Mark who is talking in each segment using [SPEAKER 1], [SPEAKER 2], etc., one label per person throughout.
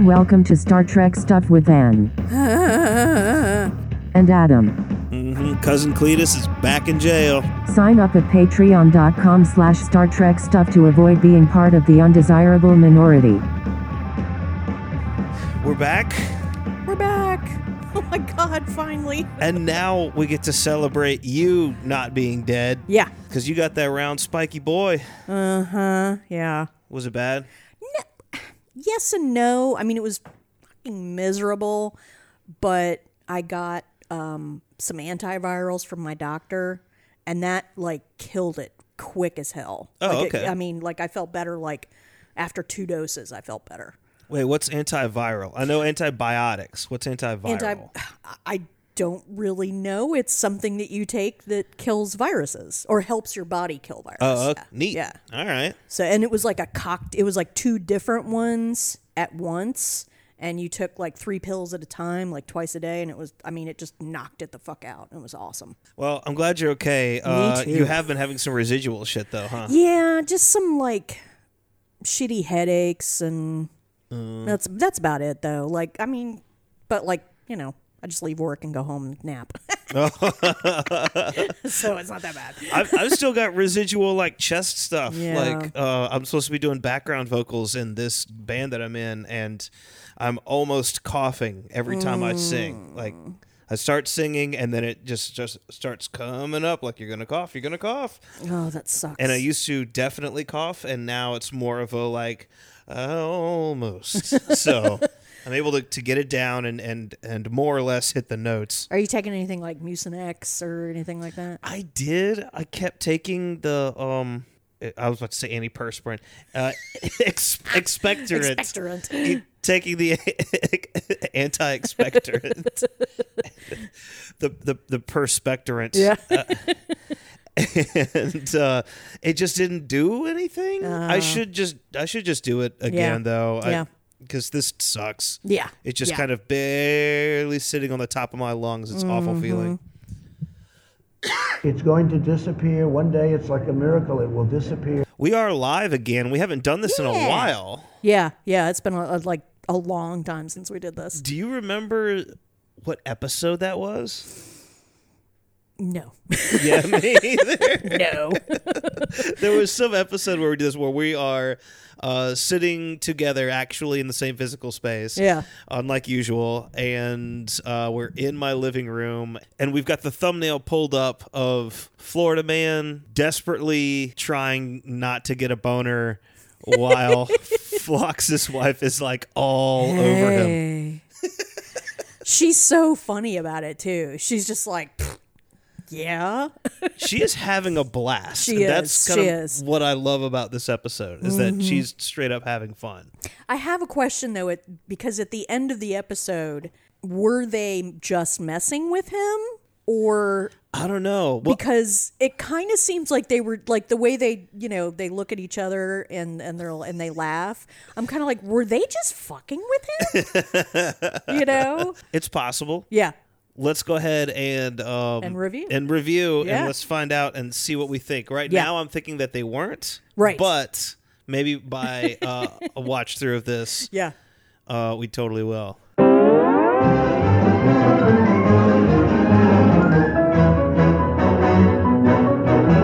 [SPEAKER 1] Welcome to Star Trek Stuff with Anne and Adam.
[SPEAKER 2] hmm Cousin Cletus is back in jail.
[SPEAKER 1] Sign up at patreon.com slash Star Trek Stuff to avoid being part of the undesirable minority.
[SPEAKER 2] We're back,
[SPEAKER 3] We're back. Oh my god, finally.
[SPEAKER 2] and now we get to celebrate you not being dead.
[SPEAKER 3] Yeah.
[SPEAKER 2] Because you got that round spiky boy.
[SPEAKER 3] Uh huh. Yeah.
[SPEAKER 2] Was it bad?
[SPEAKER 3] Yes and no. I mean, it was fucking miserable, but I got um, some antivirals from my doctor, and that like killed it quick as hell.
[SPEAKER 2] Oh,
[SPEAKER 3] Like, it-
[SPEAKER 2] okay.
[SPEAKER 3] I mean, like I felt better like after two doses. I felt better.
[SPEAKER 2] Wait, what's antiviral? I know antibiotics. What's antiviral?
[SPEAKER 3] I, I don't really know. It's something that you take that kills viruses or helps your body kill viruses.
[SPEAKER 2] oh, okay.
[SPEAKER 3] yeah.
[SPEAKER 2] neat.
[SPEAKER 3] Yeah.
[SPEAKER 2] All right.
[SPEAKER 3] So and it was like a cocked. It was like two different ones at once, and you took like three pills at a time, like twice a day, and it was. I mean, it just knocked it the fuck out. It was awesome.
[SPEAKER 2] Well, I'm glad you're okay. Uh,
[SPEAKER 3] too.
[SPEAKER 2] You have been having some residual shit though, huh?
[SPEAKER 3] Yeah, just some like shitty headaches, and
[SPEAKER 2] Mm.
[SPEAKER 3] that's that's about it though. Like I mean, but like you know. I just leave work and go home and nap. so it's not that bad.
[SPEAKER 2] I've, I've still got residual like chest stuff.
[SPEAKER 3] Yeah.
[SPEAKER 2] Like uh, I'm supposed to be doing background vocals in this band that I'm in, and I'm almost coughing every time I sing. Like I start singing, and then it just just starts coming up. Like you're gonna cough, you're gonna cough.
[SPEAKER 3] Oh, that sucks.
[SPEAKER 2] And I used to definitely cough, and now it's more of a like almost. so I'm able to, to get it down and and and more or less hit the notes.
[SPEAKER 3] Are you taking anything like Mucinex or anything like that?
[SPEAKER 2] I did. I kept taking the um. I was about to say antiperspirant, uh, ex- expectorant.
[SPEAKER 3] Expectorant.
[SPEAKER 2] Keep taking the anti-expectorant, the the the perspectorant.
[SPEAKER 3] Yeah.
[SPEAKER 2] and uh, it just didn't do anything. I should just I should just do it again though.
[SPEAKER 3] Uh. Yeah.
[SPEAKER 2] Because this sucks.
[SPEAKER 3] Yeah.
[SPEAKER 2] It's just
[SPEAKER 3] Yeah.
[SPEAKER 2] kind of barely sitting on the top of my lungs. It's
[SPEAKER 3] Mm-hmm.
[SPEAKER 2] awful feeling.
[SPEAKER 4] It's going to disappear. One day it's like a miracle. It will disappear.
[SPEAKER 2] We are live again. We haven't done this in a while.
[SPEAKER 3] Yeah, yeah, it's been a, a- like a long time since we did this.
[SPEAKER 2] Do you remember what episode that was?
[SPEAKER 3] No,
[SPEAKER 2] Yeah, me either.
[SPEAKER 3] no.
[SPEAKER 2] there was some episode where we do this where we are uh, sitting together actually in the same physical space.
[SPEAKER 3] Yeah.
[SPEAKER 2] Unlike usual. And uh, we're in my living room and we've got the thumbnail pulled up of Florida man desperately trying not to get a boner while Flox's wife is like all over him.
[SPEAKER 3] She's so funny about it too. She's just like, "Pfft, yeah,
[SPEAKER 2] she is having a blast.
[SPEAKER 3] She
[SPEAKER 2] That's
[SPEAKER 3] is,
[SPEAKER 2] kind
[SPEAKER 3] she
[SPEAKER 2] of
[SPEAKER 3] is. Mm-hmm.
[SPEAKER 2] what I love about this episode is that she's straight up having fun.
[SPEAKER 3] I have a question though, it because at the end of the episode, were they just messing with him, or
[SPEAKER 2] I don't know. Well,
[SPEAKER 3] because it kind of seems like they were like the way they, you know, they look at each other and and they are and they laugh. I'm kind of like, were they just fucking with him? you know?
[SPEAKER 2] it's possible.
[SPEAKER 3] Yeah.
[SPEAKER 2] Let's go ahead and um,
[SPEAKER 3] And review.
[SPEAKER 2] and review and
[SPEAKER 3] Yeah.
[SPEAKER 2] let's find out and see what we think. Right
[SPEAKER 3] Yeah.
[SPEAKER 2] now, I'm thinking that they weren't.
[SPEAKER 3] Right.
[SPEAKER 2] but maybe by uh, a watch through of this,
[SPEAKER 3] Yeah.
[SPEAKER 2] uh, we totally will.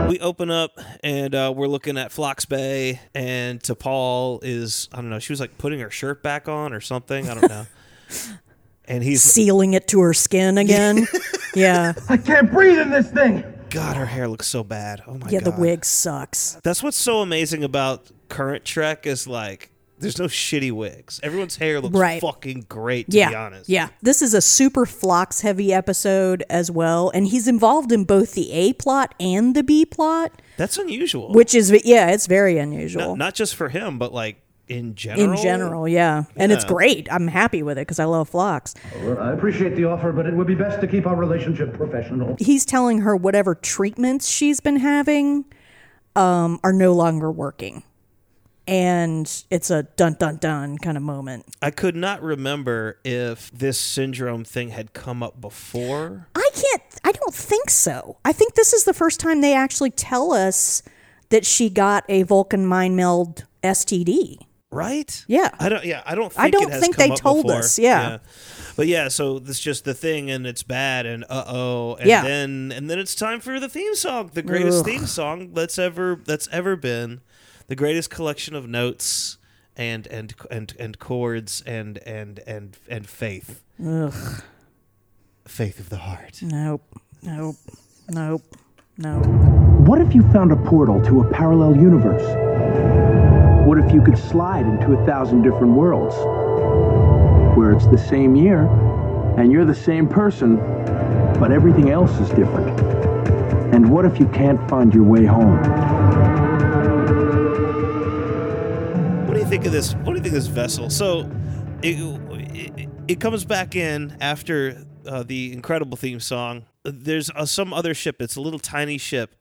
[SPEAKER 2] We open up and uh, we're looking at Flox Bay, and T'Pol is I don't know. She was like putting her shirt back on or something. I don't know. and he's
[SPEAKER 3] sealing it to her skin again. yeah.
[SPEAKER 5] I can't breathe in this thing.
[SPEAKER 2] God, her hair looks so bad. Oh my
[SPEAKER 3] Yeah,
[SPEAKER 2] god.
[SPEAKER 3] the wig sucks.
[SPEAKER 2] That's what's so amazing about current Trek is like there's no shitty wigs. Everyone's hair looks
[SPEAKER 3] Right.
[SPEAKER 2] fucking great. To
[SPEAKER 3] Yeah.
[SPEAKER 2] be honest.
[SPEAKER 3] Yeah. This is a super flox heavy episode as well. And he's involved in both the A plot and the B plot,
[SPEAKER 2] That's unusual.
[SPEAKER 3] which is, yeah, it's very
[SPEAKER 2] not,
[SPEAKER 3] unusual.
[SPEAKER 2] not just for him, but like in general.
[SPEAKER 3] in general, yeah. And it's
[SPEAKER 2] Yeah.
[SPEAKER 3] great. I'm happy with it because I love Flox.
[SPEAKER 4] I appreciate the offer, but it would be best to keep our relationship professional.
[SPEAKER 3] He's telling her whatever treatments she's been having um, are no longer working. And it's a dun dun dun kind of moment.
[SPEAKER 2] I could not remember if this syndrome thing had come up before.
[SPEAKER 3] I can't. I don't think so. I think this is the first time they actually tell us that she got a Vulcan mind meld STD.
[SPEAKER 2] right?
[SPEAKER 3] Yeah.
[SPEAKER 2] I don't. Yeah, I don't. Think
[SPEAKER 3] I don't
[SPEAKER 2] it has
[SPEAKER 3] think
[SPEAKER 2] come
[SPEAKER 3] they
[SPEAKER 2] up
[SPEAKER 3] told
[SPEAKER 2] before.
[SPEAKER 3] us, yeah.
[SPEAKER 2] but yeah, so it's just the thing, and it's bad, and uh oh, and
[SPEAKER 3] Yeah.
[SPEAKER 2] then and then it's time for the theme song, the greatest
[SPEAKER 3] Ugh.
[SPEAKER 2] theme song that's ever that's ever been, the greatest collection of notes and and and and chords and and and and faith,
[SPEAKER 3] Ugh.
[SPEAKER 2] faith of the heart.
[SPEAKER 3] Nope. Nope. Nope. Nope.
[SPEAKER 6] What if you found a portal to a parallel universe? What if you could slide into a thousand different worlds where it's the same year and you're the same person, but everything else is different? And what if you can't find your way home?
[SPEAKER 2] What do you think of this? What do you think of this vessel? So, it it, it comes back in after uh, the incredible theme song. There's uh, some other ship. It's a little tiny ship.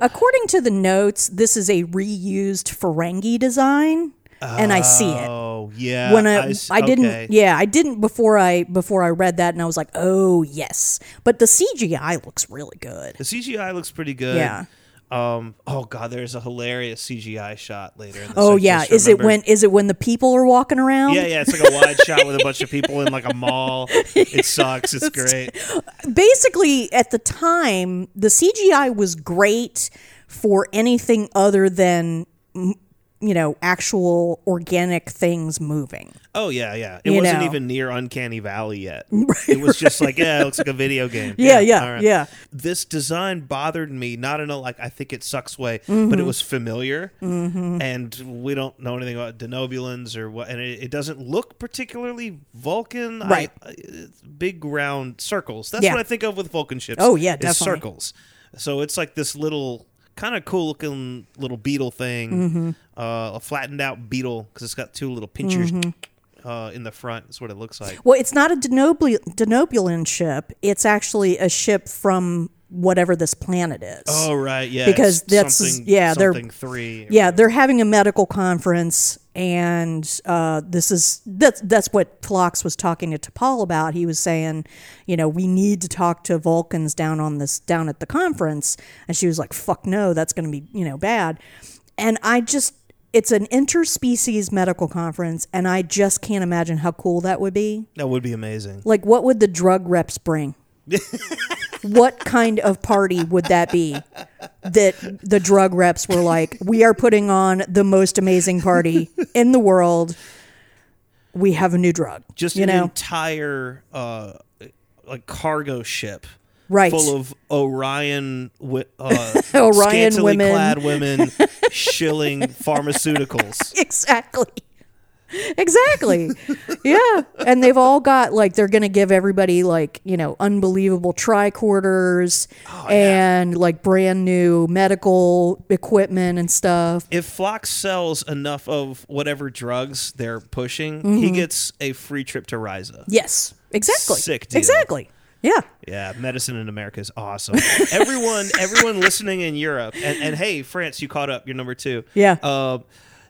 [SPEAKER 3] According to the notes, this is a reused Ferengi design, and I see it.
[SPEAKER 2] Oh yeah.
[SPEAKER 3] when uh, I, I,
[SPEAKER 2] s-
[SPEAKER 3] didn't
[SPEAKER 2] okay.
[SPEAKER 3] yeah I didn't before I before I read that and I was like oh yes but the CGI looks really good
[SPEAKER 2] The CGI looks pretty good.
[SPEAKER 3] Yeah.
[SPEAKER 2] Um. Oh god, there's a hilarious CGI shot later. In this.
[SPEAKER 3] oh
[SPEAKER 2] I
[SPEAKER 3] yeah
[SPEAKER 2] just
[SPEAKER 3] is it
[SPEAKER 2] remembered.
[SPEAKER 3] when is it when the people are walking around
[SPEAKER 2] Yeah, yeah, it's like a wide shot with a bunch of people in like a mall. It sucks. It's great.
[SPEAKER 3] basically at the time the CGI was great for anything other than m- you know actual organic things moving
[SPEAKER 2] Oh yeah, yeah. It
[SPEAKER 3] You
[SPEAKER 2] wasn't
[SPEAKER 3] know.
[SPEAKER 2] even near Uncanny Valley yet. it was just like, yeah, it looks like a video game.
[SPEAKER 3] Yeah, yeah,
[SPEAKER 2] all
[SPEAKER 3] yeah.
[SPEAKER 2] This design bothered me, not in a like I think it sucks way, but
[SPEAKER 3] Mm-hmm.
[SPEAKER 2] it was familiar, and we don't know anything about denobulans or what, and it, it doesn't look particularly Vulcan.
[SPEAKER 3] Right.
[SPEAKER 2] I, uh, big round circles. That's
[SPEAKER 3] Yeah.
[SPEAKER 2] what I think of with Vulcan ships.
[SPEAKER 3] Oh, yeah,
[SPEAKER 2] is
[SPEAKER 3] definitely.
[SPEAKER 2] circles. So it's like this little. Kind of cool looking little beetle thing,
[SPEAKER 3] Mm-hmm.
[SPEAKER 2] uh, a flattened out beetle because it's got two little pinchers
[SPEAKER 3] Mm-hmm.
[SPEAKER 2] uh, in the front. Is what it looks like.
[SPEAKER 3] well it's not a Denobul- Denobulan ship it's actually a ship from whatever this planet is
[SPEAKER 2] Oh right, yeah.
[SPEAKER 3] Because
[SPEAKER 2] it's
[SPEAKER 3] that's-
[SPEAKER 2] something,
[SPEAKER 3] yeah, they're-
[SPEAKER 2] something three.
[SPEAKER 3] Yeah, they're having a medical conference, and uh, this is that's that's what Phlox was talking to T'Pol about. He was saying, you know, we need to talk to Vulcans down on this down at the conference, and she was like, "Fuck no, that's going to be you know bad." And I just, it's an interspecies medical conference, and I just can't imagine how cool that would be.
[SPEAKER 2] that would be amazing.
[SPEAKER 3] Like, what would the drug reps bring? what kind of party would that be? That the drug reps were like, we are putting on the most amazing party in the world. We have a new drug.
[SPEAKER 2] Just
[SPEAKER 3] you
[SPEAKER 2] an
[SPEAKER 3] know,
[SPEAKER 2] entire uh, like cargo ship,
[SPEAKER 3] Right.
[SPEAKER 2] Full of Orion, wi- uh,
[SPEAKER 3] Orion
[SPEAKER 2] scantily
[SPEAKER 3] women.
[SPEAKER 2] clad women shilling pharmaceuticals.
[SPEAKER 3] exactly. Exactly. yeah. And they've all got like they're going to give everybody like, you know, unbelievable tricorders
[SPEAKER 2] Oh,
[SPEAKER 3] and like brand new medical equipment and stuff.
[SPEAKER 2] If Flock sells enough of whatever drugs they're pushing, he
[SPEAKER 3] Mm-hmm.
[SPEAKER 2] gets a free trip to Riza.
[SPEAKER 3] Yes, exactly.
[SPEAKER 2] Sick deal.
[SPEAKER 3] Exactly. Yeah.
[SPEAKER 2] Yeah, medicine in America is awesome. everyone, everyone listening in Europe, and, and hey, France, you caught up. You're number two.
[SPEAKER 3] Yeah.
[SPEAKER 2] uh,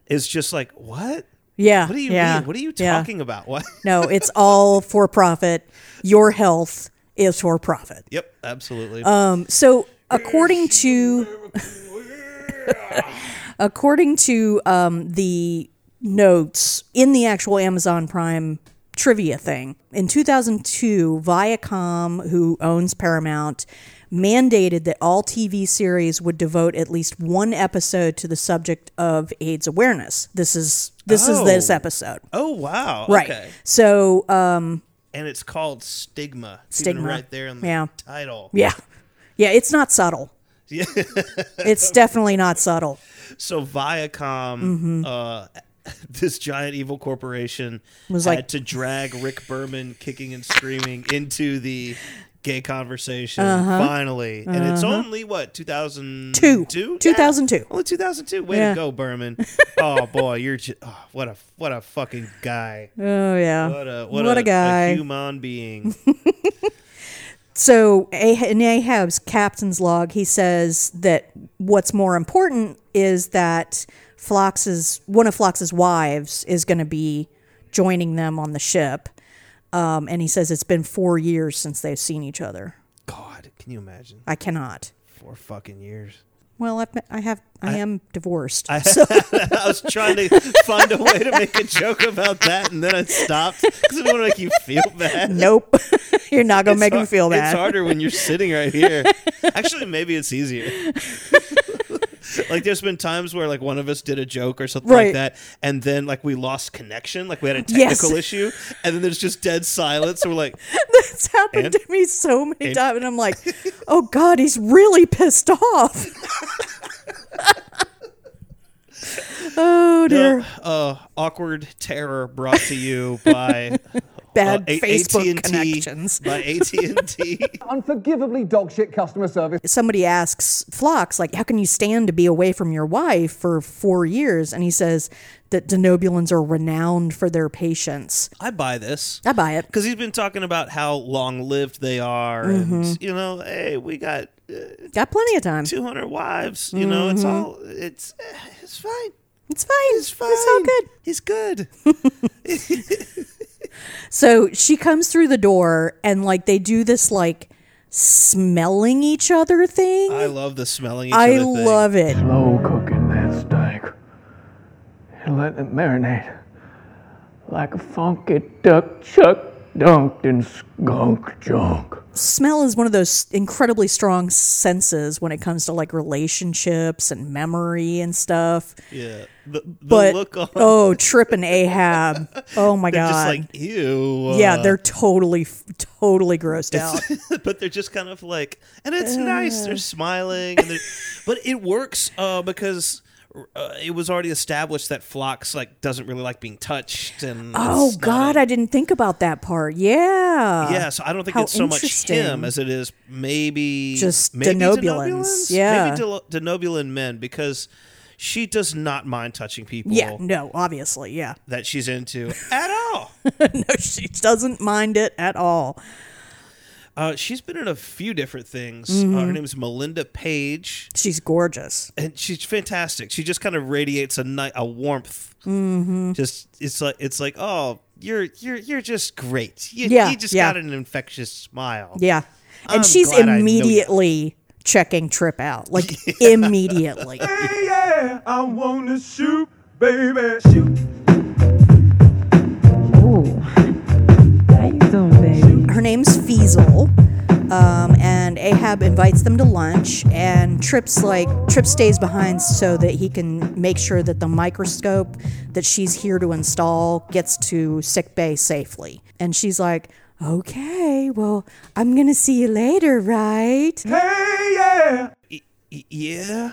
[SPEAKER 2] is just like what?
[SPEAKER 3] Yeah.
[SPEAKER 2] What do you
[SPEAKER 3] yeah,
[SPEAKER 2] mean? What are you
[SPEAKER 3] yeah.
[SPEAKER 2] talking about? What?
[SPEAKER 3] No, it's all for profit. Your health is for profit.
[SPEAKER 2] yep, absolutely.
[SPEAKER 3] Um, so according to according to um, the notes in the actual Amazon Prime trivia thing in 2002 Viacom who owns Paramount mandated that all TV series would devote at least one episode to the subject of AIDS awareness this is this is
[SPEAKER 2] Oh.
[SPEAKER 3] this episode
[SPEAKER 2] oh wow.
[SPEAKER 3] right
[SPEAKER 2] Okay.
[SPEAKER 3] so uh,
[SPEAKER 2] And it's called stigma. It's
[SPEAKER 3] Stigma.
[SPEAKER 2] Even right there in the
[SPEAKER 3] Yeah.
[SPEAKER 2] title.
[SPEAKER 3] yeah yeah it's not subtle it's definitely not subtle
[SPEAKER 2] So Viacom,
[SPEAKER 3] Mm-hmm.
[SPEAKER 2] uh, this giant evil corporation,
[SPEAKER 3] Was
[SPEAKER 2] had
[SPEAKER 3] like-
[SPEAKER 2] to drag Rick Berman kicking and screaming into the gay conversation
[SPEAKER 3] Uh-huh.
[SPEAKER 2] finally and it's only what 2002
[SPEAKER 3] Two.
[SPEAKER 2] Yeah,
[SPEAKER 3] 2002.
[SPEAKER 2] only 2002 way
[SPEAKER 3] Yeah.
[SPEAKER 2] to go berman oh boy you're just oh, what a what a fucking guy
[SPEAKER 3] Oh yeah,
[SPEAKER 2] What a what, a, a
[SPEAKER 3] guy!
[SPEAKER 2] human being.
[SPEAKER 3] so Ah- in Ahab's captain's log, he says that what's more important is that Phlox's one of Phlox's wives is going to be joining them on the ship, um, and he says it's been four years since they've seen each other.
[SPEAKER 2] God, can you imagine?
[SPEAKER 3] I cannot.
[SPEAKER 2] Four fucking years.
[SPEAKER 3] Well, I've, I have. I, am divorced.
[SPEAKER 2] I was trying to find a way to make a joke about that, and then I stopped because I want to make you feel bad.
[SPEAKER 3] nope. You're not gonna
[SPEAKER 2] It's
[SPEAKER 3] make me
[SPEAKER 2] har-
[SPEAKER 3] feel bad.
[SPEAKER 2] It's harder when you're sitting right here. Actually, maybe it's easier. like there's been times where like one of us did a joke or something like
[SPEAKER 3] Right.
[SPEAKER 2] that, and then like we lost connection, like we had a
[SPEAKER 3] Yes.
[SPEAKER 2] technical issue, and then there's just dead silence. So we're like,
[SPEAKER 3] That's happened
[SPEAKER 2] And-
[SPEAKER 3] to me so many
[SPEAKER 2] and-
[SPEAKER 3] times, and I'm like, oh god, he's really pissed off. oh dear,
[SPEAKER 2] uh, uh, awkward terror brought to you by uh,
[SPEAKER 3] bad
[SPEAKER 2] A-
[SPEAKER 3] Facebook
[SPEAKER 2] AT&T
[SPEAKER 3] connections.
[SPEAKER 2] by AT and T.
[SPEAKER 5] Unforgivably dogshit customer service.
[SPEAKER 3] Somebody asks Phlox, like, how can you stand to be away from your wife for four years? And he says that denobulans are renowned for their patience.
[SPEAKER 2] I buy this.
[SPEAKER 3] I buy it.
[SPEAKER 2] because he's been talking about how long lived they are, and
[SPEAKER 3] Mm-hmm.
[SPEAKER 2] you know, hey, we got uh,
[SPEAKER 3] Got plenty of time.
[SPEAKER 2] two hundred wives. You know, it's all it's eh, it's fine.
[SPEAKER 3] Mm-hmm. It's fine.
[SPEAKER 2] It's fine.
[SPEAKER 3] all good.
[SPEAKER 2] He's good.
[SPEAKER 3] So she comes through the door and like they do this like smelling each other thing.
[SPEAKER 2] I love the smelling. Each
[SPEAKER 3] I
[SPEAKER 2] other thing.
[SPEAKER 3] love it.
[SPEAKER 5] Slow cooking that steak. And let it marinate. Like a funky duck chuck dunked in skunk junk.
[SPEAKER 3] Smell is one of those incredibly strong senses when it comes to like relationships and memory and stuff.
[SPEAKER 2] Yeah, the, the
[SPEAKER 3] But
[SPEAKER 2] look on.
[SPEAKER 3] oh, tripping Ahab. Oh my
[SPEAKER 2] they're
[SPEAKER 3] god.
[SPEAKER 2] just like ew. uh,
[SPEAKER 3] yeah, they're totally f- totally grossed out.
[SPEAKER 2] but they're just kind of like, and it's nice.
[SPEAKER 3] Uh.
[SPEAKER 2] They're smiling, and they're, but it works uh, because. Uh, it was already established that Phlox like doesn't really like being touched, and
[SPEAKER 3] Oh
[SPEAKER 2] it's not
[SPEAKER 3] god, I didn't think about that part. Yeah.
[SPEAKER 2] Yeah, so I don't think
[SPEAKER 3] Uh, How
[SPEAKER 2] it's so much him
[SPEAKER 3] interesting.
[SPEAKER 2] as it is maybe
[SPEAKER 3] Just
[SPEAKER 2] maybe
[SPEAKER 3] denobulans.
[SPEAKER 2] denobulans?
[SPEAKER 3] Yeah.
[SPEAKER 2] maybe del- denobulan men because she does not mind touching people
[SPEAKER 3] Yeah, no, obviously, yeah.
[SPEAKER 2] that she's into at all.
[SPEAKER 3] no, she doesn't mind it at all.
[SPEAKER 2] Uh, she's been in a few different things. Uh,
[SPEAKER 3] Mm-hmm.
[SPEAKER 2] her name is Melinda Page,
[SPEAKER 3] She's gorgeous.
[SPEAKER 2] and she's fantastic. She just kind of radiates a night a warmth.
[SPEAKER 3] Mm-hmm.
[SPEAKER 2] Just it's like it's like oh you're you're you're just great. You,
[SPEAKER 3] Yeah,
[SPEAKER 2] you just
[SPEAKER 3] yeah.
[SPEAKER 2] got an infectious smile.
[SPEAKER 3] Yeah. And
[SPEAKER 2] I'm
[SPEAKER 3] she's
[SPEAKER 2] glad I know you.
[SPEAKER 3] immediately checking Trip out. Like, immediately.
[SPEAKER 5] Hey, yeah, I wanna shoot, baby. Shoot.
[SPEAKER 7] How you doing, baby?
[SPEAKER 3] Her name's Feasel. Um, and Ahab invites them to lunch, and Trip's like Trip stays behind so that he can make sure that the microscope that she's here to install gets to sick bay safely. And she's like, "Okay, well, I'm gonna see you later, right?"
[SPEAKER 5] Hey, yeah.
[SPEAKER 2] Y- yeah.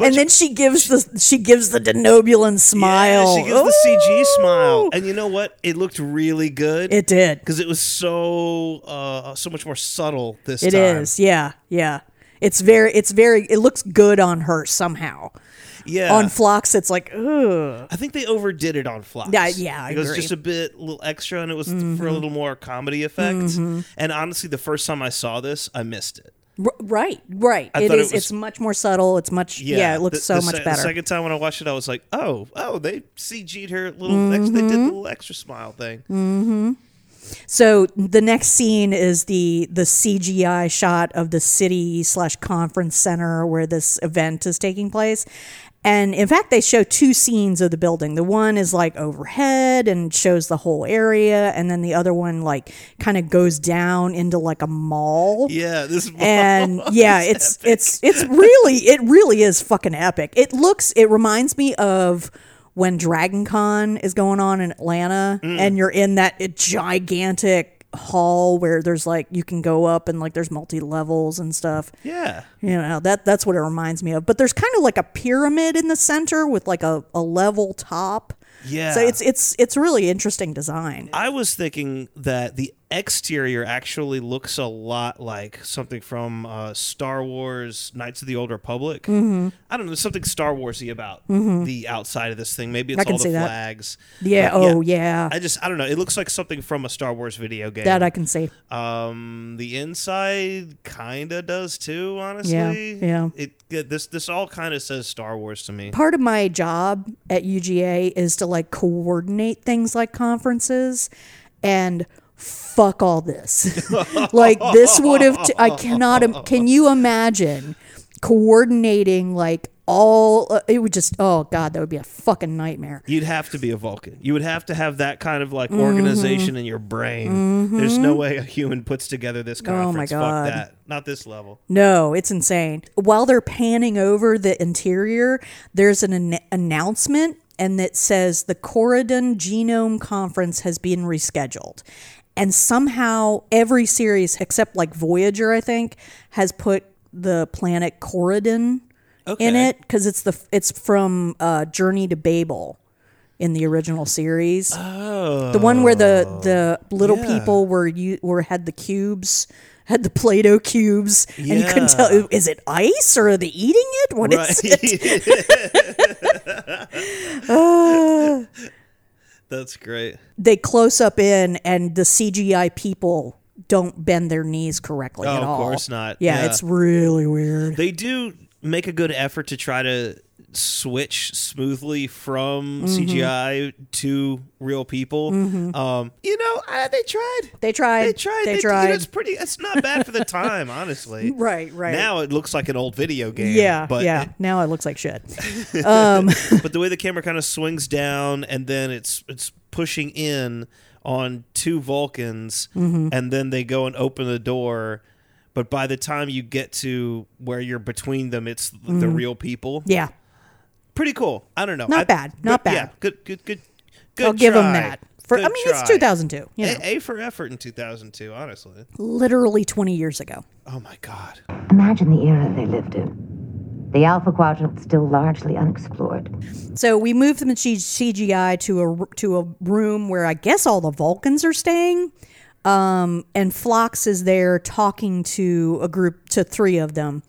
[SPEAKER 3] and then she gives the she gives the denobulan smile.
[SPEAKER 2] Yeah, she gives the CG smile,
[SPEAKER 3] Ooh.
[SPEAKER 2] and you know what? It looked really good.
[SPEAKER 3] It did.
[SPEAKER 2] because it was so uh, so much more subtle this
[SPEAKER 3] It is.
[SPEAKER 2] time.
[SPEAKER 3] Yeah. Yeah. It's very. It's very. It looks good on her somehow.
[SPEAKER 2] Yeah,
[SPEAKER 3] On Phlox, it's like ugh.
[SPEAKER 2] I think they overdid it on Flux.
[SPEAKER 3] Yeah, yeah, I
[SPEAKER 2] it was
[SPEAKER 3] agree. Mm-hmm.
[SPEAKER 2] just a bit little extra, and it was for a little more comedy effect. And honestly, the first time I saw this, I missed it.
[SPEAKER 3] R- right. Right.
[SPEAKER 2] I
[SPEAKER 3] It
[SPEAKER 2] thought it
[SPEAKER 3] is.
[SPEAKER 2] was-
[SPEAKER 3] it's much more subtle. It's much. Yeah. it looks
[SPEAKER 2] the-
[SPEAKER 3] so
[SPEAKER 2] the
[SPEAKER 3] much
[SPEAKER 2] se- the
[SPEAKER 3] better.
[SPEAKER 2] second time when I watched it, I was like, oh, oh, they CG'd her little. Ex- they did
[SPEAKER 3] Mm-hmm.
[SPEAKER 2] the little extra smile thing.
[SPEAKER 3] So the next scene is the the CGI shot of the city slash conference center where this event is taking place. And in fact, they show two scenes of the building. The one is like overhead and shows the whole area, and then the other one like kind of goes down into like a mall.
[SPEAKER 2] Yeah, this is
[SPEAKER 3] And yeah, it's it's it's really it really is fucking epic. It looks it reminds me of when Dragon Con is going on in Atlanta and you're in that gigantic hall where there's like you can go up and like there's multi levels and stuff.
[SPEAKER 2] yeah.
[SPEAKER 3] You know, that that's what it reminds me of. But there's kind of like a pyramid in the center with like a, a level top.
[SPEAKER 2] Yeah.
[SPEAKER 3] So it's it's it's really interesting design.
[SPEAKER 2] I was thinking that the exterior actually looks a lot like something from uh, Star Wars Knights of the Old Republic. Mm-hmm. I don't know, there's something Star Warsy about the outside of this thing. Maybe
[SPEAKER 3] Mm-hmm. I
[SPEAKER 2] it's
[SPEAKER 3] can
[SPEAKER 2] all the
[SPEAKER 3] see that.
[SPEAKER 2] flags.
[SPEAKER 3] Yeah,
[SPEAKER 2] But
[SPEAKER 3] oh, yeah.
[SPEAKER 2] I just I don't know. It looks like something from a Star Wars video game.
[SPEAKER 3] That I can see.
[SPEAKER 2] um the inside kind of does too, honestly.
[SPEAKER 3] yeah.
[SPEAKER 2] It yeah, this this all kind of says Star Wars to me.
[SPEAKER 3] part of my job at UGA is to like coordinate things like conferences and fuck all this. like this would have. T- I cannot. Im- can you imagine coordinating like all? Uh, it would just. Oh god, that would be a fucking nightmare.
[SPEAKER 2] You'd have to be a Vulcan. You would have to have that kind of like
[SPEAKER 3] Mm-hmm.
[SPEAKER 2] organization in your brain. There's no way a human puts together this
[SPEAKER 3] Oh my
[SPEAKER 2] conference.
[SPEAKER 3] God.
[SPEAKER 2] Fuck that. Not this level.
[SPEAKER 3] No, it's insane. While they're panning over the interior, there's an an- announcement and it says the Corridon Genome Conference has been rescheduled. And somehow every series except like Voyager, I think, has put the planet Corridon in
[SPEAKER 2] Okay.
[SPEAKER 3] it because it's the it's from uh, Journey to Babel in the original series. The one where the the little
[SPEAKER 2] Oh, yeah.
[SPEAKER 3] people were you were had the cubes, had the Play-Doh cubes, and you couldn't
[SPEAKER 2] Yeah.
[SPEAKER 3] tell is it ice or are they eating it? What is it?
[SPEAKER 2] That's great.
[SPEAKER 3] They close up in, and the CGI people don't bend their knees correctly
[SPEAKER 2] Oh,
[SPEAKER 3] at
[SPEAKER 2] of
[SPEAKER 3] all.
[SPEAKER 2] course not.
[SPEAKER 3] Yeah,
[SPEAKER 2] Yeah.
[SPEAKER 3] it's really weird.
[SPEAKER 2] They do make a good effort to try to switch smoothly
[SPEAKER 3] Mm-hmm.
[SPEAKER 2] from CGI to real people. Um, you know, I, they tried.
[SPEAKER 3] They tried.
[SPEAKER 2] They tried.
[SPEAKER 3] They
[SPEAKER 2] you know,
[SPEAKER 3] tried.
[SPEAKER 2] it's pretty. It's not bad for the time, honestly.
[SPEAKER 3] Right, right.
[SPEAKER 2] Now it looks like an old video game.
[SPEAKER 3] yeah,
[SPEAKER 2] but
[SPEAKER 3] yeah. now it looks like shit.
[SPEAKER 2] but the way the camera kind of swings down and then it's it's pushing in on two Vulcans
[SPEAKER 3] Mm-hmm.
[SPEAKER 2] and then they go and open the door. But by the time you get to where you're between them, it's the real people.
[SPEAKER 3] Mm-hmm. Yeah,
[SPEAKER 2] Pretty cool. I don't know.
[SPEAKER 3] Not
[SPEAKER 2] I-
[SPEAKER 3] bad. Not
[SPEAKER 2] but
[SPEAKER 3] bad.
[SPEAKER 2] Yeah. Good. Good. Good. Good.
[SPEAKER 3] I'll give them
[SPEAKER 2] try.
[SPEAKER 3] that. For I
[SPEAKER 2] Good
[SPEAKER 3] mean, it's
[SPEAKER 2] try.
[SPEAKER 3] 2002. You know,
[SPEAKER 2] A, a for effort in 2002. Honestly.
[SPEAKER 3] literally 20 years ago.
[SPEAKER 2] Oh my god.
[SPEAKER 8] Imagine the era they lived in. The Alpha Quadrant still largely unexplored.
[SPEAKER 3] So we moved them to G- CGI to a to a room where I guess all the Vulcans are staying. Um, and Phlox is there talking to a group to three of them.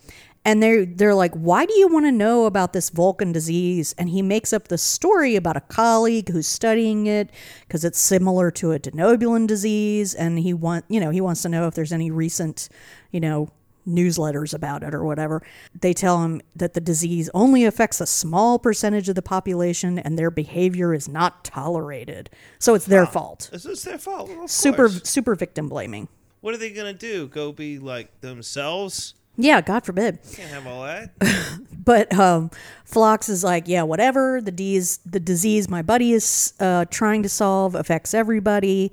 [SPEAKER 3] And they're they're like, Why do you want to know about this Vulcan disease? And he makes up the story about a colleague who's studying it because it's similar to a denobulin disease and he want you know, he wants to know if there's any recent, you know, newsletters about it or whatever. They tell him that the disease only affects a small percentage of the population and their behavior is not tolerated. So it's their fault.
[SPEAKER 2] This is their fault. Well, of
[SPEAKER 3] Super
[SPEAKER 2] course.
[SPEAKER 3] super victim blaming.
[SPEAKER 2] What are they gonna do? Go be like themselves?
[SPEAKER 3] Yeah, God forbid.
[SPEAKER 2] Can't have all that.
[SPEAKER 3] But um, Phlox is like, yeah, whatever. The D's, the disease my buddy is uh, trying to solve affects everybody.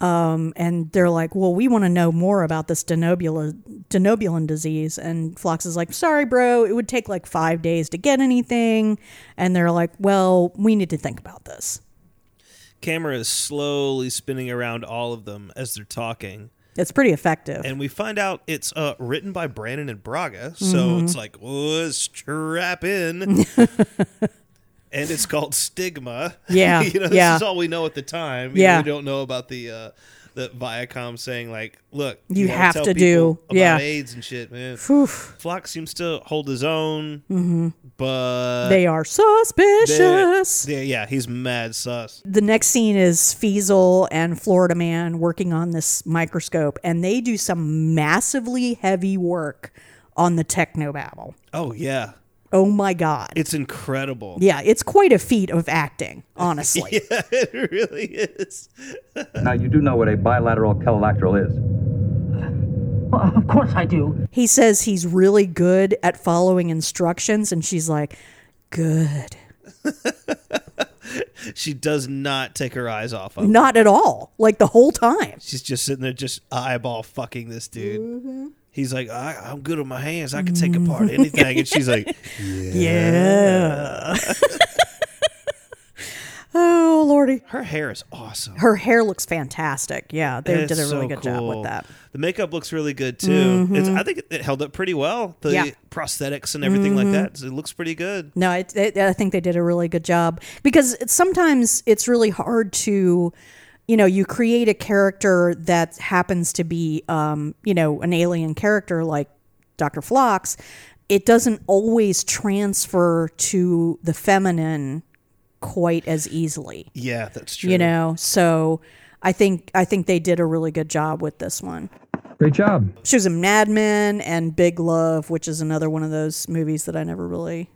[SPEAKER 3] Um, and they're like, well, we want to know more about this denobula, denobulin disease. And Phlox is like, sorry, bro, it would take like five days to get anything. And they're like, well, we need to think about this.
[SPEAKER 2] camera is slowly spinning around all of them as they're talking.
[SPEAKER 3] It's pretty effective.
[SPEAKER 2] And we find out it's uh, written by Brandon and Braga. So
[SPEAKER 3] Mm-hmm.
[SPEAKER 2] it's like, oh, strap in. and it's called Stigma.
[SPEAKER 3] Yeah,
[SPEAKER 2] you know, this
[SPEAKER 3] yeah.
[SPEAKER 2] is all we know at the time.
[SPEAKER 3] Yeah.
[SPEAKER 2] yeah. We don't know about the. Uh, the Viacom saying like, "Look,
[SPEAKER 3] You
[SPEAKER 2] wanna
[SPEAKER 3] have
[SPEAKER 2] tell
[SPEAKER 3] to
[SPEAKER 2] people
[SPEAKER 3] do-
[SPEAKER 2] about
[SPEAKER 3] yeah.
[SPEAKER 2] AIDS and shit, man."
[SPEAKER 3] Whew,
[SPEAKER 2] Flock seems to hold his own, but
[SPEAKER 3] Mm-hmm. they
[SPEAKER 2] they're-
[SPEAKER 3] are suspicious.
[SPEAKER 2] they're- yeah, he's mad sus.
[SPEAKER 3] the next scene is Feasel and Florida Man working on this microscope, and they do some massively heavy work on the technobabble.
[SPEAKER 2] Oh yeah,
[SPEAKER 3] Oh my god!
[SPEAKER 2] it's incredible.
[SPEAKER 3] yeah, it's quite a feat of acting, honestly.
[SPEAKER 2] it really is.
[SPEAKER 9] Now, you do know what a bilateral quellateral is.
[SPEAKER 7] Well, of course I do.
[SPEAKER 3] He says he's really good at following instructions, and she's like, "Good."
[SPEAKER 2] She does not take her eyes off of him.
[SPEAKER 3] Not at all. Like the whole time.
[SPEAKER 2] She's just sitting there, just eyeball fucking this dude.
[SPEAKER 3] Mm-hmm.
[SPEAKER 2] He's like, I, I'm good with my hands. I can take apart anything. and she's like,
[SPEAKER 3] Yeah. oh lordy.
[SPEAKER 2] her hair is awesome.
[SPEAKER 3] Her hair looks fantastic. Yeah, they
[SPEAKER 2] It's
[SPEAKER 3] did a
[SPEAKER 2] so
[SPEAKER 3] really good job
[SPEAKER 2] cool.
[SPEAKER 3] with that. Mm-hmm.
[SPEAKER 2] The makeup looks really good too. It's, I think it, it held up pretty well. The
[SPEAKER 3] Yeah. Mm-hmm.
[SPEAKER 2] prosthetics and everything like that. So it looks pretty good.
[SPEAKER 3] No, I, I I think they did a really good job because it's- sometimes it's really hard to, you know, you create a character that happens to be, um, you know, an alien character like Dr. Flox. It doesn't always transfer to the feminine quite as easily,
[SPEAKER 2] Yeah, that's true.
[SPEAKER 3] you know. So I think I think they did a really good job with this one.
[SPEAKER 9] Great job.
[SPEAKER 3] She was in Mad Men and Big Love, which is another one of those movies that I never really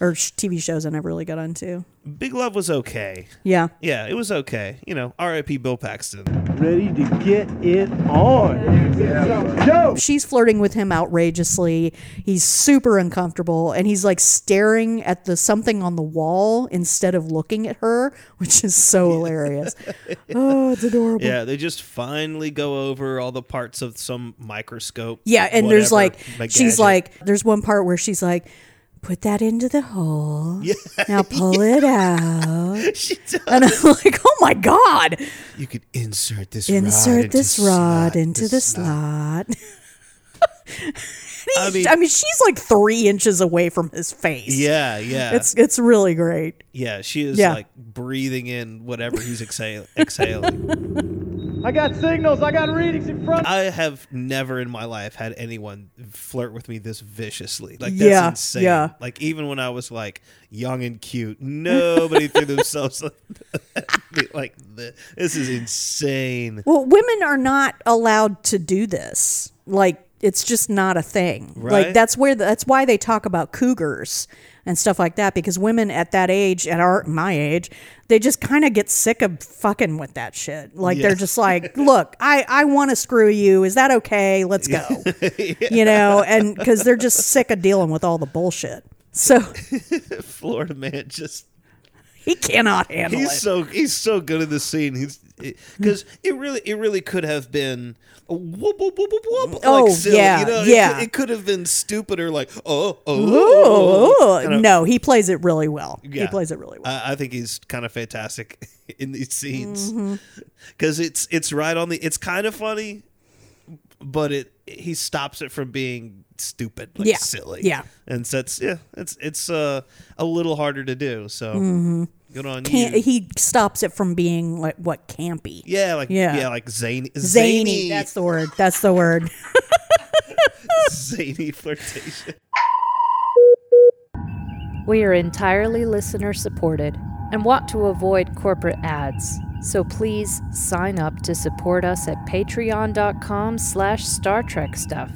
[SPEAKER 3] or sh- TV shows I never really got into.
[SPEAKER 2] Big Love was okay.
[SPEAKER 3] Yeah.
[SPEAKER 2] Yeah, it was okay. You know, R.I.P. Bill Paxton.
[SPEAKER 6] Ready to get it on. Go!
[SPEAKER 3] She's flirting with him outrageously. He's super uncomfortable and he's like staring at the something on the wall instead of looking at her, which is so hilarious. Oh, it's adorable.
[SPEAKER 2] Yeah, they just finally go over all the parts of some microscope.
[SPEAKER 3] Yeah, and there's
[SPEAKER 2] whatever,
[SPEAKER 3] like
[SPEAKER 2] like
[SPEAKER 3] she's
[SPEAKER 2] gadget.
[SPEAKER 3] like there's one part where she's like, put that into the hole. Yeah. Now pull it out.
[SPEAKER 2] She does.
[SPEAKER 3] And I'm like, oh my god!
[SPEAKER 2] You could insert this rod
[SPEAKER 3] Insert
[SPEAKER 2] into
[SPEAKER 3] this rod
[SPEAKER 2] slot,
[SPEAKER 3] into the
[SPEAKER 2] slot.
[SPEAKER 3] slot.
[SPEAKER 2] I mean,
[SPEAKER 3] I mean, she's like three inches away from his face.
[SPEAKER 2] yeah, yeah.
[SPEAKER 3] it's it's really great.
[SPEAKER 2] yeah, she is
[SPEAKER 3] Yeah.
[SPEAKER 2] like breathing in whatever he's exhale- exhaling.
[SPEAKER 5] I got signals. I got readings in front.
[SPEAKER 2] I have never in my life had anyone flirt with me this viciously. Like that's
[SPEAKER 3] Yeah,
[SPEAKER 2] insane.
[SPEAKER 3] yeah.
[SPEAKER 2] Like even when I was like young and cute, nobody threw themselves like, like thi- this is insane.
[SPEAKER 3] Well, women are not allowed to do this. Like it's just not a thing. Like
[SPEAKER 2] Right.
[SPEAKER 3] that's where the, that's why they talk about cougars and stuff like that because women at that age at our my age, they just kind of get sick of fucking with that shit. Like they're just like, "Look, I I want to screw you. Is that okay? Let's go." You know, and cuz they're just sick of dealing with all the bullshit. So
[SPEAKER 2] Florida man just
[SPEAKER 3] he cannot handle
[SPEAKER 2] he's
[SPEAKER 3] it.
[SPEAKER 2] so he's so good in this scene. He's because
[SPEAKER 3] Mm.
[SPEAKER 2] it really it really could have been a whoop whoop whoop whoop whoop.
[SPEAKER 3] Oh,
[SPEAKER 2] like silly,
[SPEAKER 3] yeah,
[SPEAKER 2] you know? It could-
[SPEAKER 3] yeah.
[SPEAKER 2] It, could have been stupider like oh oh, oh, oh,
[SPEAKER 3] Ooh,
[SPEAKER 2] kind of-
[SPEAKER 3] no, he plays it really well. He
[SPEAKER 2] Yeah.
[SPEAKER 3] plays it really well.
[SPEAKER 2] I, I think he's kind of fantastic in these scenes
[SPEAKER 3] Mm-hmm.
[SPEAKER 2] because it's it's right on the. It's kind of funny, but it he stops it from being stupid, like
[SPEAKER 3] Yeah.
[SPEAKER 2] silly,
[SPEAKER 3] Yeah.
[SPEAKER 2] and sets. Yeah, it's it's uh, a little harder to do. So good on
[SPEAKER 3] Mm-hmm. Can't,
[SPEAKER 2] you.
[SPEAKER 3] he stops it from being like what campy.
[SPEAKER 2] yeah, like
[SPEAKER 3] Yeah.
[SPEAKER 2] yeah, like zany,
[SPEAKER 3] Zany,
[SPEAKER 2] zany,
[SPEAKER 3] that's the word. That's the word.
[SPEAKER 2] zany flirtation.
[SPEAKER 10] We are entirely listener supported and want to avoid corporate ads. So please sign up to support us at patreon.com slash Star Trek stuff.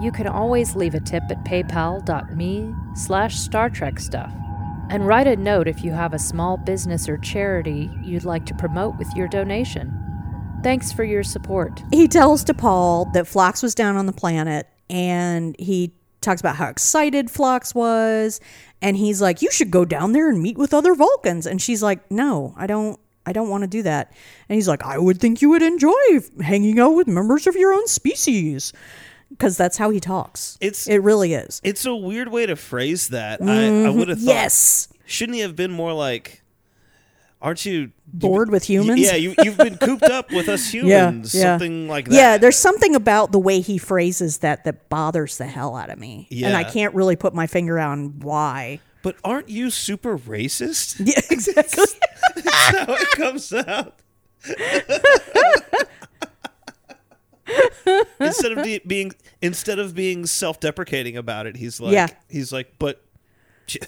[SPEAKER 10] You can always leave a tip at paypal.me slash Star Trek stuff. And write a note if you have a small business or charity you'd like to promote with your donation. Thanks for your support.
[SPEAKER 3] he tells DePaul that Phlox was down on the planet and he talks about how excited Phlox was and he's like, You should go down there and meet with other Vulcans and she's like, No, I don't I don't want to do that. And he's like, I would think you would enjoy f- hanging out with members of your own species. Because that's how he talks.
[SPEAKER 2] It's-
[SPEAKER 3] it really is.
[SPEAKER 2] It's a weird way to phrase that. I, I would have thought.
[SPEAKER 3] Mm-hmm. Yes.
[SPEAKER 2] shouldn't he have been more like? Aren't you
[SPEAKER 3] Bored with humans?
[SPEAKER 2] Yeah, you, you've been cooped up with us humans. Something like that.
[SPEAKER 3] Yeah, there's something about the way he phrases that that bothers the hell out of me, and I
[SPEAKER 2] Yeah.
[SPEAKER 3] can't really put my finger on why.
[SPEAKER 2] But aren't you super racist?
[SPEAKER 3] Yeah, exactly.
[SPEAKER 2] That's how it comes out. instead of de- being instead of being self-deprecating about it, he's like
[SPEAKER 3] Yeah.
[SPEAKER 2] he's like, but j-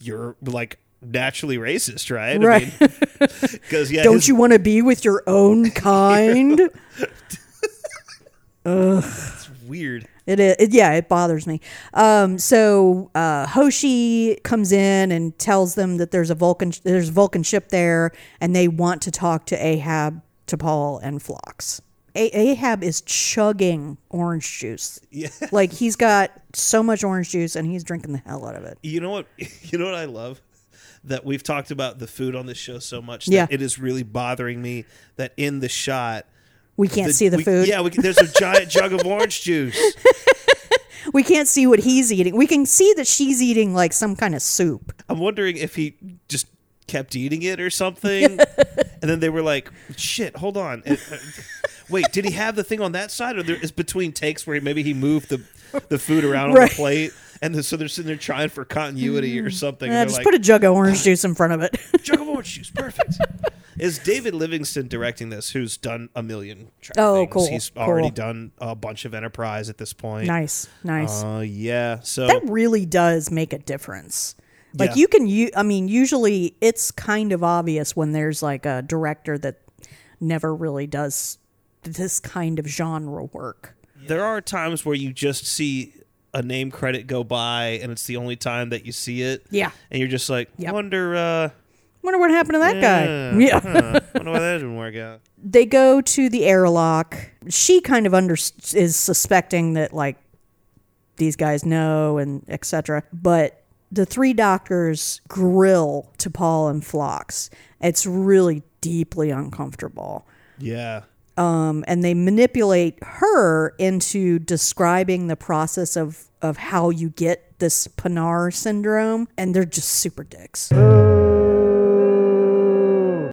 [SPEAKER 2] you're like naturally racist, right?
[SPEAKER 3] Right.
[SPEAKER 2] Because yeah,
[SPEAKER 3] Don't
[SPEAKER 2] his-
[SPEAKER 3] you want to be with your own kind?
[SPEAKER 2] weird.
[SPEAKER 3] It is, it- yeah, it bothers me. Um, so uh, Hoshi comes in and tells them that there's a Vulcan, there's a Vulcan ship there, and they want to talk to Ahab, T'Pol, and Phlox. A- Ahab is chugging orange juice. Yeah, like he's got so much orange juice, and he's drinking the hell out of it.
[SPEAKER 2] You know what? You know what I love that we've talked about the food on this show so much that
[SPEAKER 3] Yeah.
[SPEAKER 2] it is really bothering me that in the shot
[SPEAKER 3] We can't see the
[SPEAKER 2] we-
[SPEAKER 3] food.
[SPEAKER 2] Yeah, we, can- there's a giant jug of orange juice.
[SPEAKER 3] We can't see what he's eating. We can see that she's eating like some kind of soup.
[SPEAKER 2] I'm wondering if he just kept eating it or something, and then they were like, "Shit, hold on, And- uh, wait, did he have the thing on that side, or there is between takes where maybe he moved the the food around on
[SPEAKER 3] Right.
[SPEAKER 2] the plate?" And then, so they're sitting there trying for continuity or something.
[SPEAKER 3] Uh,
[SPEAKER 2] and
[SPEAKER 3] just
[SPEAKER 2] they're
[SPEAKER 3] put a
[SPEAKER 2] like,
[SPEAKER 3] jug of orange juice in front of it.
[SPEAKER 2] jug of orange juice, perfect. is David Livingston directing this? Who's done a million? Trek
[SPEAKER 3] Oh,
[SPEAKER 2] things.
[SPEAKER 3] cool,
[SPEAKER 2] He's
[SPEAKER 3] cool.
[SPEAKER 2] already done a bunch of Enterprise at this point.
[SPEAKER 3] nice, nice.
[SPEAKER 2] Uh, yeah. So
[SPEAKER 3] that really does make a difference. Like
[SPEAKER 2] Yeah.
[SPEAKER 3] you can you I mean usually it's kind of obvious when there's like a director that never really does this kind of genre work.
[SPEAKER 2] there are times where you just see a name credit go by and it's the only time that you see it.
[SPEAKER 3] Yeah.
[SPEAKER 2] And you're just like, wonder uh
[SPEAKER 3] Wonder what happened to that guy.
[SPEAKER 2] Yeah.
[SPEAKER 3] Yeah.
[SPEAKER 2] huh, wonder why that didn't work out.
[SPEAKER 3] they go to the airlock. She kind of under is suspecting that like these guys know and etc. But the three doctors grill to Paul and Phlox. It's really deeply uncomfortable.
[SPEAKER 2] Yeah.
[SPEAKER 3] Um, and they manipulate her into describing the process of of how you get this Panar syndrome, and they're just super dicks.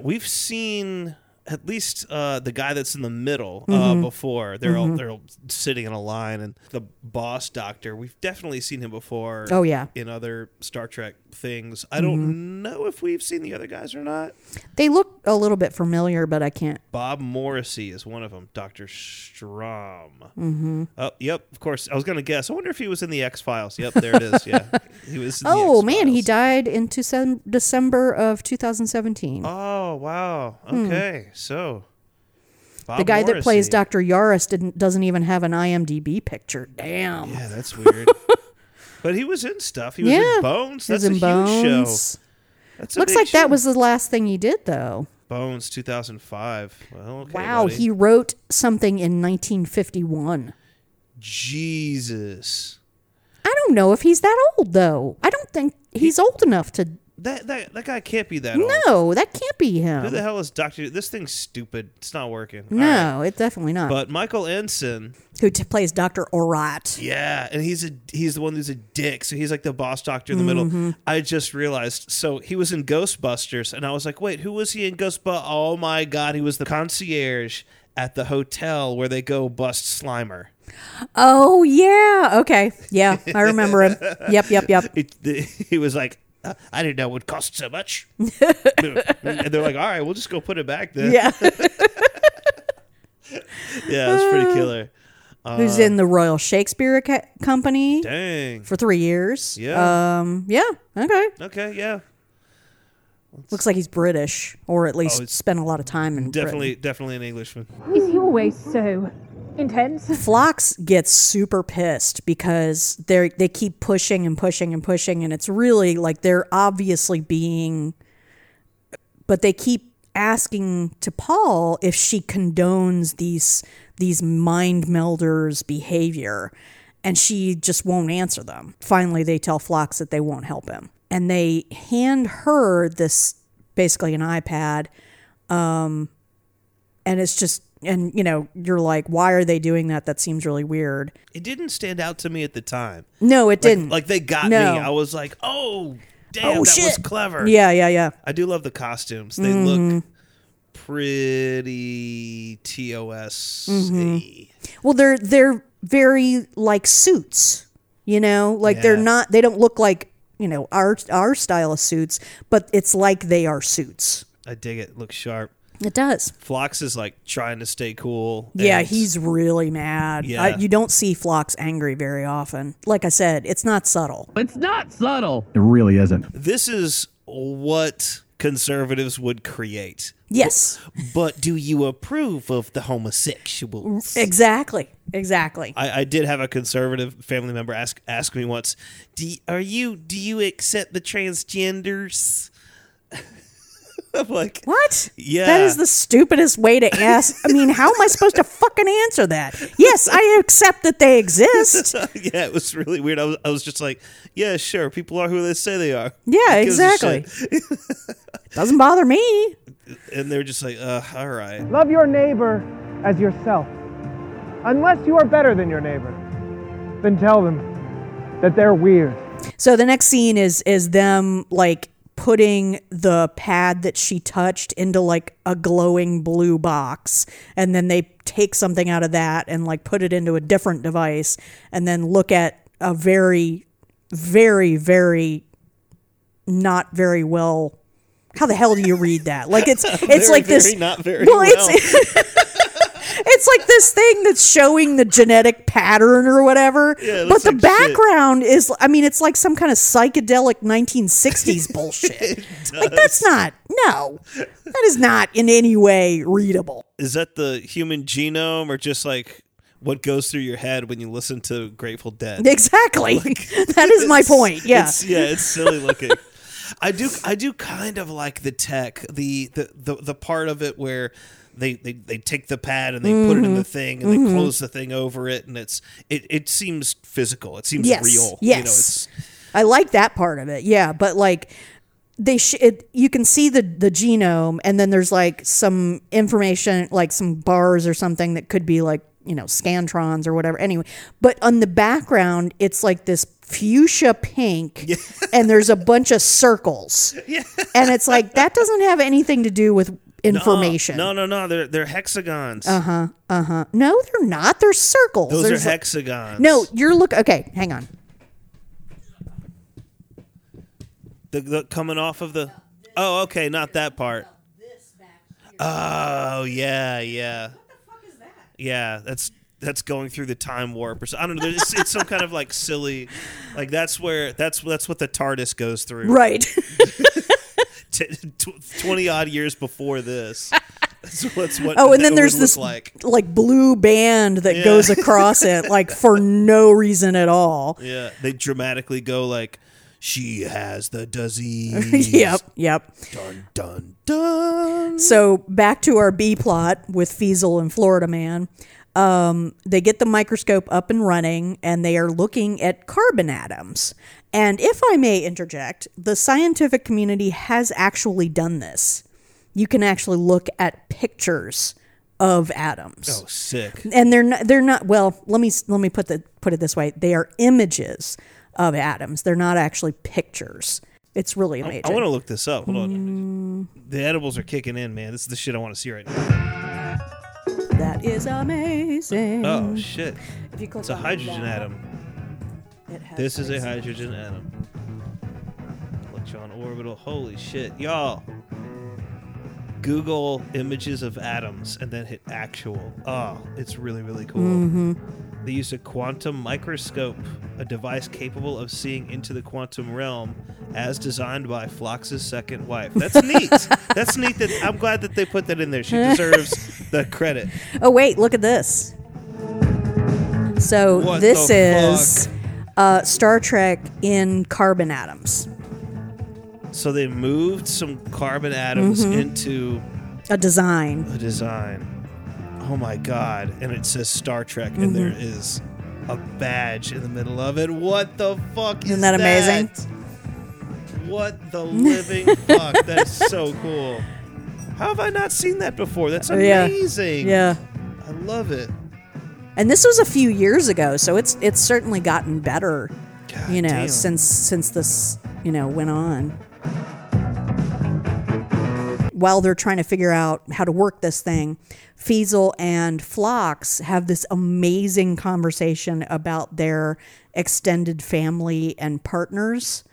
[SPEAKER 2] We've seen at least uh, the guy that's in the middle uh,
[SPEAKER 3] Mhm.
[SPEAKER 2] before. They're all
[SPEAKER 3] Mhm.
[SPEAKER 2] they're all sitting in a line, and the boss doctor. We've definitely seen him before.
[SPEAKER 3] Oh, yeah. Mm-hmm.
[SPEAKER 2] in other Star Trek things. I don't know if we've seen the other guys or not.
[SPEAKER 3] They look a little bit familiar, but I can't.
[SPEAKER 2] Bob Morrissey is one of them. Doctor Strom.
[SPEAKER 3] Mhm.
[SPEAKER 2] Oh, yep. Of course. I was gonna guess. I wonder if he was in the X Files. Yep. There it is. Yeah. He was. in the
[SPEAKER 3] Oh
[SPEAKER 2] X-Files.
[SPEAKER 3] man, he died in Decem- December of 2017.
[SPEAKER 2] Oh wow.
[SPEAKER 3] Hmm.
[SPEAKER 2] Okay. So. Bob
[SPEAKER 3] the guy that plays
[SPEAKER 2] Morrissey.
[SPEAKER 3] Dr. Yaris didn't doesn't even have an IMDb picture. Damn.
[SPEAKER 2] Yeah, that's weird. but he was in stuff. He was
[SPEAKER 3] Yeah,
[SPEAKER 2] in Bones.
[SPEAKER 3] he was
[SPEAKER 2] That's a
[SPEAKER 3] in
[SPEAKER 2] huge
[SPEAKER 3] Bones.
[SPEAKER 2] show. That's a
[SPEAKER 3] Looks
[SPEAKER 2] big
[SPEAKER 3] like
[SPEAKER 2] show.
[SPEAKER 3] that was the last thing he did though.
[SPEAKER 2] Bones 2005. Well, okay,
[SPEAKER 3] wow,
[SPEAKER 2] buddy.
[SPEAKER 3] he wrote something in 1951.
[SPEAKER 2] Jesus.
[SPEAKER 3] I don't know if he's that old though. I don't think he's old enough to
[SPEAKER 2] That that that guy can't be that old.
[SPEAKER 3] No, that can't be
[SPEAKER 2] Who the
[SPEAKER 3] him.
[SPEAKER 2] hell is Doctor? This thing's stupid. It's not working. All right.
[SPEAKER 3] No, it's definitely not.
[SPEAKER 2] But Michael Ensign,
[SPEAKER 3] Who t- plays Dr. Orat?
[SPEAKER 2] yeah, and he's a he's the one who's a dick. So he's like the boss doctor in the middle.
[SPEAKER 3] Mhm.
[SPEAKER 2] I just realized. So he was in Ghostbusters, and I was like, wait, who was he in Ghostbusters? Oh my god, he was the concierge at the hotel where they go bust Slimer.
[SPEAKER 3] Oh yeah. Okay. Yeah, I remember him. Yep, yep, yep.
[SPEAKER 2] It, the, he was like, "Uh, I didn't know it would cost so much. and they're like, all right, we'll just go put it back then.
[SPEAKER 3] Yeah.
[SPEAKER 2] yeah, it was pretty killer. Uh,
[SPEAKER 3] who's in the Royal Shakespeare Aca- Company
[SPEAKER 2] Dang.
[SPEAKER 3] for three years.
[SPEAKER 2] Yeah.
[SPEAKER 3] Um, yeah. Okay.
[SPEAKER 2] Okay, yeah.
[SPEAKER 3] Looks like he's British, or
[SPEAKER 2] Oh,
[SPEAKER 3] at least spent a lot of time in
[SPEAKER 2] Definitely, definitely an Englishman.
[SPEAKER 11] Is he always so intense?
[SPEAKER 3] Britain. Phlox gets super pissed because they they keep pushing and pushing and pushing, and it's really like they're obviously being, but they keep asking to Paul if she condones these these mind melders behavior, and she just won't answer them. Finally, they tell Phlox that they won't help him, and they hand her this basically an iPad. Um, and it's just and you know you're like why are they doing that that seems really weird
[SPEAKER 2] It didn't stand out to me at the time.
[SPEAKER 3] no it
[SPEAKER 2] Like-
[SPEAKER 3] didn't
[SPEAKER 2] Like they got
[SPEAKER 3] No.
[SPEAKER 2] me. I was like, oh, damn,
[SPEAKER 3] Oh,
[SPEAKER 2] that was
[SPEAKER 3] shit.
[SPEAKER 2] clever.
[SPEAKER 3] Yeah, Mm-hmm. yeah, yeah.
[SPEAKER 2] I do love the costumes. They look pretty TOS.
[SPEAKER 3] Mhm. well they're they're very like suits you know like they're
[SPEAKER 2] Yeah.
[SPEAKER 3] not they don't look like you know our our style of suits but it's like they are suits
[SPEAKER 2] I dig it. Looks sharp.
[SPEAKER 3] it does
[SPEAKER 2] Phlox is like trying to stay cool.
[SPEAKER 3] yeah
[SPEAKER 2] and-
[SPEAKER 3] he's really mad
[SPEAKER 2] Yeah.
[SPEAKER 3] I, you don't see Phlox angry very often like i said it's not subtle
[SPEAKER 12] it's not subtle
[SPEAKER 13] It really isn't.
[SPEAKER 2] This is what conservatives would create.
[SPEAKER 3] Yes.
[SPEAKER 2] But do you approve of the homosexuals?
[SPEAKER 3] exactly exactly
[SPEAKER 2] I, I did have a conservative family member ask ask me once, do y- are you do you accept the transgenders? I'm like,
[SPEAKER 3] what?
[SPEAKER 2] Yeah.
[SPEAKER 3] That is the stupidest way to ask. I mean, how am I supposed to fucking answer that? Yes, I accept that they exist.
[SPEAKER 2] yeah, it was really weird. I was, I was just like, yeah, sure, people are who they say they are.
[SPEAKER 3] Yeah,
[SPEAKER 2] Who gives a
[SPEAKER 3] exactly.
[SPEAKER 2] shit?
[SPEAKER 3] Doesn't bother me.
[SPEAKER 2] And they're just like, uh, all right.
[SPEAKER 14] Love your neighbor as yourself. Unless you are better than your neighbor, then tell them that they're weird.
[SPEAKER 3] So the next scene is is them like putting the pad that she touched into like a glowing blue box and then they take something out of that and like put it into a different device and then look at a very very very not very well how the hell do you read that like it's it's
[SPEAKER 2] Very,
[SPEAKER 3] like this
[SPEAKER 2] very not very
[SPEAKER 3] it's it's like this thing that's showing the genetic pattern or whatever
[SPEAKER 2] Yeah, it
[SPEAKER 3] but
[SPEAKER 2] looks
[SPEAKER 3] the
[SPEAKER 2] like shit.
[SPEAKER 3] background is i mean it's like some kind of psychedelic 1960s bullshit like that's not no that is not in any way readable
[SPEAKER 2] Is that the human genome or just like what goes through your head when you listen to Grateful Dead.
[SPEAKER 3] Exactly. that is my
[SPEAKER 2] It's-
[SPEAKER 3] point. Yeah.
[SPEAKER 2] it's- yeah, it's silly looking. I do I do kind of like the tech, the the the, the part of it where they, they, they take the pad and they put it in
[SPEAKER 3] Mm-hmm.
[SPEAKER 2] the
[SPEAKER 12] Mhm.
[SPEAKER 2] thing and they
[SPEAKER 12] Mhm.
[SPEAKER 2] close the thing over it and it's it, it seems physical. It seems
[SPEAKER 3] yes.
[SPEAKER 2] real.
[SPEAKER 3] Yes.
[SPEAKER 2] You know, it's
[SPEAKER 3] I like that part of it. Yeah, but like they sh- it, you can see the the genome and then there's like some information like some bars or something that could be like, you know, scantrons or whatever. Anyway, but on the background it's like this fuchsia pink and there's a bunch of circles.
[SPEAKER 2] Yeah.
[SPEAKER 3] And it's like that doesn't have anything to do with information.
[SPEAKER 2] No, no, no. no. They're they're hexagons.
[SPEAKER 3] Uh huh. Uh huh. No, they're not. They're circles.
[SPEAKER 2] Those
[SPEAKER 3] There's
[SPEAKER 2] are
[SPEAKER 3] a-
[SPEAKER 2] hexagons.
[SPEAKER 3] No, you're look. Okay, hang on.
[SPEAKER 2] The, the coming off of the. Oh, okay, not that part. Oh yeah, yeah. What the fuck is that? Yeah, that's that's going through the time warp or so. I don't know. there's- It's, it's some kind of like silly, like that's where that's that's what the TARDIS goes through.
[SPEAKER 3] Right.
[SPEAKER 2] T- tw- Twenty odd years before this. That's what's what.
[SPEAKER 3] oh, and
[SPEAKER 2] it
[SPEAKER 3] then there's
[SPEAKER 2] would
[SPEAKER 3] this
[SPEAKER 2] look like.
[SPEAKER 3] like. blue band that
[SPEAKER 2] Yeah.
[SPEAKER 3] goes across it, like for no reason at all.
[SPEAKER 2] Yeah, they dramatically go like, "She has the disease."
[SPEAKER 3] yep. Yep.
[SPEAKER 2] Dun dun
[SPEAKER 3] So back to our B plot with Fiesel and Florida Man. Um, they get the microscope up and running, and they are looking at carbon atoms. And if I may interject, the scientific community has actually done this. You can actually look at pictures of atoms.
[SPEAKER 2] Oh, sick.
[SPEAKER 3] and they're not, they're not well let me let me put the put it this way they are images of atoms they're not actually pictures it's really
[SPEAKER 2] I,
[SPEAKER 3] amazing
[SPEAKER 2] want to look this up. Hold on. The edibles are kicking in, man. This is the shit I want to see right now.
[SPEAKER 3] that is amazing
[SPEAKER 2] Oh shit!
[SPEAKER 3] If you click
[SPEAKER 2] it's a
[SPEAKER 3] on
[SPEAKER 2] hydrogen
[SPEAKER 3] that,
[SPEAKER 2] atom.
[SPEAKER 3] it has
[SPEAKER 2] This is a
[SPEAKER 3] those.
[SPEAKER 2] hydrogen atom. Electron orbital. Holy shit, y'all! Google images of atoms and then hit actual. Oh, it's really really cool.
[SPEAKER 3] Mhm.
[SPEAKER 2] They use a quantum microscope, a device capable of seeing into the quantum realm, as designed by Phlox's second wife. That's neat. That's neat. That I'm glad that they put that in there. She deserves the credit.
[SPEAKER 3] oh wait look at this so
[SPEAKER 2] What
[SPEAKER 3] this
[SPEAKER 2] the
[SPEAKER 3] is uh, star trek in carbon atoms
[SPEAKER 2] So they moved some carbon atoms
[SPEAKER 3] Mhm.
[SPEAKER 2] into
[SPEAKER 3] a design
[SPEAKER 2] a design. Oh my god! And it says Star Trek,
[SPEAKER 3] Mhm.
[SPEAKER 2] and there is a badge in the middle of it. What the fuck is
[SPEAKER 3] isn't that amazing
[SPEAKER 2] What the living fuck? That is so cool. How have I not seen that before? That's
[SPEAKER 3] Uh, Yeah.
[SPEAKER 2] amazing.
[SPEAKER 3] Yeah.
[SPEAKER 2] I love it.
[SPEAKER 3] and this was a few years ago so it's it's certainly gotten better you know
[SPEAKER 2] damn.
[SPEAKER 3] since since this you know went on while they're trying to figure out how to work this thing Fiesel and Phlox have this amazing conversation about their extended family and partners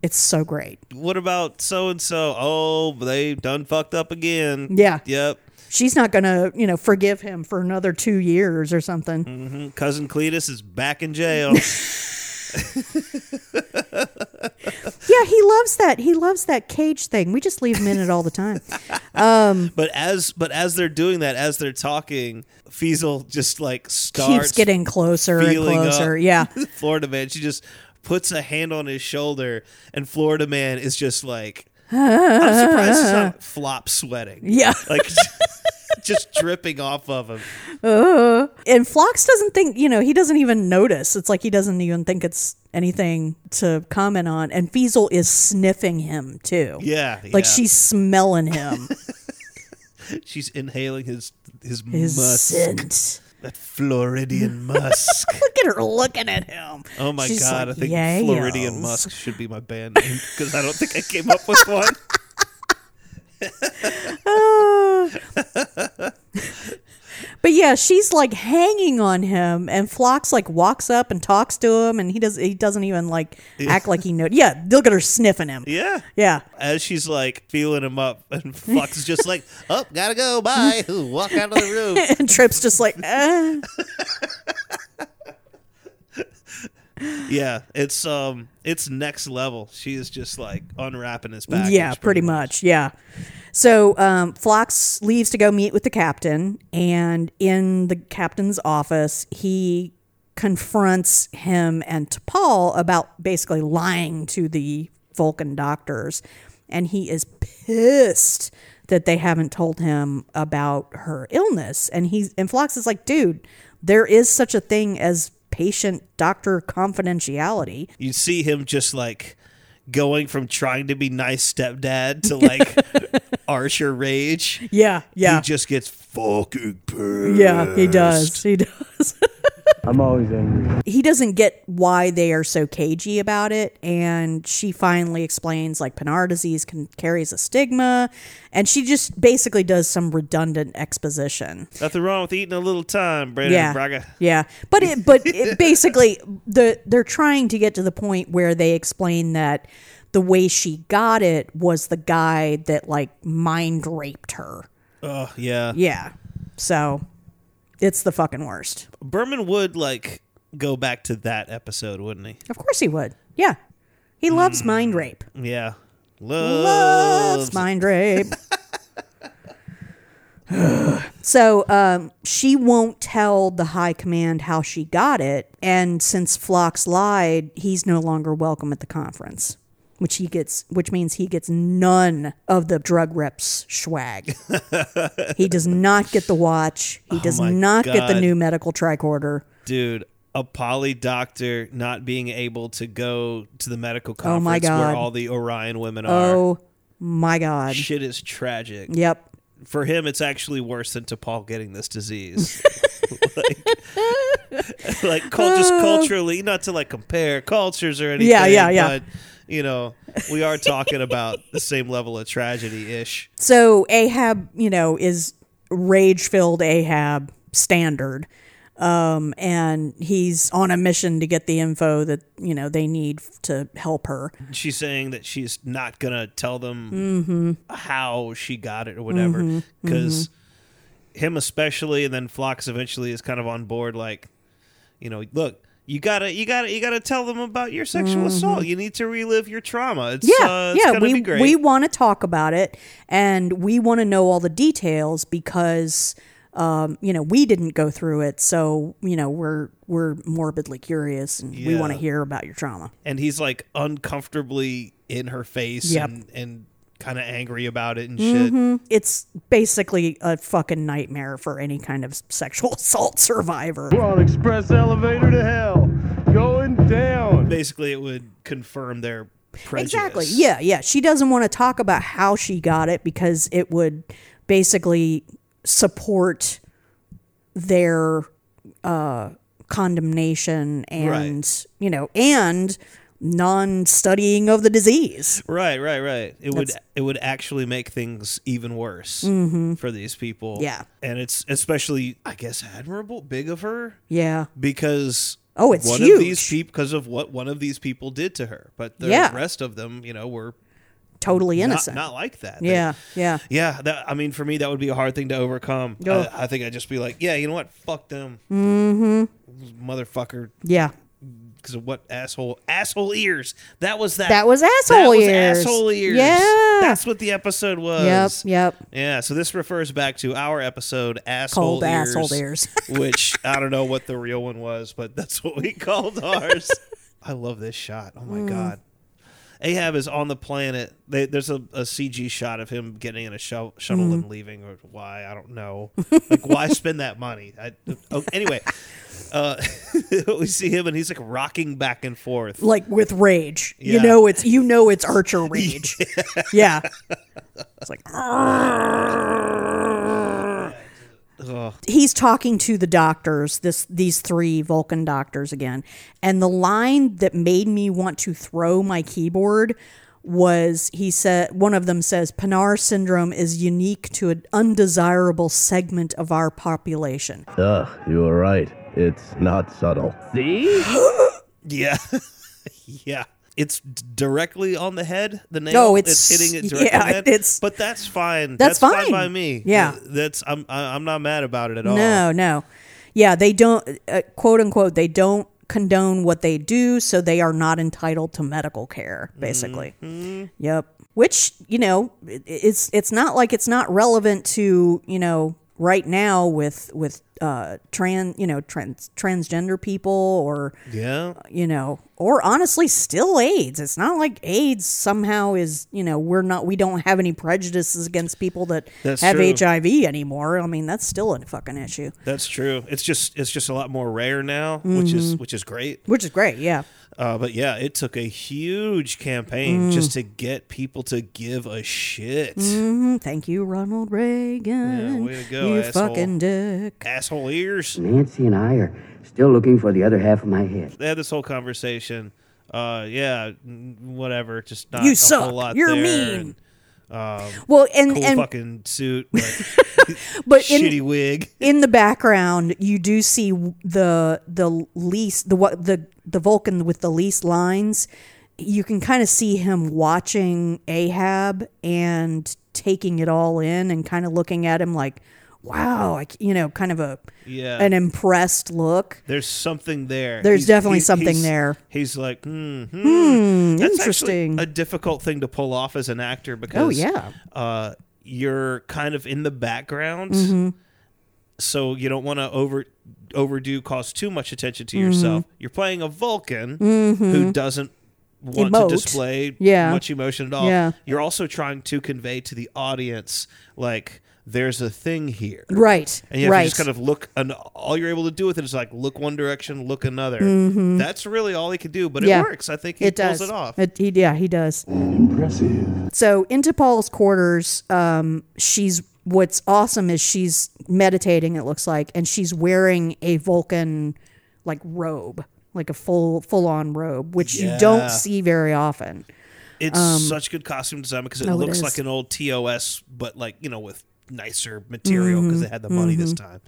[SPEAKER 3] it's so great
[SPEAKER 2] What about so and so? Oh, they done fucked up again.
[SPEAKER 3] Yeah.
[SPEAKER 2] Yep.
[SPEAKER 3] she's not gonna you know forgive him for another two years or something
[SPEAKER 2] hmm Cousin Cletus is back in jail.
[SPEAKER 3] yeah he loves that he loves that cage thing we just leave him in it all the time um
[SPEAKER 2] But as but as they're doing that, as they're talking, Fiesel just like starts
[SPEAKER 3] keeps getting closer and
[SPEAKER 2] feeling up
[SPEAKER 3] closer. Yeah.
[SPEAKER 2] Florida man. She just puts a hand on his shoulder, and Florida man is just like I'm surprised he's not flop sweating.
[SPEAKER 3] Yeah.
[SPEAKER 2] like just dripping off of him.
[SPEAKER 3] Uh, and Phlox doesn't think, you know, he doesn't even notice. It's like he doesn't even think it's anything to comment on. And Fiesel is sniffing him too.
[SPEAKER 2] Yeah,
[SPEAKER 3] Like
[SPEAKER 2] yeah.
[SPEAKER 3] she's smelling him.
[SPEAKER 2] She's inhaling his his,
[SPEAKER 3] His
[SPEAKER 2] musk,
[SPEAKER 3] scent.
[SPEAKER 2] that Floridian musk.
[SPEAKER 3] Look at her looking at him.
[SPEAKER 2] Oh my
[SPEAKER 3] She's
[SPEAKER 2] god,
[SPEAKER 3] like,
[SPEAKER 2] I think
[SPEAKER 3] "Yay,
[SPEAKER 2] Floridian
[SPEAKER 3] yos."
[SPEAKER 2] Musk should be my band name because I don't think I came up with one.
[SPEAKER 3] But yeah, she's like hanging on him, and Phlox like walks up and talks to him, and he does he doesn't even like
[SPEAKER 2] Yeah.
[SPEAKER 3] act like he knows. Yeah, look at her sniffing him.
[SPEAKER 2] Yeah.
[SPEAKER 3] Yeah.
[SPEAKER 2] As she's like feeling him up, and Flux is just like, oh, gotta go, bye. Walk out of the room.
[SPEAKER 3] "Uh, and Trip's just like, eh.
[SPEAKER 2] yeah, it's um, it's next level. She is just like unwrapping his back.
[SPEAKER 3] yeah, pretty much. Yeah. So um, Phlox leaves to go meet with the captain, and in the captain's office, he confronts him and T'Pol about basically lying to the Vulcan doctors, and he is pissed that they haven't told him about her illness. And he's and Phlox is like, dude, there is such a thing as patient doctor confidentiality.
[SPEAKER 2] You see him just like going from trying to be nice stepdad to like Archer rage.
[SPEAKER 3] Yeah, yeah.
[SPEAKER 2] He just gets fucking pissed.
[SPEAKER 3] Yeah, he does. He does.
[SPEAKER 12] I'm always angry.
[SPEAKER 3] he doesn't get why they are so cagey about it and she finally explains like Pinar disease can, carries a stigma and she just basically does some redundant exposition.
[SPEAKER 2] Nothing wrong with eating a little time, Brandon
[SPEAKER 3] yeah.
[SPEAKER 2] Braga.
[SPEAKER 3] Yeah. But it but it basically the they're trying to get to the point where they explain that the way she got it was the guy that like mind raped her.
[SPEAKER 2] Oh yeah,
[SPEAKER 3] Yeah. So it's the fucking worst.
[SPEAKER 2] Berman would like go back to that episode, wouldn't he?
[SPEAKER 3] Of course he would. Yeah. He loves mind rape.
[SPEAKER 2] Yeah,
[SPEAKER 3] Loves
[SPEAKER 2] loves.
[SPEAKER 3] mind rape. so um, she won't tell the high command how she got it. And since Phlox lied, he's no longer welcome at the conference. Which he gets, which means he gets none of the drug reps swag. he does not get the watch. He does
[SPEAKER 2] Oh my
[SPEAKER 3] not get the
[SPEAKER 2] God.
[SPEAKER 3] new medical tricorder.
[SPEAKER 2] Dude, a poly doctor not being able to go to the medical conference
[SPEAKER 3] Oh, my God.
[SPEAKER 2] where all the Orion women are.
[SPEAKER 3] Oh my god!
[SPEAKER 2] Shit is tragic.
[SPEAKER 3] Yep.
[SPEAKER 2] For him, it's actually worse than to Paul getting this disease. like, like cul- just
[SPEAKER 3] Oh.
[SPEAKER 2] culturally, not to like compare cultures or anything.
[SPEAKER 3] Yeah, yeah, yeah.
[SPEAKER 2] But, you know, we are talking about the same level of tragedy ish.
[SPEAKER 3] So Ahab, you know, is rage filled Ahab standard. Um, and he's on a mission to get the info that, you know, they need f- to help her.
[SPEAKER 2] She's saying that she's not going to tell them
[SPEAKER 3] Mm-hmm.
[SPEAKER 2] how she got it or whatever
[SPEAKER 3] Mhm,
[SPEAKER 2] because
[SPEAKER 3] Mm-hmm.
[SPEAKER 2] him especially and then Phlox eventually is kind of on board like you know look you gotta you gotta you gotta tell them about your sexual assault you need to relive your trauma it's
[SPEAKER 3] Mm-hmm. Yeah,
[SPEAKER 2] uh, it's
[SPEAKER 3] yeah,
[SPEAKER 2] gonna
[SPEAKER 3] we
[SPEAKER 2] be great.
[SPEAKER 3] we want to talk about it, and we want to know all the details because, um, you know, we didn't go through it, so you know we're we're morbidly curious, and we
[SPEAKER 2] Yeah.
[SPEAKER 3] want to hear about your trauma.
[SPEAKER 2] and he's like uncomfortably in her face
[SPEAKER 3] Yep.
[SPEAKER 2] and and kind of angry about it and shit
[SPEAKER 3] Mhm. It's basically a fucking nightmare for any kind of sexual assault survivor.
[SPEAKER 13] We're on express elevator to hell, going down.
[SPEAKER 2] basically it would confirm their prejudice
[SPEAKER 3] Exactly. Yeah, yeah. She doesn't want to talk about how she got it because it would basically support their uh, condemnation and, you know, and non studying of the disease.
[SPEAKER 2] Right, right, right. It would
[SPEAKER 3] That's-
[SPEAKER 2] it would actually make things even worse
[SPEAKER 3] Mhm.
[SPEAKER 2] for these people.
[SPEAKER 3] Yeah.
[SPEAKER 2] and it's especially, I guess, admirable, big of her
[SPEAKER 3] Yeah.
[SPEAKER 2] because
[SPEAKER 3] Oh, it's
[SPEAKER 2] one
[SPEAKER 3] huge.
[SPEAKER 2] of these people because of what one of these people did to her, but the
[SPEAKER 3] Yeah.
[SPEAKER 2] rest of them, you know, were
[SPEAKER 3] Totally
[SPEAKER 2] not-
[SPEAKER 3] innocent.
[SPEAKER 2] Not, like that. They-
[SPEAKER 3] Yeah, yeah.
[SPEAKER 2] yeah. That I mean, for me, that would be a hard thing to overcome.
[SPEAKER 3] Oh.
[SPEAKER 2] I, I think I'd just be like, yeah, you know what, fuck them,
[SPEAKER 3] Mm hmm.
[SPEAKER 2] motherfucker.
[SPEAKER 3] Yeah.
[SPEAKER 2] Because of what asshole asshole ears? That was that.
[SPEAKER 3] That was asshole
[SPEAKER 2] That was
[SPEAKER 3] ears.
[SPEAKER 2] asshole ears.
[SPEAKER 3] Yeah.
[SPEAKER 2] that's what the episode was.
[SPEAKER 3] Yep, yep.
[SPEAKER 2] Yeah, so this refers back to our episode, Asshole
[SPEAKER 3] Called
[SPEAKER 2] Ears.
[SPEAKER 3] Asshole Ears.
[SPEAKER 2] which I don't know what the real one was, but that's what we called ours. I love this shot. Oh my
[SPEAKER 15] Mm.
[SPEAKER 2] God. Ahab is on the planet. They, there's a, a CG shot of him getting in a shou- shuttle
[SPEAKER 15] Mm.
[SPEAKER 2] and leaving, or why? I don't know. Like, why spend that money? I, oh, anyway, uh, we see him and he's like rocking back and forth.
[SPEAKER 3] Like with rage. You
[SPEAKER 2] Yeah.
[SPEAKER 3] know it's you know it's Archer rage. yeah. It's like
[SPEAKER 2] Ugh.
[SPEAKER 3] he's talking to the doctors this these three vulcan doctors again and the line that made me want to throw my keyboard was he said one of them says pinar syndrome is unique to an undesirable segment of our population
[SPEAKER 12] Ugh, you were right. It's not subtle.
[SPEAKER 2] See? yeah. yeah. It's d- directly on the head. The nail.
[SPEAKER 3] No,
[SPEAKER 2] it's,
[SPEAKER 3] it's-
[SPEAKER 2] hitting it directly. on
[SPEAKER 3] yeah,
[SPEAKER 2] the head.
[SPEAKER 3] it's-
[SPEAKER 2] but that's fine.
[SPEAKER 3] That's
[SPEAKER 2] fine.
[SPEAKER 3] fine.
[SPEAKER 2] by me.
[SPEAKER 3] Yeah.
[SPEAKER 2] Th- that's I'm I- I'm not mad about it at all.
[SPEAKER 3] no no yeah they don't uh, quote unquote they don't condone what they do, so they are not entitled to medical care, basically.
[SPEAKER 2] Mm-hmm.
[SPEAKER 3] Yep. Which, you know, it- it's it's not like it's not relevant to, you know, right now with with uh trans, you know, trans transgender people or
[SPEAKER 2] Yeah.
[SPEAKER 3] you know, or honestly, still AIDS. It's not like AIDS somehow is, you know, we're not, we don't have any prejudices against people that
[SPEAKER 2] That's
[SPEAKER 3] have
[SPEAKER 2] true.
[SPEAKER 3] HIV anymore. I mean, that's still a fucking issue,
[SPEAKER 2] That's true. It's just it's just a lot more rare now, which is
[SPEAKER 3] Mhm.
[SPEAKER 2] which is great.
[SPEAKER 3] which is great. Yeah.
[SPEAKER 2] Uh, but yeah, it took a huge campaign
[SPEAKER 3] Mm.
[SPEAKER 2] just to get people to give a shit.
[SPEAKER 3] Mhm. Thank you, Ronald Reagan.
[SPEAKER 2] Yeah, way to go,
[SPEAKER 3] you
[SPEAKER 2] asshole.
[SPEAKER 3] fucking dick.
[SPEAKER 2] Asshole ears.
[SPEAKER 15] Nancy and I are still looking for the other half of my head.
[SPEAKER 2] They had this whole conversation. Uh, yeah, n- whatever. Just not
[SPEAKER 3] You
[SPEAKER 2] a
[SPEAKER 3] suck.
[SPEAKER 2] whole lot there,
[SPEAKER 3] You're mean.
[SPEAKER 2] and, um,
[SPEAKER 3] Well, and-
[SPEAKER 2] cool
[SPEAKER 3] and-
[SPEAKER 2] fucking suit, but,
[SPEAKER 3] But in,
[SPEAKER 2] shitty wig.
[SPEAKER 3] in the background, you do see the the least the what the the Vulcan with the least lines. You can kind of see him watching Ahab and taking it all in, and kind of looking at him like, "Wow," like you know, kind of a
[SPEAKER 2] Yeah.
[SPEAKER 3] an impressed look.
[SPEAKER 2] There's something there.
[SPEAKER 3] There's definitely something
[SPEAKER 2] he's-
[SPEAKER 3] there.
[SPEAKER 2] He's like, hmm, hmm.
[SPEAKER 3] Hmm,
[SPEAKER 2] That's actually
[SPEAKER 3] interesting. Oh,
[SPEAKER 2] A difficult thing to pull off as an actor because,
[SPEAKER 3] yeah.
[SPEAKER 2] uh, you're kind of in the background,
[SPEAKER 3] Mhm.
[SPEAKER 2] so you don't want to over overdo, cause too much attention to
[SPEAKER 3] Mhm.
[SPEAKER 2] yourself. You're playing a Vulcan who
[SPEAKER 3] Mhm.
[SPEAKER 2] doesn't want
[SPEAKER 3] Emote.
[SPEAKER 2] to display
[SPEAKER 3] Yeah.
[SPEAKER 2] much emotion at all.
[SPEAKER 3] Yeah.
[SPEAKER 2] You're also trying to convey to the audience like. There's a thing here,
[SPEAKER 3] Right,
[SPEAKER 2] And you have to just
[SPEAKER 3] right.
[SPEAKER 2] kind of look, and all you're able to do with it is like look one direction, look another.
[SPEAKER 3] Mhm.
[SPEAKER 2] That's really all he can do, but
[SPEAKER 3] Yeah.
[SPEAKER 2] it works. I think he pulls
[SPEAKER 3] does.
[SPEAKER 2] it off.
[SPEAKER 3] he, yeah, he does.
[SPEAKER 6] Impressive.
[SPEAKER 3] So into Paul's quarters, um, she's what's awesome is she's meditating. It looks like, and she's wearing a Vulcan like robe, like a full full on robe, which you
[SPEAKER 2] Yeah.
[SPEAKER 3] don't see very often.
[SPEAKER 2] It's
[SPEAKER 3] Um,
[SPEAKER 2] such good costume design because it
[SPEAKER 3] oh, it
[SPEAKER 2] looks
[SPEAKER 3] is.
[SPEAKER 2] like an old TOS, but like you know with nicer material because they had the money this
[SPEAKER 3] Mhm, mhm.
[SPEAKER 2] time.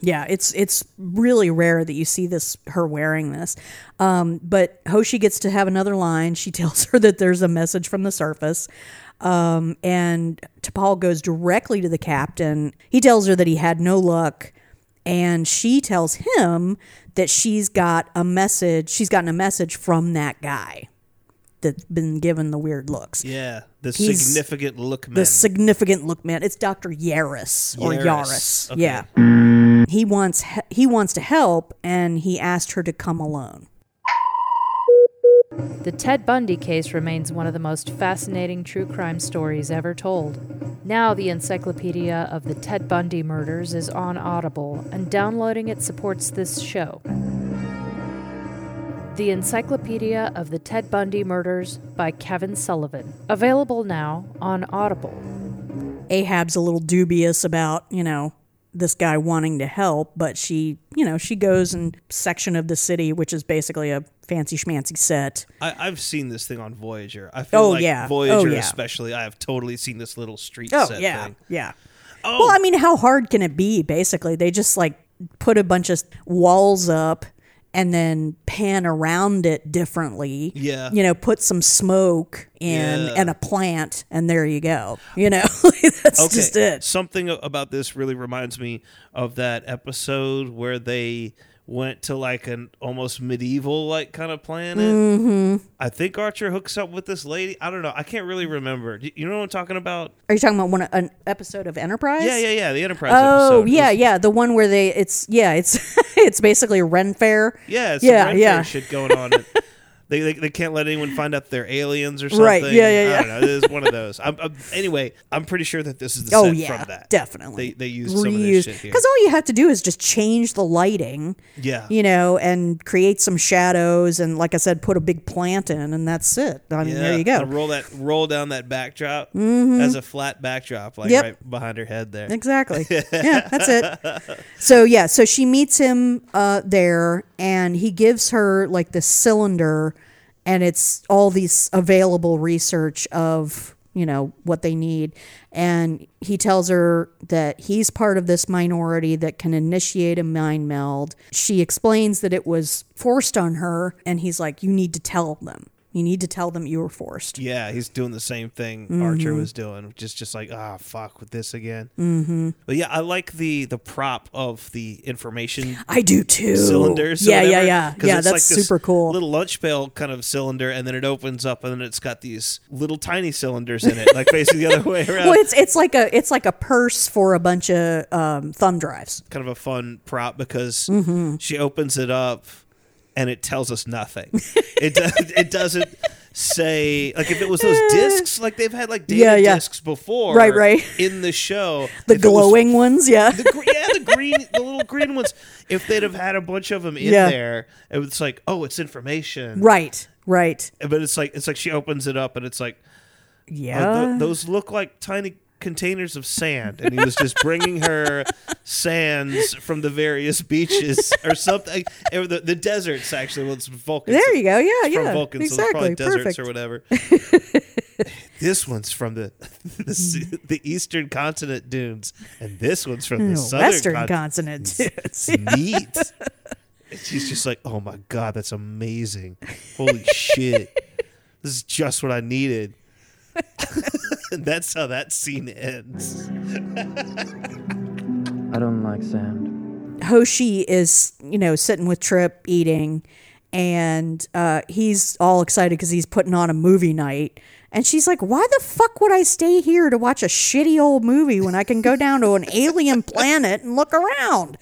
[SPEAKER 3] Yeah, it's it's really rare that you see this her wearing this. Um, but Hoshi gets to have another line. She tells her that there's a message from the surface. Um, and T'Pol goes directly to the captain. He tells her that he had no luck, and she tells him that she's got a message. She's gotten a message from that guy that's been given the weird looks.
[SPEAKER 2] Yeah, the
[SPEAKER 3] He's-
[SPEAKER 2] significant look man.
[SPEAKER 3] The significant look man. It's Doctor Yaris or
[SPEAKER 2] Yaris,
[SPEAKER 3] Yaris.
[SPEAKER 2] okay.
[SPEAKER 3] Yeah. He wants he- he wants to help, and he asked her to come alone.
[SPEAKER 10] The Ted Bundy case remains one of the most fascinating true crime stories ever told. Now, the encyclopedia of the Ted Bundy murders is on Audible, and downloading it supports this show. The Encyclopedia of the Ted Bundy Murders by Kevin Sullivan. Available now on Audible.
[SPEAKER 3] Ahab's a little dubious about you know this guy wanting to help, but she you know she goes in section of the city, which is basically a fancy schmancy set.
[SPEAKER 2] I, I've seen this thing on Voyager. I feel
[SPEAKER 3] Oh,
[SPEAKER 2] like
[SPEAKER 3] yeah. Oh,
[SPEAKER 2] Voyager,
[SPEAKER 3] yeah.
[SPEAKER 2] especially. I have totally seen this little street
[SPEAKER 3] Oh
[SPEAKER 2] set
[SPEAKER 3] yeah,
[SPEAKER 2] thing. Oh.
[SPEAKER 3] yeah. Well, I mean, how hard can it be? Basically, they just like put a bunch of walls up and then pan around it differently.
[SPEAKER 2] Yeah.
[SPEAKER 3] you know, put some smoke in
[SPEAKER 2] Yeah.
[SPEAKER 3] and a plant, and there you go. You know, that's
[SPEAKER 2] okay.
[SPEAKER 3] just it.
[SPEAKER 2] Something a- about this really reminds me of that episode where they went to like an almost medieval like kind of planet.
[SPEAKER 3] Mhm.
[SPEAKER 2] I think Archer hooks up with this lady. I don't know. I can't really remember. Do You know what I'm talking about?
[SPEAKER 3] Are you talking about one an episode of Enterprise?
[SPEAKER 2] Yeah, yeah, yeah. The Enterprise
[SPEAKER 3] Oh
[SPEAKER 2] episode.
[SPEAKER 3] yeah, yeah, the one where they it's yeah it's it's basically a Ren fair.
[SPEAKER 2] Yeah, it's
[SPEAKER 3] yeah,
[SPEAKER 2] some yeah.
[SPEAKER 3] yeah.
[SPEAKER 2] shit going on. And they, they they can't let anyone find out they're aliens or something.
[SPEAKER 3] Right, yeah, yeah,
[SPEAKER 2] I
[SPEAKER 3] yeah.
[SPEAKER 2] don't know. It is one of those. I'm, I'm, anyway, I'm pretty sure that this is the
[SPEAKER 3] Oh,
[SPEAKER 2] set
[SPEAKER 3] yeah,
[SPEAKER 2] from that.
[SPEAKER 3] Definitely.
[SPEAKER 2] They they used some of this shit here.
[SPEAKER 3] because all you have to do is just change the lighting.
[SPEAKER 2] Yeah.
[SPEAKER 3] you know, and create some shadows, and like I said, put a big plant in, and that's it. I mean, there you
[SPEAKER 2] Yeah,
[SPEAKER 3] go.
[SPEAKER 2] and roll that roll down that backdrop
[SPEAKER 3] Mhm.
[SPEAKER 2] as a flat backdrop, like
[SPEAKER 3] Yep.
[SPEAKER 2] right behind her head there.
[SPEAKER 3] Exactly. yeah, that's it. So yeah, so she meets him uh, there, and he gives her like this cylinder, and it's all these available research of you know what they need, and he tells her that he's part of this minority that can initiate a mind meld. She explains that it was forced on her, and he's like, "You need to tell them." You need to tell them you were forced.
[SPEAKER 2] Yeah, he's doing the same thing
[SPEAKER 3] Mhm.
[SPEAKER 2] Archer was doing, just just like ah fuck with this again.
[SPEAKER 3] Mhm.
[SPEAKER 2] But yeah, I like the the prop of the information.
[SPEAKER 3] I do too.
[SPEAKER 2] Cylinders. or
[SPEAKER 3] Yeah, yeah,
[SPEAKER 2] whatever,
[SPEAKER 3] yeah.
[SPEAKER 2] 'cause
[SPEAKER 3] Yeah,
[SPEAKER 2] it's like
[SPEAKER 3] that's
[SPEAKER 2] this
[SPEAKER 3] super cool.
[SPEAKER 2] Little lunch pail kind of cylinder, and then it opens up, and then it's got these little tiny cylinders in it, like basically the other way around.
[SPEAKER 3] Well, it's it's like a it's like a purse for a bunch of um, thumb drives.
[SPEAKER 2] kind of a fun prop because
[SPEAKER 3] Mhm.
[SPEAKER 2] she opens it up and it tells us nothing. it does, it doesn't say like if it was those discs like they've had like data
[SPEAKER 3] Yeah, yeah.
[SPEAKER 2] discs before
[SPEAKER 3] Right, right.
[SPEAKER 2] in the show
[SPEAKER 3] The
[SPEAKER 2] If it was-
[SPEAKER 3] glowing ones, yeah.
[SPEAKER 2] the gr- yeah the green the little green ones if they'd have had a bunch of them in
[SPEAKER 3] Yeah.
[SPEAKER 2] there it was like oh it's information
[SPEAKER 3] right, right.
[SPEAKER 2] but it's like it's like she opens it up and it's like Uh,
[SPEAKER 3] Yeah.
[SPEAKER 2] tho- those look like tiny containers of sand and he was just bringing her sands from the various beaches or something or the, the deserts actually well it's vulcan
[SPEAKER 3] There you go. Yeah,
[SPEAKER 2] it's from
[SPEAKER 3] yeah.
[SPEAKER 2] vulcan so
[SPEAKER 3] Exactly.
[SPEAKER 2] it's probably deserts
[SPEAKER 3] Perfect.
[SPEAKER 2] or whatever this one's from the, the s- the eastern continent dunes and this one's from the
[SPEAKER 3] Oh,
[SPEAKER 2] southern
[SPEAKER 3] Western
[SPEAKER 2] con-
[SPEAKER 3] continent.
[SPEAKER 2] It's neat And she's just like oh my god that's amazing holy shit this is just what i needed and that's how that scene ends
[SPEAKER 16] I don't like sand.
[SPEAKER 3] Hoshi is, you know, sitting with Trip eating, and uh, he's all excited because he's putting on a movie night. And she's like, "Why the fuck would I stay here to watch a shitty old movie when I can go down to an alien planet and look around?"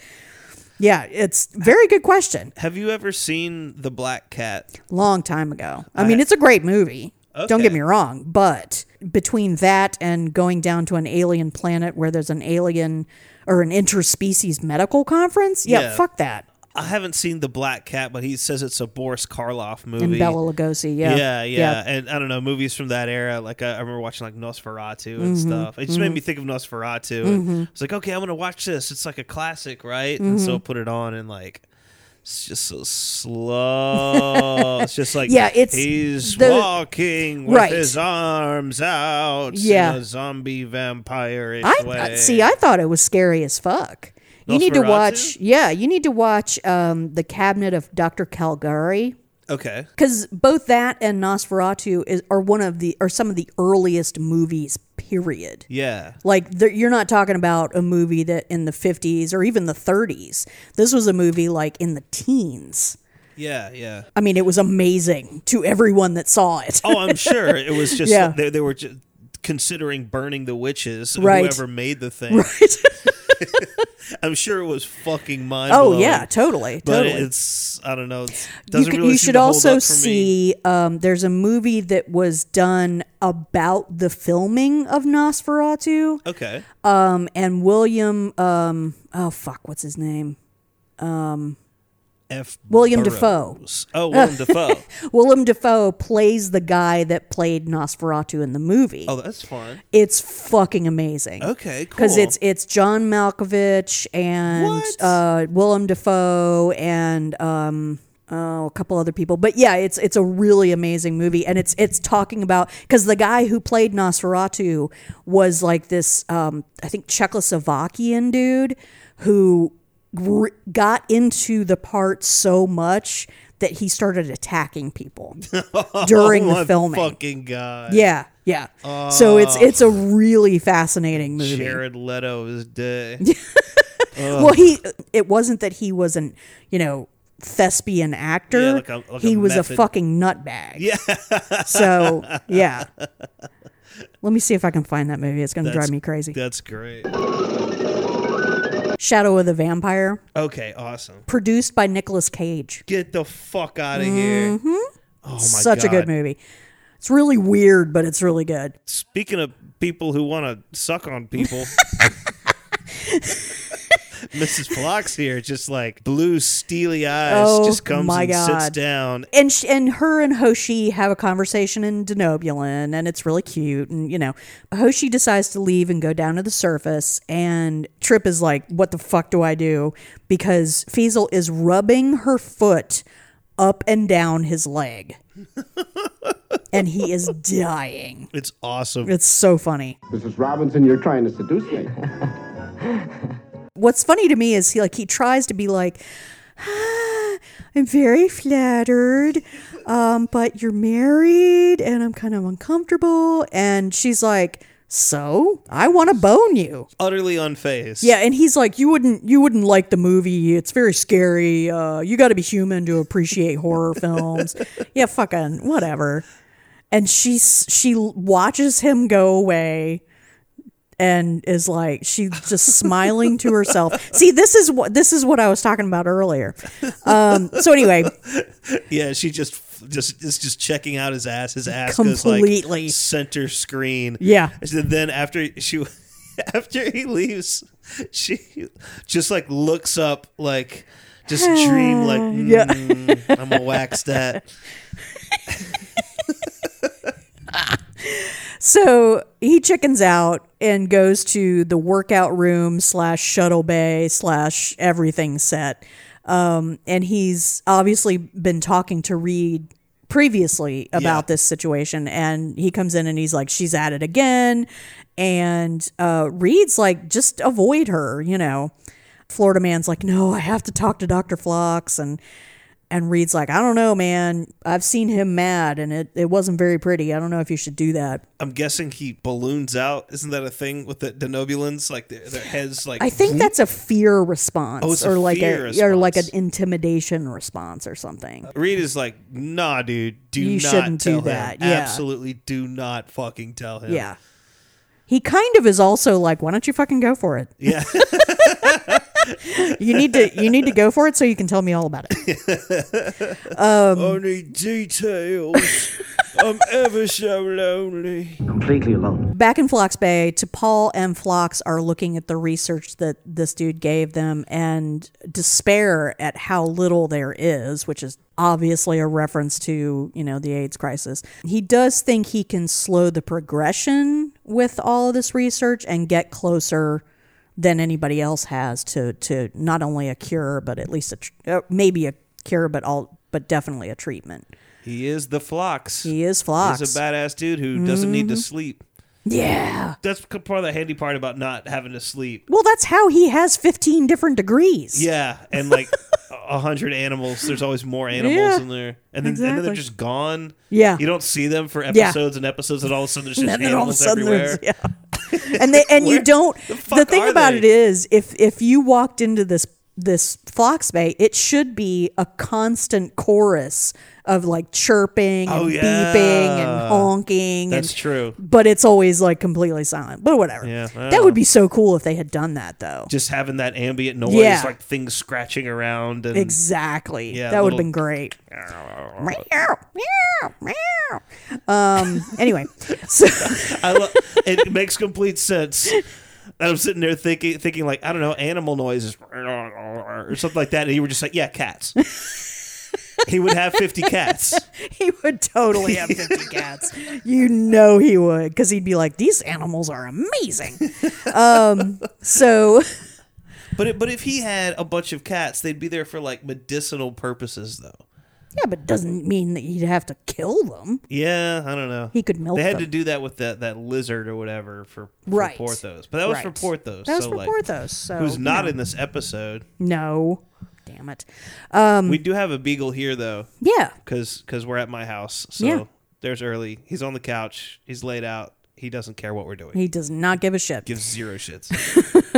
[SPEAKER 3] Yeah, it's very good question.
[SPEAKER 2] Have you ever seen The Black Cat?
[SPEAKER 3] Long time ago. I,
[SPEAKER 2] I-
[SPEAKER 3] mean, it's a great movie. Don't
[SPEAKER 2] Okay.
[SPEAKER 3] get me wrong, but between that and going down to an alien planet where there's an alien or an interspecies medical conference, yeah. fuck that.
[SPEAKER 2] I haven't seen The Black Cat, but he says it's a Boris Karloff movie.
[SPEAKER 3] And Bella Lugosi, yeah.
[SPEAKER 2] Yeah, yeah. And I don't know, movies from that era. Like, uh, I, I remember watching, like, Nosferatu and
[SPEAKER 3] Mhm,
[SPEAKER 2] stuff. It just made
[SPEAKER 3] mhm.
[SPEAKER 2] me think of Nosferatu. And
[SPEAKER 3] Mhm.
[SPEAKER 2] I was like, okay, I'm going to watch this. It's like a classic, right? And so I
[SPEAKER 3] Mhm.
[SPEAKER 2] put it on and, like, it's just so slow. it's just like
[SPEAKER 3] Yeah, it's
[SPEAKER 2] he's
[SPEAKER 3] the-
[SPEAKER 2] walking with
[SPEAKER 3] Right.
[SPEAKER 2] his arms out
[SPEAKER 3] Yeah.
[SPEAKER 2] in a zombie vampire
[SPEAKER 3] I
[SPEAKER 2] way.
[SPEAKER 3] uh, see. I thought it was scary as fuck. You need to
[SPEAKER 2] Nosferatu?
[SPEAKER 3] watch. Yeah, you need to watch um, the Cabinet of Dr. Calgary
[SPEAKER 2] okay.
[SPEAKER 3] because both that and Nosferatu is, are one of the are some of the earliest movies. Period.
[SPEAKER 2] Yeah.
[SPEAKER 3] Like there- you're not talking about a movie that in the 50s or even the 30s. This was a movie like in the teens.
[SPEAKER 2] Yeah, yeah.
[SPEAKER 3] I mean, it was amazing to everyone that saw it.
[SPEAKER 2] oh, I'm sure it was just
[SPEAKER 3] Yeah.
[SPEAKER 2] they, they were just considering burning the witches.
[SPEAKER 3] Right.
[SPEAKER 2] Whoever made the thing,
[SPEAKER 3] Right.
[SPEAKER 2] I'm sure it was fucking mind.
[SPEAKER 3] Oh, yeah, totally,
[SPEAKER 2] But
[SPEAKER 3] totally.
[SPEAKER 2] it's I don't know. It's,
[SPEAKER 3] you,
[SPEAKER 2] doesn't
[SPEAKER 3] c-
[SPEAKER 2] really
[SPEAKER 3] you
[SPEAKER 2] seem
[SPEAKER 3] should
[SPEAKER 2] to hold
[SPEAKER 3] also
[SPEAKER 2] up for me.
[SPEAKER 3] see um, there's a movie that was done about the filming of Nosferatu.
[SPEAKER 2] Okay.
[SPEAKER 3] Um, and William, um, oh fuck, what's his name? Um,
[SPEAKER 2] F.
[SPEAKER 3] William
[SPEAKER 2] Burroughs.
[SPEAKER 3] Defoe.
[SPEAKER 2] Oh, Willem Dafoe.
[SPEAKER 3] Willem Dafoe plays the guy that played Nosferatu in the movie.
[SPEAKER 2] Oh, that's fun.
[SPEAKER 3] It's fucking amazing.
[SPEAKER 2] Okay,
[SPEAKER 3] Because
[SPEAKER 2] cool.
[SPEAKER 3] it's it's John Malkovich and uh, Willem Dafoe and um, oh, a couple other people. But yeah, it's it's a really amazing movie, and it's it's talking about because the guy who played Nosferatu was like this, um, I think Czechoslovakian dude who r- got into the part so much that he started attacking people during
[SPEAKER 2] oh,
[SPEAKER 3] the
[SPEAKER 2] my
[SPEAKER 3] filming.
[SPEAKER 2] Fucking god.
[SPEAKER 3] Yeah, yeah. so it's
[SPEAKER 2] Oh.
[SPEAKER 3] it's a really fascinating movie.
[SPEAKER 2] Jared Leto is dead.
[SPEAKER 3] Well, he it wasn't that he was an you know thespian actor.
[SPEAKER 2] Yeah, like a- like
[SPEAKER 3] he
[SPEAKER 2] a
[SPEAKER 3] was a
[SPEAKER 2] method-
[SPEAKER 3] fucking nutbag.
[SPEAKER 2] Yeah.
[SPEAKER 3] so yeah. Let me see if I can find that movie. It's going to
[SPEAKER 2] That's-
[SPEAKER 3] drive me crazy.
[SPEAKER 2] That's great.
[SPEAKER 3] Shadow of the Vampire,
[SPEAKER 2] Okay, awesome.
[SPEAKER 3] produced by Nicolas Cage.
[SPEAKER 2] Get the fuck out of here.
[SPEAKER 3] Mhm.
[SPEAKER 2] Oh my
[SPEAKER 3] Such a
[SPEAKER 2] God.
[SPEAKER 3] good movie. It's really weird, but it's really good.
[SPEAKER 2] Speaking of people who want to suck on people, Mrs. Flock's here, just like blue steely eyes,
[SPEAKER 3] Oh,
[SPEAKER 2] just comes
[SPEAKER 3] my
[SPEAKER 2] and sits
[SPEAKER 3] God.
[SPEAKER 2] down.
[SPEAKER 3] and sh and her and Hoshi have a conversation in Denobulin, and it's really cute. And you know, Hoshi decides to leave and go down to the surface, and Trip is like, "What the fuck do I do?" Because Fiesel is rubbing her foot up and down his leg, and he is dying.
[SPEAKER 2] It's awesome.
[SPEAKER 3] It's so funny.
[SPEAKER 17] Mrs. Robinson, you're trying to seduce me.
[SPEAKER 3] What's funny to me is he like he tries to be like. "Ah, I'm very flattered, um, but you're married and I'm kind of uncomfortable. And she's like, So? I want to bone you.
[SPEAKER 2] Utterly unfazed.
[SPEAKER 3] Yeah, and he's like, You wouldn't you wouldn't like the movie. It's very scary. Uh, you got to be human to appreciate horror films. Yeah, fucking whatever. And she she watches him go away and is like she's just smiling to herself. See, this is what this is what I was talking about earlier. Um, so anyway,
[SPEAKER 2] Yeah, she just just is just checking out his ass. His ass goes
[SPEAKER 3] Completely.
[SPEAKER 2] like center screen.
[SPEAKER 3] Yeah.
[SPEAKER 2] And then after she after he leaves, she just like looks up like just dream like
[SPEAKER 3] Yeah.
[SPEAKER 2] "Mm, I'm gonna wax that.
[SPEAKER 3] so he chickens out and goes to the workout room slash shuttle bay slash everything set. Um, and he's obviously been talking to Reed previously about this situation. And he comes in and he's like, she's at it again. And uh, Reed's like, just avoid her, you know. Florida man's like, no, I have to talk to Dr. Flox. And and Reed's like, I don't know, man. I've seen him mad and it, it wasn't very pretty. I don't know if you should do that.
[SPEAKER 2] I'm guessing he balloons out. Isn't that a thing with the denobulans? Like their, their heads like
[SPEAKER 3] I think that's a fear response
[SPEAKER 2] Hmm? Oh, it's a
[SPEAKER 3] or like
[SPEAKER 2] fear Uh,
[SPEAKER 3] a or like an intimidation response or something.
[SPEAKER 2] Reed is like, nah, dude, do
[SPEAKER 3] You
[SPEAKER 2] not
[SPEAKER 3] shouldn't do
[SPEAKER 2] tell
[SPEAKER 3] that."
[SPEAKER 2] Him.
[SPEAKER 3] Yeah.
[SPEAKER 2] Absolutely, do not fucking tell him.
[SPEAKER 3] Yeah. He kind of is also like, why don't you fucking go for it?
[SPEAKER 2] Yeah.
[SPEAKER 3] you need to you need to go for it so you can tell me all about it. Um,
[SPEAKER 18] I need details. I'm ever so lonely.
[SPEAKER 5] Completely alone.
[SPEAKER 3] back in Flox Bay, T'Pol and Flox are looking at the research that this dude gave them and despair at how little there is, which is obviously a reference to, you know, the AIDS crisis. He does think he can slow the progression with all of this research and get closer than anybody else has to to not only a cure but at least a tr- uh, maybe a cure but all but definitely a treatment.
[SPEAKER 2] He is the Flox. He
[SPEAKER 3] is Phlox. Mm-hmm.
[SPEAKER 2] He's a badass dude who doesn't need to sleep.
[SPEAKER 3] Yeah.
[SPEAKER 2] That's c- part of the handy part about not having to sleep.
[SPEAKER 3] Well, that's how he has 15 different degrees.
[SPEAKER 2] Yeah. And like a hundred animals. There's always more animals
[SPEAKER 3] Yeah,
[SPEAKER 2] in there. And then, and then they're
[SPEAKER 3] exactly.
[SPEAKER 2] just gone.
[SPEAKER 3] Yeah.
[SPEAKER 2] You don't see them for
[SPEAKER 3] Yeah.
[SPEAKER 2] episodes and episodes, and all of a sudden there's
[SPEAKER 3] And
[SPEAKER 2] just
[SPEAKER 3] then all
[SPEAKER 2] animals
[SPEAKER 3] of a sudden
[SPEAKER 2] everywhere.
[SPEAKER 3] there's- and they and you don't the, thing
[SPEAKER 2] are
[SPEAKER 3] about
[SPEAKER 2] they?
[SPEAKER 3] it is if if you walked into this this flox bay it should be a constant chorus of like chirping and
[SPEAKER 2] Oh, yeah.
[SPEAKER 3] beeping and honking
[SPEAKER 2] That's
[SPEAKER 3] and,
[SPEAKER 2] true.
[SPEAKER 3] but it's always like completely silent but whatever
[SPEAKER 2] Yeah, I
[SPEAKER 3] that
[SPEAKER 2] don't
[SPEAKER 3] would
[SPEAKER 2] know.
[SPEAKER 3] be so cool if they had done that though
[SPEAKER 2] Just having that ambient noise,
[SPEAKER 3] Yeah.
[SPEAKER 2] like things scratching around. And
[SPEAKER 3] exactly
[SPEAKER 2] Yeah,
[SPEAKER 3] that would
[SPEAKER 2] little-
[SPEAKER 3] have been great Meow, meow, meow. um anyway so
[SPEAKER 2] I lo- it makes complete sense. And I'm sitting there thinking, thinking like I don't know, animal noises or something like that, and you were just like, yeah, cats. he would have 50 cats.
[SPEAKER 3] he would totally have 50 cats. You know he would because he'd be like, these animals are amazing. um, so,
[SPEAKER 2] But it, but if he had a bunch of cats, they'd be there for like medicinal purposes, though.
[SPEAKER 3] yeah, but doesn't mean that he'd have to kill them.
[SPEAKER 2] Yeah, I don't know.
[SPEAKER 3] He could milk
[SPEAKER 2] They had
[SPEAKER 3] them.
[SPEAKER 2] to do that with that that lizard or whatever for, for
[SPEAKER 3] Right.
[SPEAKER 2] Porthos, but that was for
[SPEAKER 3] Right.
[SPEAKER 2] Porthos.
[SPEAKER 3] That was
[SPEAKER 2] so
[SPEAKER 3] for
[SPEAKER 2] like,
[SPEAKER 3] Porthos, so,
[SPEAKER 2] who's
[SPEAKER 3] you
[SPEAKER 2] not
[SPEAKER 3] know.
[SPEAKER 2] in this episode.
[SPEAKER 3] No. Damn it. Um,
[SPEAKER 2] we do have a beagle here though.
[SPEAKER 3] Yeah.
[SPEAKER 2] Because because we're at my house, so
[SPEAKER 3] Yeah.
[SPEAKER 2] there's early. He's on the couch. He's laid out. He doesn't care what we're doing.
[SPEAKER 3] He does not give a shit.
[SPEAKER 2] Gives zero shits.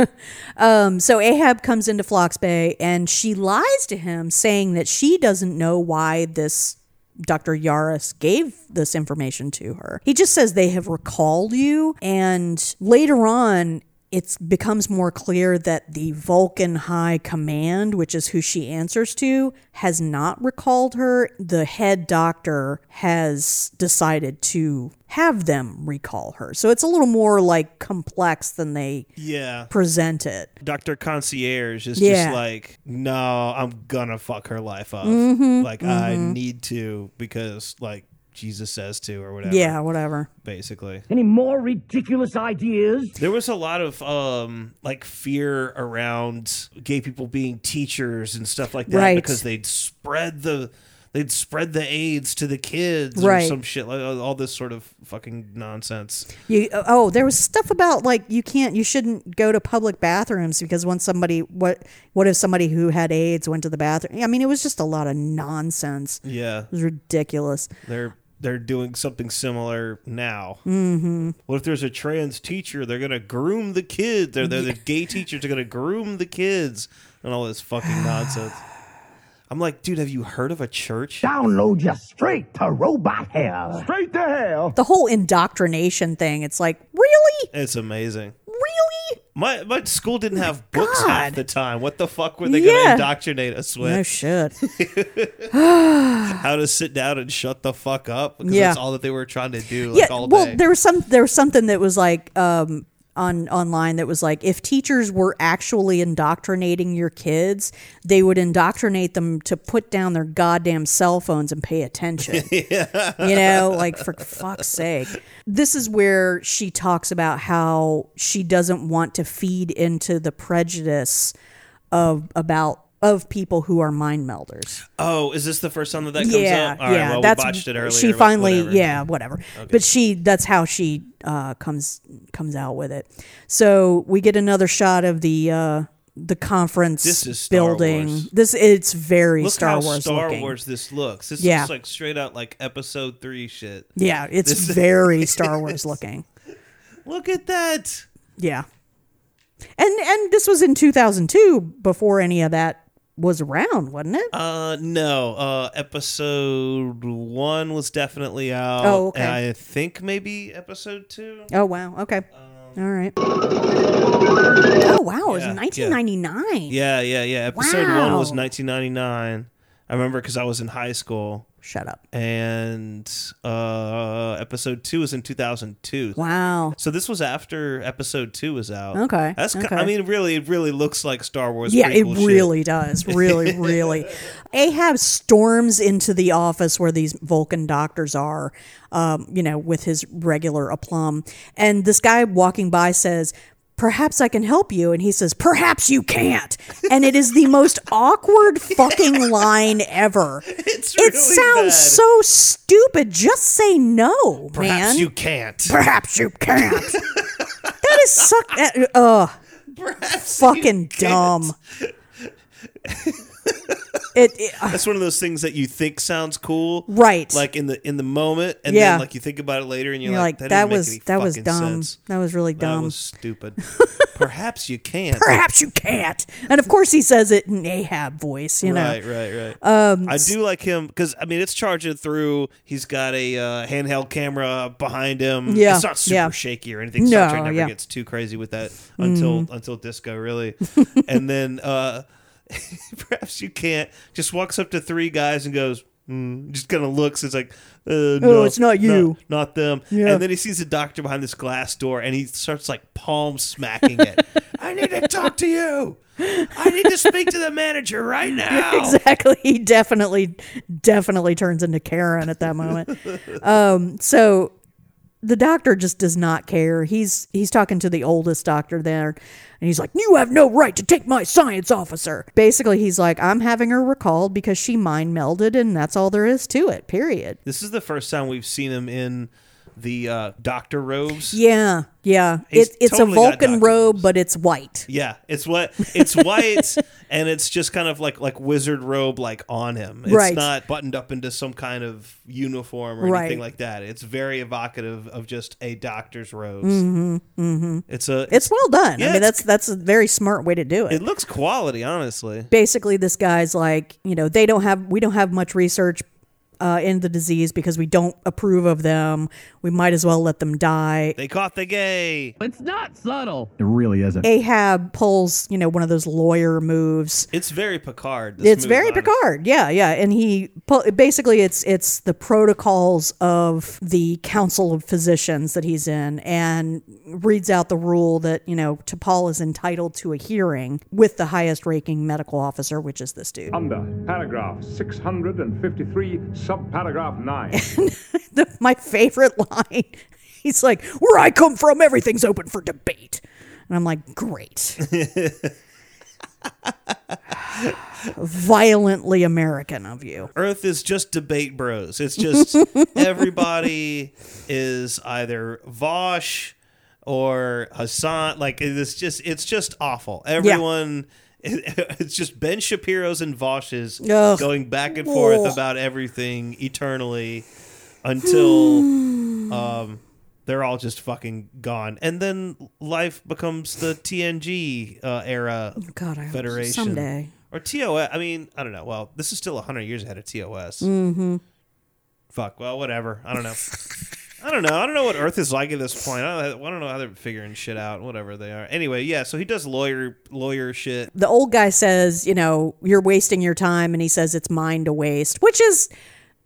[SPEAKER 3] Um, so Ahab comes into Phlox Bay and she lies to him, saying that she doesn't know why this Dr. Yaris gave this information to her. He just says they have recalled you. And later on, it becomes more clear that the Vulcan High Command, which is who she answers to, has not recalled her. The head doctor has decided to have them recall her. So it's a little more like complex than they
[SPEAKER 2] Yeah.
[SPEAKER 3] present it.
[SPEAKER 2] Dr. Concierge is
[SPEAKER 3] Yeah.
[SPEAKER 2] just like, no, I'm gonna fuck her life up.
[SPEAKER 3] Mhm,
[SPEAKER 2] like I
[SPEAKER 3] mhm.
[SPEAKER 2] need to because like Jesus says to or whatever.
[SPEAKER 3] Yeah, whatever.
[SPEAKER 2] Basically.
[SPEAKER 19] Any more ridiculous ideas?
[SPEAKER 2] There was a lot of um like fear around gay people being teachers and stuff like that
[SPEAKER 3] Right.
[SPEAKER 2] because they'd spread the they'd spread the AIDS to the kids
[SPEAKER 3] Right.
[SPEAKER 2] or some shit like all this sort of fucking nonsense.
[SPEAKER 3] You oh, there was stuff about like you can't, you shouldn't go to public bathrooms because once somebody what what if somebody who had AIDS went to the bathroom? I mean, it was just a lot of nonsense.
[SPEAKER 2] Yeah.
[SPEAKER 3] it was ridiculous.
[SPEAKER 2] They're they're doing something similar now.
[SPEAKER 3] Mm-hmm.
[SPEAKER 2] What if there's a trans teacher? They're gonna groom the kids. They're, they're the gay teachers are gonna groom the kids and all this fucking nonsense. I'm like, dude, have you heard of a church?
[SPEAKER 5] Download you straight to robot hell. Straight to
[SPEAKER 2] Oh.
[SPEAKER 5] hell.
[SPEAKER 3] The whole indoctrination thing. It's like really,
[SPEAKER 2] It's amazing.
[SPEAKER 3] really.
[SPEAKER 2] My my school didn't have books half the time. What the fuck were they
[SPEAKER 3] Oh Yeah.
[SPEAKER 2] gonna indoctrinate us with?
[SPEAKER 3] No shit.
[SPEAKER 2] How to sit down and shut the fuck up? Because
[SPEAKER 3] Yeah.
[SPEAKER 2] that's all that they were trying to do.
[SPEAKER 3] yeah,
[SPEAKER 2] Like all
[SPEAKER 3] well,
[SPEAKER 2] day.
[SPEAKER 3] there was some there was something that was like um on online that was like if teachers were actually indoctrinating your kids, they would indoctrinate them to put down their goddamn cell phones and pay attention. You know, like for fuck's sake. This is where she talks about how she doesn't want to feed into the prejudice of about of people who are mind melders
[SPEAKER 2] Oh, is this the first time that that comes
[SPEAKER 3] yeah,
[SPEAKER 2] up? All right,
[SPEAKER 3] yeah.
[SPEAKER 2] well,
[SPEAKER 3] that's
[SPEAKER 2] we botched it earlier.
[SPEAKER 3] She
[SPEAKER 2] but
[SPEAKER 3] finally,
[SPEAKER 2] whatever.
[SPEAKER 3] yeah, whatever. But she, that's how she uh, comes comes out with it. So we get another shot of the uh, the conference
[SPEAKER 2] This is Star
[SPEAKER 3] building.
[SPEAKER 2] Wars.
[SPEAKER 3] This it's very
[SPEAKER 2] Look
[SPEAKER 3] Star
[SPEAKER 2] how
[SPEAKER 3] Wars
[SPEAKER 2] Star
[SPEAKER 3] looking.
[SPEAKER 2] Wars this looks. This
[SPEAKER 3] Yeah.
[SPEAKER 2] looks like straight out like episode three shit.
[SPEAKER 3] Yeah, it's
[SPEAKER 2] This-
[SPEAKER 3] very Star Wars looking.
[SPEAKER 2] Look at that.
[SPEAKER 3] Yeah, and and this was in 2002 before any of that was around, wasn't it?
[SPEAKER 2] Uh no, uh episode 1 was definitely out.
[SPEAKER 3] Oh, okay.
[SPEAKER 2] And I think maybe episode 2.
[SPEAKER 3] Oh wow. Okay. All right. Oh wow, it was
[SPEAKER 2] um, Yeah, yeah.
[SPEAKER 3] 1999.
[SPEAKER 2] Yeah, yeah, yeah. Episode 1 was
[SPEAKER 3] Wow.
[SPEAKER 2] 1999. I remember cuz I was in high school.
[SPEAKER 3] Shut up.
[SPEAKER 2] And uh episode 2 was in 2002.
[SPEAKER 3] Wow.
[SPEAKER 2] So this was after episode 2 was out.
[SPEAKER 3] Okay,
[SPEAKER 2] That's ki-
[SPEAKER 3] okay.
[SPEAKER 2] I mean really it really looks like Star Wars
[SPEAKER 3] Yeah, it
[SPEAKER 2] prequel shit.
[SPEAKER 3] really does. Really, really. Ahab storms into the office where these Vulcan doctors are, um, you know, with his regular aplomb. And this guy walking by says, Perhaps I can help you. And he says, Perhaps you can't. And it is the most awkward fucking line ever. it
[SPEAKER 2] really bad.
[SPEAKER 3] sounds so stupid. Just say no,
[SPEAKER 2] Perhaps
[SPEAKER 3] man.
[SPEAKER 2] you can't.
[SPEAKER 3] Perhaps you can't. that is suck. Uh, ugh. fucking dumb. it, it-
[SPEAKER 2] That's one of those things that you think sounds cool,
[SPEAKER 3] Right.
[SPEAKER 2] Like in the in the moment, and
[SPEAKER 3] Yeah.
[SPEAKER 2] then like you think about it later, and you're,
[SPEAKER 3] you're like that,
[SPEAKER 2] didn't make
[SPEAKER 3] was
[SPEAKER 2] any
[SPEAKER 3] that was
[SPEAKER 2] fucking
[SPEAKER 3] dumb.
[SPEAKER 2] sense.
[SPEAKER 3] That was really
[SPEAKER 2] That
[SPEAKER 3] dumb.
[SPEAKER 2] was stupid. Perhaps you can't.
[SPEAKER 3] Perhaps you can't. And of course he says it in Ahab voice. You know.
[SPEAKER 2] Right, right, right.
[SPEAKER 3] Um,
[SPEAKER 2] I do like him because I mean it's charging through. He's got a uh, handheld camera behind him.
[SPEAKER 3] Yeah,
[SPEAKER 2] it's not super
[SPEAKER 3] yeah.
[SPEAKER 2] shaky or anything.
[SPEAKER 3] No,
[SPEAKER 2] Star Trek never
[SPEAKER 3] yeah. Mm.
[SPEAKER 2] gets too crazy with that until until Disco really. and then uh, perhaps you can't. Just walks up to three guys and goes. Mm, just kind of looks. It's like, uh, no,
[SPEAKER 3] Oh, it's not you.
[SPEAKER 2] not, them.
[SPEAKER 3] Yeah.
[SPEAKER 2] And then he sees a doctor behind this glass door, and he starts like palm smacking it. I need to talk to you. I need to speak to the manager right now.
[SPEAKER 3] exactly. He definitely, definitely turns into Karen at that moment. um, so the doctor just does not care. He's he's talking to the oldest doctor there, and he's like, "You have no right to take my science officer." Basically, he's like, "I'm having her recalled because she mind melded, and that's all there is to it." Period.
[SPEAKER 2] This is the first time we've seen him in the uh, doctor robes.
[SPEAKER 3] Yeah, yeah.
[SPEAKER 2] He's
[SPEAKER 3] It, it's
[SPEAKER 2] totally
[SPEAKER 3] a
[SPEAKER 2] got
[SPEAKER 3] Vulcan
[SPEAKER 2] doctor
[SPEAKER 3] robe, but it's white.
[SPEAKER 2] Yeah, it's what it's white, and it's just kind of like like wizard robe like on him. It's
[SPEAKER 3] Right.
[SPEAKER 2] not buttoned up into some kind of uniform or
[SPEAKER 3] Right.
[SPEAKER 2] anything like that. It's very evocative of just a doctor's robes.
[SPEAKER 3] Mm-hmm. Mm-hmm.
[SPEAKER 2] It's a
[SPEAKER 3] It's well done.
[SPEAKER 2] Yeah,
[SPEAKER 3] I mean,
[SPEAKER 2] it's-
[SPEAKER 3] that's that's a very smart way to do
[SPEAKER 2] it looks quality, honestly.
[SPEAKER 3] basically this guy's like you know they don't have we don't have much research uh, in the disease because we don't approve of them we might as well let them die
[SPEAKER 2] They caught the gay.
[SPEAKER 5] It's not subtle.
[SPEAKER 20] It really isn't.
[SPEAKER 3] ahab pulls you know one of those lawyer moves
[SPEAKER 2] It's very Picard. this
[SPEAKER 3] it's
[SPEAKER 2] move,
[SPEAKER 3] very
[SPEAKER 2] honestly.
[SPEAKER 3] picard yeah yeah and he pu- basically it's it's the protocols of the council of physicians that he's in and reads out the rule that you know T'Pol is entitled to a hearing with the highest ranking medical officer which is this dude
[SPEAKER 21] Under paragraph 653, subparagraph 9.
[SPEAKER 3] the, my favorite line. He's like, "Where I come from, everything's open for debate," and I'm like, "Great." Violently American of you.
[SPEAKER 2] Earth is just debate bros. It's just everybody is either Vosh or Hassan. Like it's just it's just awful. Everyone. It's just Ben Shapiro's and Vosh's
[SPEAKER 3] Ugh.
[SPEAKER 2] going back and forth
[SPEAKER 3] Ugh.
[SPEAKER 2] about everything eternally until um, they're all just fucking gone. And then life becomes the TNG uh, era
[SPEAKER 3] God, I hope so.
[SPEAKER 2] Federation.
[SPEAKER 3] Someday.
[SPEAKER 2] Or TOS. I mean, I don't know. Well, this is still 100 years ahead of TOS.
[SPEAKER 3] Mm-hmm.
[SPEAKER 2] Fuck. Well, whatever. I don't know. I don't know. I don't know what Earth is like at this point. I don't, I don't know how they're figuring shit out. Whatever they are. Anyway, yeah. So he does lawyer lawyer shit.
[SPEAKER 3] The old guy says, you know, you're wasting your time, and he says it's mine to waste, which is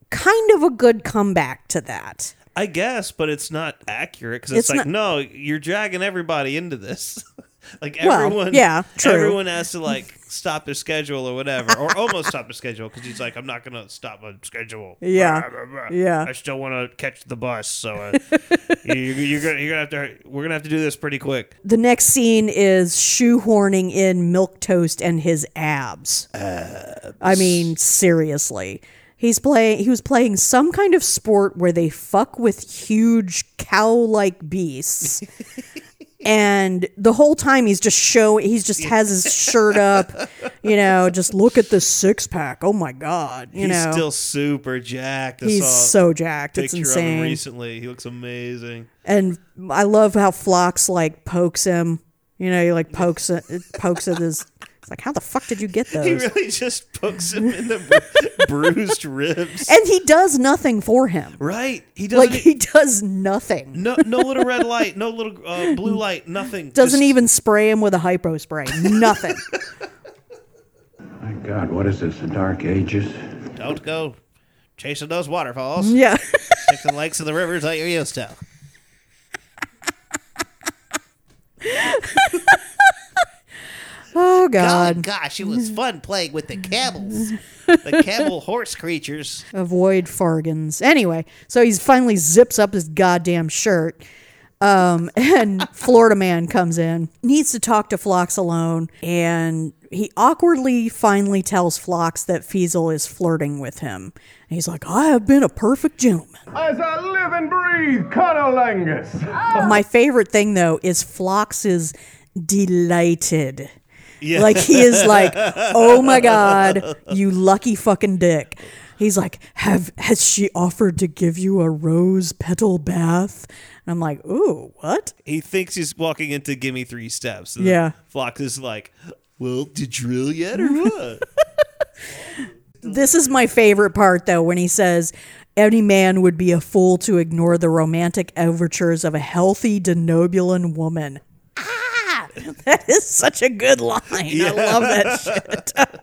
[SPEAKER 3] kind of a good comeback to that.
[SPEAKER 2] I guess, but it's not accurate because it's,
[SPEAKER 3] It's
[SPEAKER 2] like,
[SPEAKER 3] not-
[SPEAKER 2] no, you're dragging everybody into this. like
[SPEAKER 3] Well,
[SPEAKER 2] everyone,
[SPEAKER 3] yeah, true.
[SPEAKER 2] Everyone has to like stop their schedule or whatever, or almost stop their schedule because he's like, I'm not gonna stop my schedule. Blah,
[SPEAKER 3] Yeah.
[SPEAKER 2] blah, blah.
[SPEAKER 3] Yeah.
[SPEAKER 2] I still want to catch the bus, so uh, you, you're gonna you're gonna have to we're gonna have to do this pretty quick.
[SPEAKER 3] The next scene is shoehorning in milk toast and his abs. I mean, seriously. He's playing he was playing some kind of sport where they fuck with huge cow-like beasts. and the whole time he's just showing he's just has his shirt up, you know, just look at this six-pack. Oh my god, you
[SPEAKER 2] he's
[SPEAKER 3] know.
[SPEAKER 2] still super jacked. I
[SPEAKER 3] He's
[SPEAKER 2] saw a
[SPEAKER 3] so jacked. It's
[SPEAKER 2] picture Of
[SPEAKER 3] insane.
[SPEAKER 2] him recently, he looks amazing.
[SPEAKER 3] And I love how Phlox like pokes him. You know, he like pokes it, it pokes at his. It's like, how the fuck did you get those?
[SPEAKER 2] He really just pokes him in the bru- bruised ribs.
[SPEAKER 3] and he does nothing for him.
[SPEAKER 2] Right. He
[SPEAKER 3] Like
[SPEAKER 2] doesn't.
[SPEAKER 3] he does nothing.
[SPEAKER 2] no, no little red light, no little uh, blue light, nothing.
[SPEAKER 3] Mm. Doesn't
[SPEAKER 2] Just-
[SPEAKER 3] even spray him with a hypo spray. Nothing.
[SPEAKER 22] Thank God, what is this, the Dark Ages?
[SPEAKER 2] Don't go chasing those waterfalls.
[SPEAKER 3] Yeah.
[SPEAKER 2] chasing the lakes and the rivers like you used to.
[SPEAKER 3] oh God.
[SPEAKER 2] gosh, it was fun playing with the camels, the camel horse creatures.
[SPEAKER 3] Avoid Fargans. Anyway, so he finally zips up his goddamn shirt. Um, and Florida man comes in, needs to talk to Phlox alone, and he awkwardly finally tells Phlox that Feasel is flirting with him. And he's like, I have been a perfect gentleman.
[SPEAKER 14] As I live and breathe, Conolangus.
[SPEAKER 3] My favorite thing though is Phlox is delighted.
[SPEAKER 14] Yeah.
[SPEAKER 3] Like he is like, oh my god, you lucky fucking dick. He's like, have has she offered to give you a rose petal bath? And I'm like, ooh, what?
[SPEAKER 2] He thinks he's walking into Gimme Three Steps. and
[SPEAKER 3] Yeah. Mm-hmm.
[SPEAKER 2] Flock is like, well, did you drill yet or what?
[SPEAKER 3] This is my favorite part though when he says any man would be a fool to ignore the romantic overtures of a healthy denobulan woman. Ah, that is such a good line. I love that shit.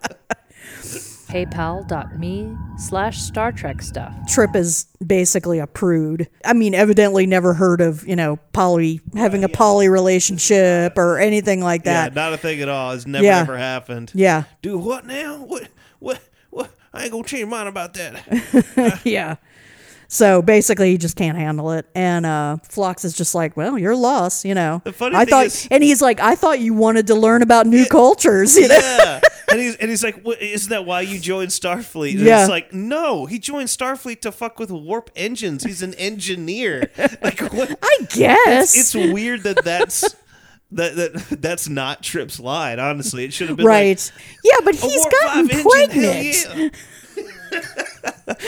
[SPEAKER 10] PayPal.me slash Star Trek stuff.
[SPEAKER 3] Trip is basically a prude. I mean, evidently never heard of, you know, poly having a poly relationship or anything like
[SPEAKER 2] yeah,
[SPEAKER 3] that.
[SPEAKER 2] not a thing at all. It's never
[SPEAKER 3] Yeah.
[SPEAKER 2] ever happened.
[SPEAKER 3] Yeah.
[SPEAKER 2] Do what now? What? What? What? I ain't gonna change mine about that.
[SPEAKER 3] yeah. So basically, he just can't handle it, and uh, Phlox is just like, "Well, you're lost," you know. The
[SPEAKER 2] funny
[SPEAKER 3] I
[SPEAKER 2] thing
[SPEAKER 3] thought,
[SPEAKER 2] is-
[SPEAKER 3] and he's like, "I thought you wanted to learn about new cultures," you know.
[SPEAKER 2] Yeah. And he's and he's like, "What- isn't that why you joined Starfleet? And
[SPEAKER 3] Yeah.
[SPEAKER 2] It's like, no, he joined Starfleet to fuck with warp engines. He's an engineer. Like, what? I
[SPEAKER 3] guess.
[SPEAKER 2] it's, it's weird that that's that, that that's not Trip's line. Honestly, it should have been
[SPEAKER 3] right? yeah, but
[SPEAKER 2] "A
[SPEAKER 3] he's
[SPEAKER 2] Warp
[SPEAKER 3] gotten
[SPEAKER 2] 5 engine, hell
[SPEAKER 3] pregnant.
[SPEAKER 2] Like,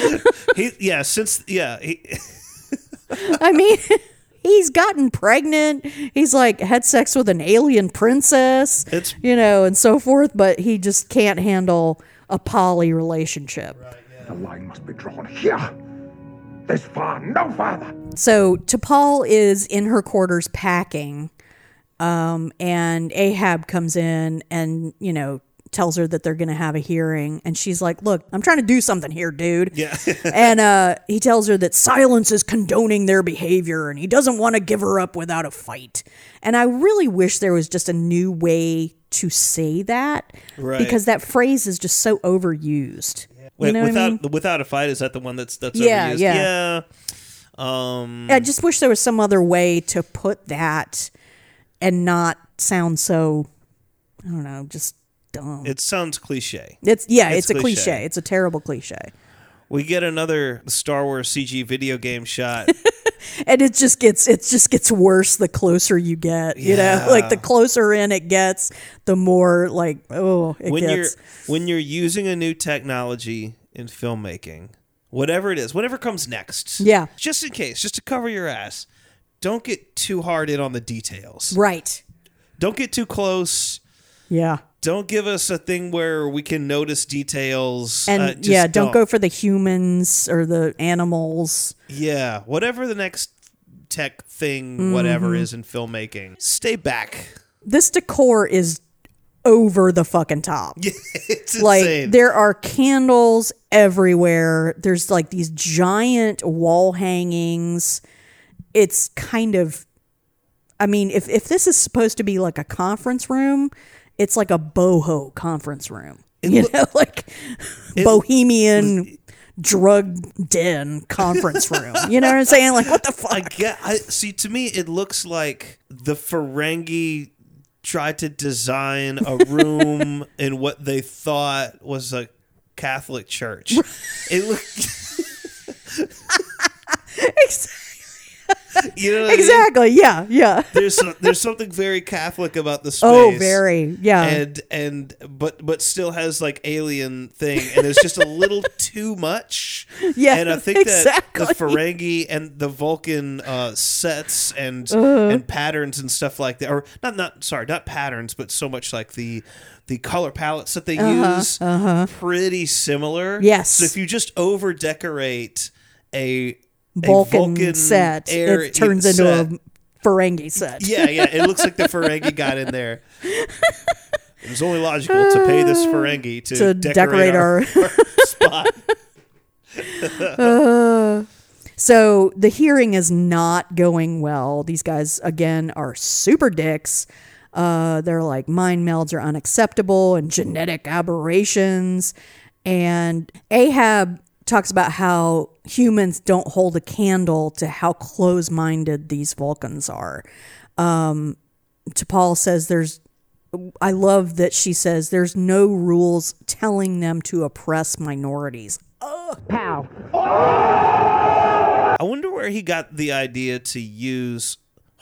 [SPEAKER 2] he, yeah, since yeah, he,
[SPEAKER 3] I mean, he's gotten pregnant. He's like had sex with an alien princess,
[SPEAKER 2] It's-
[SPEAKER 3] you know, and so forth. But he just can't handle a poly relationship.
[SPEAKER 5] The line must be drawn here. This far, no farther.
[SPEAKER 3] So T'Pol is in her quarters packing, um, and Ahab comes in and you know tells her that they're going to have a hearing, and she's like, "Look, I'm trying to do something here, dude."
[SPEAKER 2] Yeah.
[SPEAKER 3] and uh, he tells her that silence is condoning their behavior, and he doesn't want to give her up without a fight. And I really wish there was just a new way to say that
[SPEAKER 2] Right.
[SPEAKER 3] because that phrase is just so overused.
[SPEAKER 2] Wait,
[SPEAKER 3] you know what I
[SPEAKER 2] without
[SPEAKER 3] mean?
[SPEAKER 2] without a fight is that the one that's that's
[SPEAKER 3] Yeah,
[SPEAKER 2] overused?
[SPEAKER 3] yeah.
[SPEAKER 2] Yeah. Um,
[SPEAKER 3] I just wish there was some other way to put that and not sound so, I don't know, just dumb.
[SPEAKER 2] It sounds cliche.
[SPEAKER 3] It's yeah, it's, a cliche. It's a terrible cliche.
[SPEAKER 2] We get another Star Wars CG video game shot.
[SPEAKER 3] And it just gets it just gets worse the closer you get. You
[SPEAKER 2] Yeah.
[SPEAKER 3] know, like the closer in it gets, the more like oh it
[SPEAKER 2] when you're
[SPEAKER 3] gets.
[SPEAKER 2] when you're using a new technology in filmmaking, whatever it is, whatever comes next.
[SPEAKER 3] Yeah.
[SPEAKER 2] Just in case, just to cover your ass, don't get too hard in on the details.
[SPEAKER 3] Right.
[SPEAKER 2] Don't get too close.
[SPEAKER 3] Yeah.
[SPEAKER 2] Don't give us a thing where we can notice details.
[SPEAKER 3] And
[SPEAKER 2] Uh, just
[SPEAKER 3] yeah, don't, go for the humans or the animals.
[SPEAKER 2] Yeah, whatever the next tech thing, whatever
[SPEAKER 3] Mhm.
[SPEAKER 2] is in filmmaking, stay back.
[SPEAKER 3] This decor is over the fucking top.
[SPEAKER 2] it's
[SPEAKER 3] like
[SPEAKER 2] insane.
[SPEAKER 3] there are candles everywhere. There's like these giant wall hangings. It's kind of I mean, if if this is supposed to be like a conference room, it's like a boho conference room. you know, like bohemian drug den conference room. You know what I'm saying? Like what the fuck?
[SPEAKER 2] I get. I see. To me, it looks like the Ferengi tried to design a room in what they thought was a Catholic church. It looked. You know what I mean?
[SPEAKER 3] exactly. Yeah. Yeah.
[SPEAKER 2] there's some, there's something very Catholic about the space.
[SPEAKER 3] Oh, very, yeah.
[SPEAKER 2] And and but but still has like alien thing, and it's just a little too much.
[SPEAKER 3] Yeah,
[SPEAKER 2] and I think
[SPEAKER 3] exactly.
[SPEAKER 2] that the Ferengi and the Vulcan uh, sets and
[SPEAKER 3] Uh-huh.
[SPEAKER 2] and patterns and stuff like that, or not not sorry, not patterns, but so much like the the color palettes that they
[SPEAKER 3] Uh-huh,
[SPEAKER 2] use,
[SPEAKER 3] uh-huh.
[SPEAKER 2] pretty similar.
[SPEAKER 3] Yes.
[SPEAKER 2] So if you just over decorate a a
[SPEAKER 3] Vulcan, set.
[SPEAKER 2] air
[SPEAKER 3] It turns into
[SPEAKER 2] set,
[SPEAKER 3] a Ferengi set.
[SPEAKER 2] yeah, yeah. It looks like the Ferengi got in there. It was only logical to pay this Ferengi to,
[SPEAKER 3] Uh, To
[SPEAKER 2] decorate,
[SPEAKER 3] decorate
[SPEAKER 2] our,
[SPEAKER 3] our-
[SPEAKER 2] our spot.
[SPEAKER 3] Uh, so the hearing is not going well. These guys again are super dicks. Uh, they're like mind melds are unacceptable and genetic aberrations. And Ahab talks about how humans don't hold a candle to how close minded these Vulcans are. Um, T'Pol says there's I love that she says there's no rules telling them to oppress minorities.
[SPEAKER 2] Pow. I wonder where he got the idea to use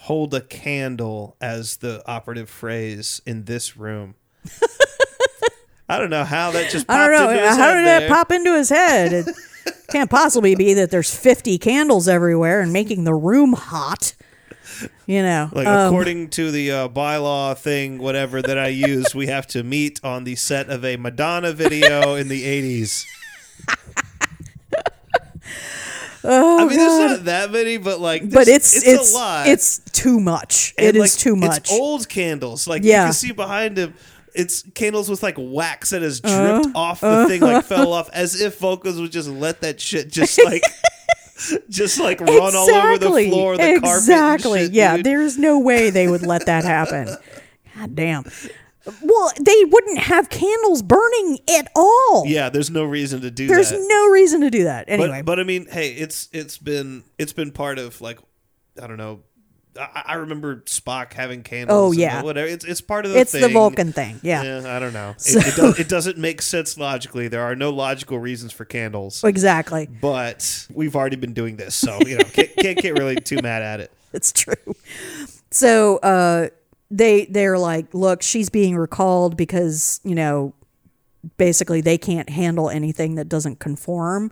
[SPEAKER 2] hold a candle as the operative phrase in this room. I don't know how that just popped
[SPEAKER 3] I don't know.
[SPEAKER 2] into his
[SPEAKER 3] How
[SPEAKER 2] head
[SPEAKER 3] did
[SPEAKER 2] there.
[SPEAKER 3] that pop into his head? It can't possibly be that there's 50 candles everywhere and making the room hot. You know,
[SPEAKER 2] Like
[SPEAKER 3] um,
[SPEAKER 2] according to the uh, bylaw thing, whatever that I use, we have to meet on the set of a Madonna video in the eighties. I
[SPEAKER 3] oh,
[SPEAKER 2] mean,
[SPEAKER 3] God.
[SPEAKER 2] there's not that many, but like,
[SPEAKER 3] but
[SPEAKER 2] there's-
[SPEAKER 3] it's it's it's,
[SPEAKER 2] a lot.
[SPEAKER 3] too much.
[SPEAKER 2] And,
[SPEAKER 3] it is
[SPEAKER 2] like,
[SPEAKER 3] too much.
[SPEAKER 2] It's old candles, like you
[SPEAKER 3] Yeah.
[SPEAKER 2] can see behind him. It's candles with like wax that has
[SPEAKER 3] Uh,
[SPEAKER 2] dripped off the
[SPEAKER 3] uh,
[SPEAKER 2] thing, like fell off, as if Vocals would just let that shit just like. Just like run all over the
[SPEAKER 3] Exactly.
[SPEAKER 2] floor, the carpet. and
[SPEAKER 3] exactly.
[SPEAKER 2] shit,
[SPEAKER 3] yeah,
[SPEAKER 2] dude.
[SPEAKER 3] there's no way they would let that happen. God damn. Well, they wouldn't have candles burning at all.
[SPEAKER 2] yeah. There's no reason to do
[SPEAKER 3] There's
[SPEAKER 2] that.
[SPEAKER 3] no reason to do that.
[SPEAKER 2] But-
[SPEAKER 3] Anyway,
[SPEAKER 2] but, I mean, hey, it's it's been it's been part of like I don't know. I, I remember Spock having candles.
[SPEAKER 3] Oh,
[SPEAKER 2] and uh,
[SPEAKER 3] yeah.
[SPEAKER 2] whatever. It's it's part of the
[SPEAKER 3] It's the
[SPEAKER 2] thing.
[SPEAKER 3] Vulcan thing, yeah.
[SPEAKER 2] I don't know. It-
[SPEAKER 3] So-
[SPEAKER 2] It, does, it doesn't make sense logically. There are no logical reasons for candles.
[SPEAKER 3] Exactly.
[SPEAKER 2] But we've already been doing this, so you know can't, can't get really too mad at it.
[SPEAKER 3] It's true. So uh, they they're like, look, she's being recalled because you know, basically they can't handle anything that doesn't conform.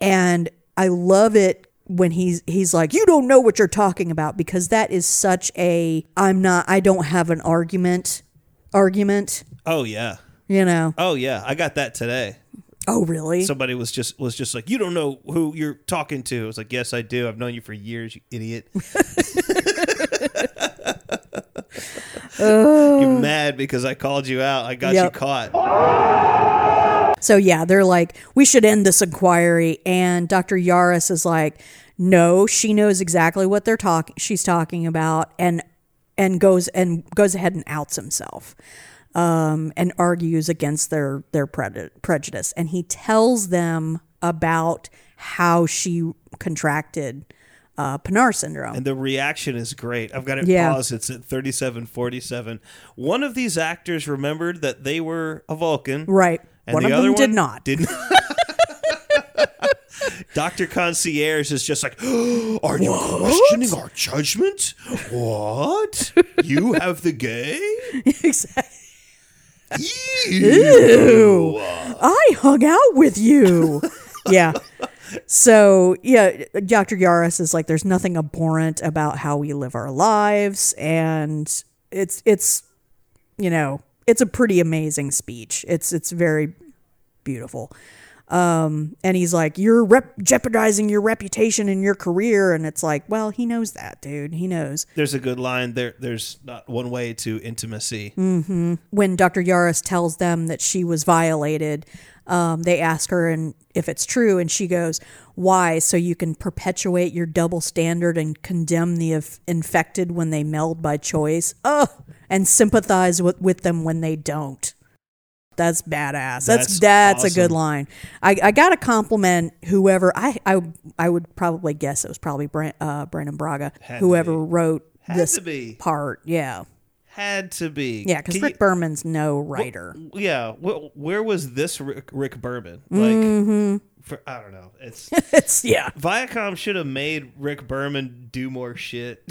[SPEAKER 3] And I love it when he's he's like, you don't know what you're talking about because that is such a I'm not I don't have an argument argument.
[SPEAKER 2] Oh yeah.
[SPEAKER 3] You know.
[SPEAKER 2] Oh yeah. I got that today.
[SPEAKER 3] Oh really?
[SPEAKER 2] Somebody was just was just like, you don't know who you're talking to. I was like, yes, I do. I've known you for years, you idiot. You're mad because I called you out. I got
[SPEAKER 3] Oh. Yep.
[SPEAKER 2] you caught.
[SPEAKER 3] So yeah, they're like, we should end this inquiry. And Dr. Yaris is like, no, she knows exactly what they're talking. She's talking about, and and goes and goes ahead and outs himself, um, and argues against their their prejud- prejudice. And he tells them about how she contracted uh, Pinar syndrome.
[SPEAKER 2] And the reaction is great. I've got it
[SPEAKER 3] Yeah.
[SPEAKER 2] paused. It's at 3747. One of these actors remembered that they were a Vulcan.
[SPEAKER 3] Right.
[SPEAKER 2] And
[SPEAKER 3] One
[SPEAKER 2] the
[SPEAKER 3] of
[SPEAKER 2] other
[SPEAKER 3] them did
[SPEAKER 2] one
[SPEAKER 3] not.
[SPEAKER 2] Did not. Dr. Concierge is just like, Are you questioning our judgment? What? you have the gay?
[SPEAKER 3] exactly.
[SPEAKER 2] Ew.
[SPEAKER 3] Ew. I hung out with you. yeah. So, yeah, Dr. Yaris is like there's nothing abhorrent about how we live our lives and it's it's you know, it's a pretty amazing speech. It's it's very beautiful. Um and he's like you're rep- jeopardizing your reputation and your career and it's like, well, he knows that, dude. He knows.
[SPEAKER 2] There's a good line there. There's not one way to intimacy.
[SPEAKER 3] hmm When Dr. Yaris tells them that she was violated, um, they ask her and if it's true, and she goes, "Why? So you can perpetuate your double standard and condemn the inf- infected when they meld by choice, oh, and sympathize with, with them when they don't." That's badass.
[SPEAKER 23] That's
[SPEAKER 3] That's that's a good
[SPEAKER 23] awesome.
[SPEAKER 3] line. I, I got to compliment whoever I, I I would probably guess it was probably Brand, uh, Brandon Braga,
[SPEAKER 2] Had to
[SPEAKER 3] whoever wrote
[SPEAKER 2] Had
[SPEAKER 3] this
[SPEAKER 2] to be.
[SPEAKER 3] part. Yeah,
[SPEAKER 2] Had to be.
[SPEAKER 3] yeah, because
[SPEAKER 2] Can
[SPEAKER 3] Rick
[SPEAKER 2] you-
[SPEAKER 3] Berman's no writer.
[SPEAKER 2] Yeah. Wh- where was this Rick, Rick Berman?
[SPEAKER 3] Mhm.
[SPEAKER 2] for, I don't know. It's,
[SPEAKER 3] It's- yeah.
[SPEAKER 2] Viacom should have made Rick Berman do more shit.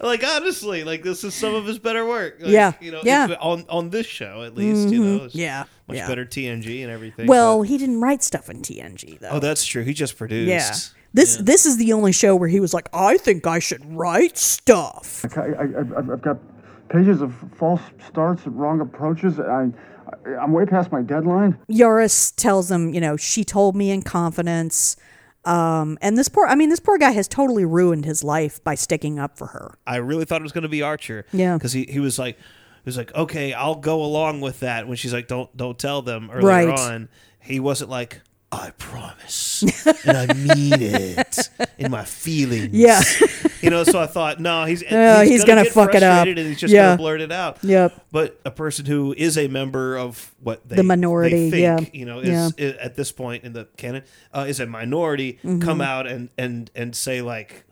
[SPEAKER 2] like honestly, like this is some of his better work. Like,
[SPEAKER 3] Yeah.
[SPEAKER 2] You know,
[SPEAKER 3] Yeah.
[SPEAKER 2] if- on on this show at least, you know.
[SPEAKER 3] Mhm.
[SPEAKER 2] it's
[SPEAKER 3] Yeah.
[SPEAKER 2] Much
[SPEAKER 3] Yeah.
[SPEAKER 2] better TNG and everything.
[SPEAKER 3] well, he didn't write stuff in TNG
[SPEAKER 2] but-
[SPEAKER 3] though.
[SPEAKER 2] oh, that's true. He just produced.
[SPEAKER 3] yeah. This this is the only show where he was like, I think I should write stuff.
[SPEAKER 6] I, I, I've I've got pages of false starts and wrong approaches. I, I, I'm way past my deadline.
[SPEAKER 3] Yoris tells him, you know, she told me in confidence. Um, and this poor I mean, this poor guy has totally ruined his life by sticking up for her.
[SPEAKER 2] I really thought it was going to be Archer.
[SPEAKER 3] Yeah.
[SPEAKER 2] because he, he was like, he was like, okay, I'll go along with that. When she's like, don't don't tell them earlier
[SPEAKER 3] Right.
[SPEAKER 2] on, he wasn't like, I promise, and I mean it in my feelings.
[SPEAKER 3] Yeah.
[SPEAKER 2] you know. So I thought, no, he's
[SPEAKER 3] Yeah, he's
[SPEAKER 2] gonna,
[SPEAKER 3] gonna
[SPEAKER 2] get
[SPEAKER 3] fuck it up.
[SPEAKER 2] frustrated and he's just
[SPEAKER 3] Yeah.
[SPEAKER 2] gonna blurt it out.
[SPEAKER 3] Yep.
[SPEAKER 2] But a person who is a member of what they
[SPEAKER 3] The
[SPEAKER 2] they
[SPEAKER 3] minority,
[SPEAKER 2] think,
[SPEAKER 3] yeah.
[SPEAKER 2] you know, is,
[SPEAKER 3] Yeah.
[SPEAKER 2] i- at this point in the canon uh, is a minority
[SPEAKER 3] Mhm.
[SPEAKER 2] come out and and and say like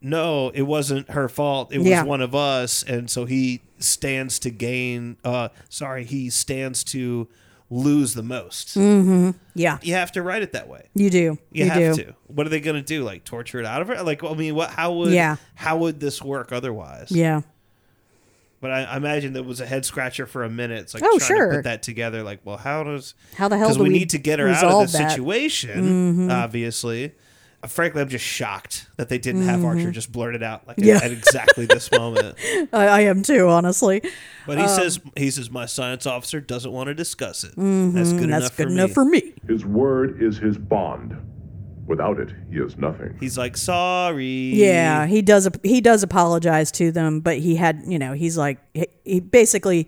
[SPEAKER 2] no it wasn't her fault it was
[SPEAKER 3] Yeah.
[SPEAKER 2] one of us and so he stands to gain uh sorry he stands to lose the most
[SPEAKER 3] Mm-hmm. Yeah.
[SPEAKER 2] you have to write it that way
[SPEAKER 3] You do.
[SPEAKER 2] you,
[SPEAKER 3] You,
[SPEAKER 2] have
[SPEAKER 3] do.
[SPEAKER 2] to what are they gonna do like torture it out of her like i mean what how would
[SPEAKER 3] Yeah.
[SPEAKER 2] how would this work otherwise
[SPEAKER 3] Yeah.
[SPEAKER 2] but I, I imagine that was a head scratcher for a minute. It's like
[SPEAKER 3] Oh,
[SPEAKER 2] trying to
[SPEAKER 3] sure.
[SPEAKER 2] put that together. Like, well, how does
[SPEAKER 3] How the hell
[SPEAKER 2] Because
[SPEAKER 3] do
[SPEAKER 2] we,
[SPEAKER 3] we
[SPEAKER 2] need to get her out of
[SPEAKER 3] resolve
[SPEAKER 2] this
[SPEAKER 3] that?
[SPEAKER 2] situation?
[SPEAKER 3] Mhm.
[SPEAKER 2] Obviously, Uh, frankly, I'm just shocked that they didn't have Archer
[SPEAKER 3] Mhm.
[SPEAKER 2] just blurt it out like
[SPEAKER 3] Yeah.
[SPEAKER 2] at exactly this moment.
[SPEAKER 3] I, I am too, honestly.
[SPEAKER 2] But he
[SPEAKER 3] Um,
[SPEAKER 2] says he says my science officer doesn't want to discuss it.
[SPEAKER 3] Mhm,
[SPEAKER 2] That's good
[SPEAKER 3] that's
[SPEAKER 2] enough.
[SPEAKER 3] good
[SPEAKER 2] for
[SPEAKER 3] enough
[SPEAKER 2] me.
[SPEAKER 3] for me.
[SPEAKER 14] His word is his bond. Without it, he is nothing.
[SPEAKER 2] He's like, sorry.
[SPEAKER 3] Yeah, he does. ap- He does apologize to them, but he had, you know, he's like, he, he basically,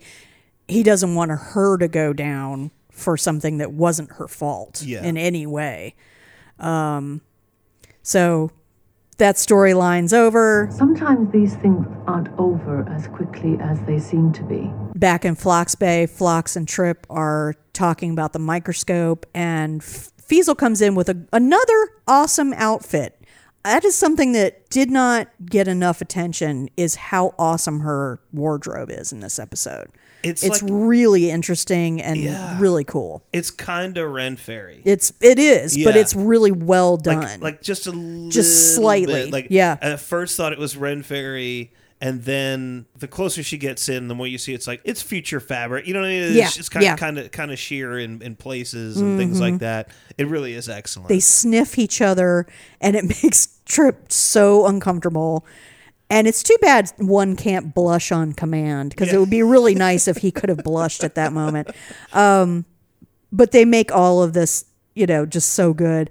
[SPEAKER 3] he doesn't want her to go down for something that wasn't her fault
[SPEAKER 23] Yeah.
[SPEAKER 3] in any way. Um, so that storyline's over.
[SPEAKER 24] Sometimes these things aren't over as quickly as they seem to be.
[SPEAKER 3] Back in Flox Bay, Flox and Trip are talking about the microscope, and F- Fiesel comes in with a, another awesome outfit. That is something that did not get enough attention. Is how awesome her wardrobe is in this episode.
[SPEAKER 2] It's like-
[SPEAKER 3] really interesting and
[SPEAKER 2] Yeah.
[SPEAKER 3] really cool.
[SPEAKER 2] It's kind of Ren Fairy.
[SPEAKER 3] It's it is, but
[SPEAKER 2] Yeah.
[SPEAKER 3] it's really well done.
[SPEAKER 2] Like, like just a little
[SPEAKER 3] Just slightly,
[SPEAKER 2] bit. Like
[SPEAKER 3] yeah.
[SPEAKER 2] I At first thought it was Ren Fairy, and then the closer she gets in, the more you see it's like it's future fabric. You know what I mean? It's,
[SPEAKER 3] Yeah,
[SPEAKER 2] It's kind
[SPEAKER 3] yeah.
[SPEAKER 2] of kind of kind of sheer in, in places and things
[SPEAKER 3] Mhm.
[SPEAKER 2] like that. It really is excellent.
[SPEAKER 3] They sniff each other, and it makes Trip so uncomfortable. And it's too bad one can't blush on command because it would be really nice if he could have blushed at that moment. Um, but they make all of this, you know, just so good.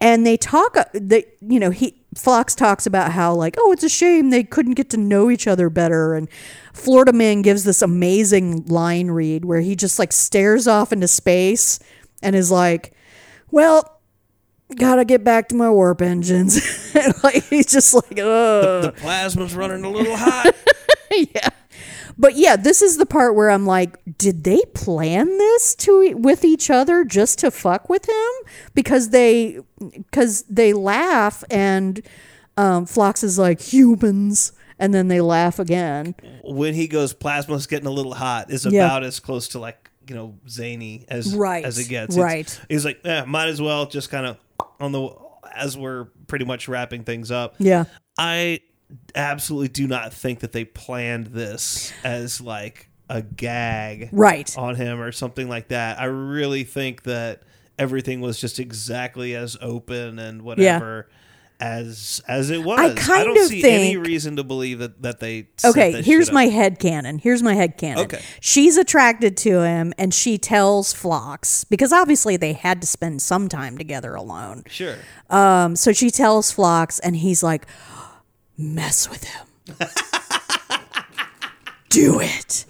[SPEAKER 3] And they talk, uh, they, you know, he Fox talks about how like, oh, it's a shame they couldn't get to know each other better. And Florida Man gives this amazing line read where he just like stares off into space and is like, well, gotta get back to my warp engines. And, like he's just like,
[SPEAKER 2] the,
[SPEAKER 3] ugh.
[SPEAKER 2] the plasma's running a little hot.
[SPEAKER 3] yeah. But yeah, this is the part where I'm like, did they plan this to e, with each other just to fuck with him? Because they because they laugh and um, Flox is like humans, and then they laugh again.
[SPEAKER 2] When he goes, plasma's getting a little hot. Is
[SPEAKER 3] Yeah.
[SPEAKER 2] about as close to like you know zany as
[SPEAKER 3] Right,
[SPEAKER 2] as it gets.
[SPEAKER 3] right.
[SPEAKER 2] He's like, eh, might as well just kind of on the as we're pretty much wrapping things up.
[SPEAKER 3] Yeah.
[SPEAKER 2] I absolutely do not think that they planned this as like a gag
[SPEAKER 3] Right.
[SPEAKER 2] on him or something like that. I really think that everything was just exactly as open and whatever as as it was.
[SPEAKER 3] kind
[SPEAKER 2] don't
[SPEAKER 3] of
[SPEAKER 2] see any
[SPEAKER 3] think-
[SPEAKER 2] reason to believe that that they set
[SPEAKER 3] Okay,
[SPEAKER 2] this
[SPEAKER 3] here's
[SPEAKER 2] shit
[SPEAKER 3] my
[SPEAKER 2] up.
[SPEAKER 3] head cannon. Here's my head cannon.
[SPEAKER 2] Okay.
[SPEAKER 3] She's attracted to him and she tells Flox because obviously they had to spend some time together alone.
[SPEAKER 2] Sure.
[SPEAKER 3] Um, so she tells Flox and he's like, mess with him. Do it.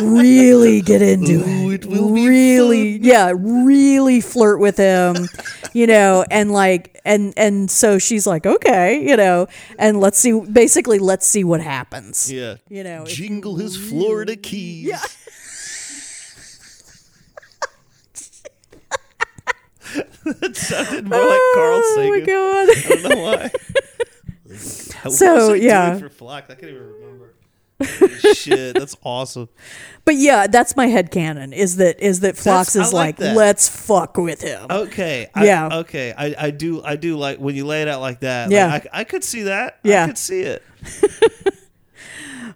[SPEAKER 3] Really get into it. really, yeah, really flirt with him, you know, and like, and and so she's like, okay, you know, and let's see, basically, let's see what happens.
[SPEAKER 2] Yeah.
[SPEAKER 3] You know, if
[SPEAKER 2] jingle his Florida keys. Yeah. that sounded more like Carl
[SPEAKER 3] Oh my
[SPEAKER 2] singing.
[SPEAKER 3] god!
[SPEAKER 2] I don't know why. What
[SPEAKER 3] So,
[SPEAKER 2] was I doing
[SPEAKER 3] yeah.
[SPEAKER 2] for Flock, I can't even remember. Holy shit, that's awesome.
[SPEAKER 3] But yeah, that's my headcanon is that is that
[SPEAKER 2] That's-
[SPEAKER 3] Flox
[SPEAKER 2] I
[SPEAKER 3] is
[SPEAKER 2] like
[SPEAKER 3] like,
[SPEAKER 2] that.
[SPEAKER 3] let's fuck with him.
[SPEAKER 2] Okay. I,
[SPEAKER 3] Yeah.
[SPEAKER 2] Okay. I, I do I do like when you lay it out like that. like,
[SPEAKER 3] Yeah.
[SPEAKER 2] I, I could see that. I
[SPEAKER 3] Yeah.
[SPEAKER 2] could see it.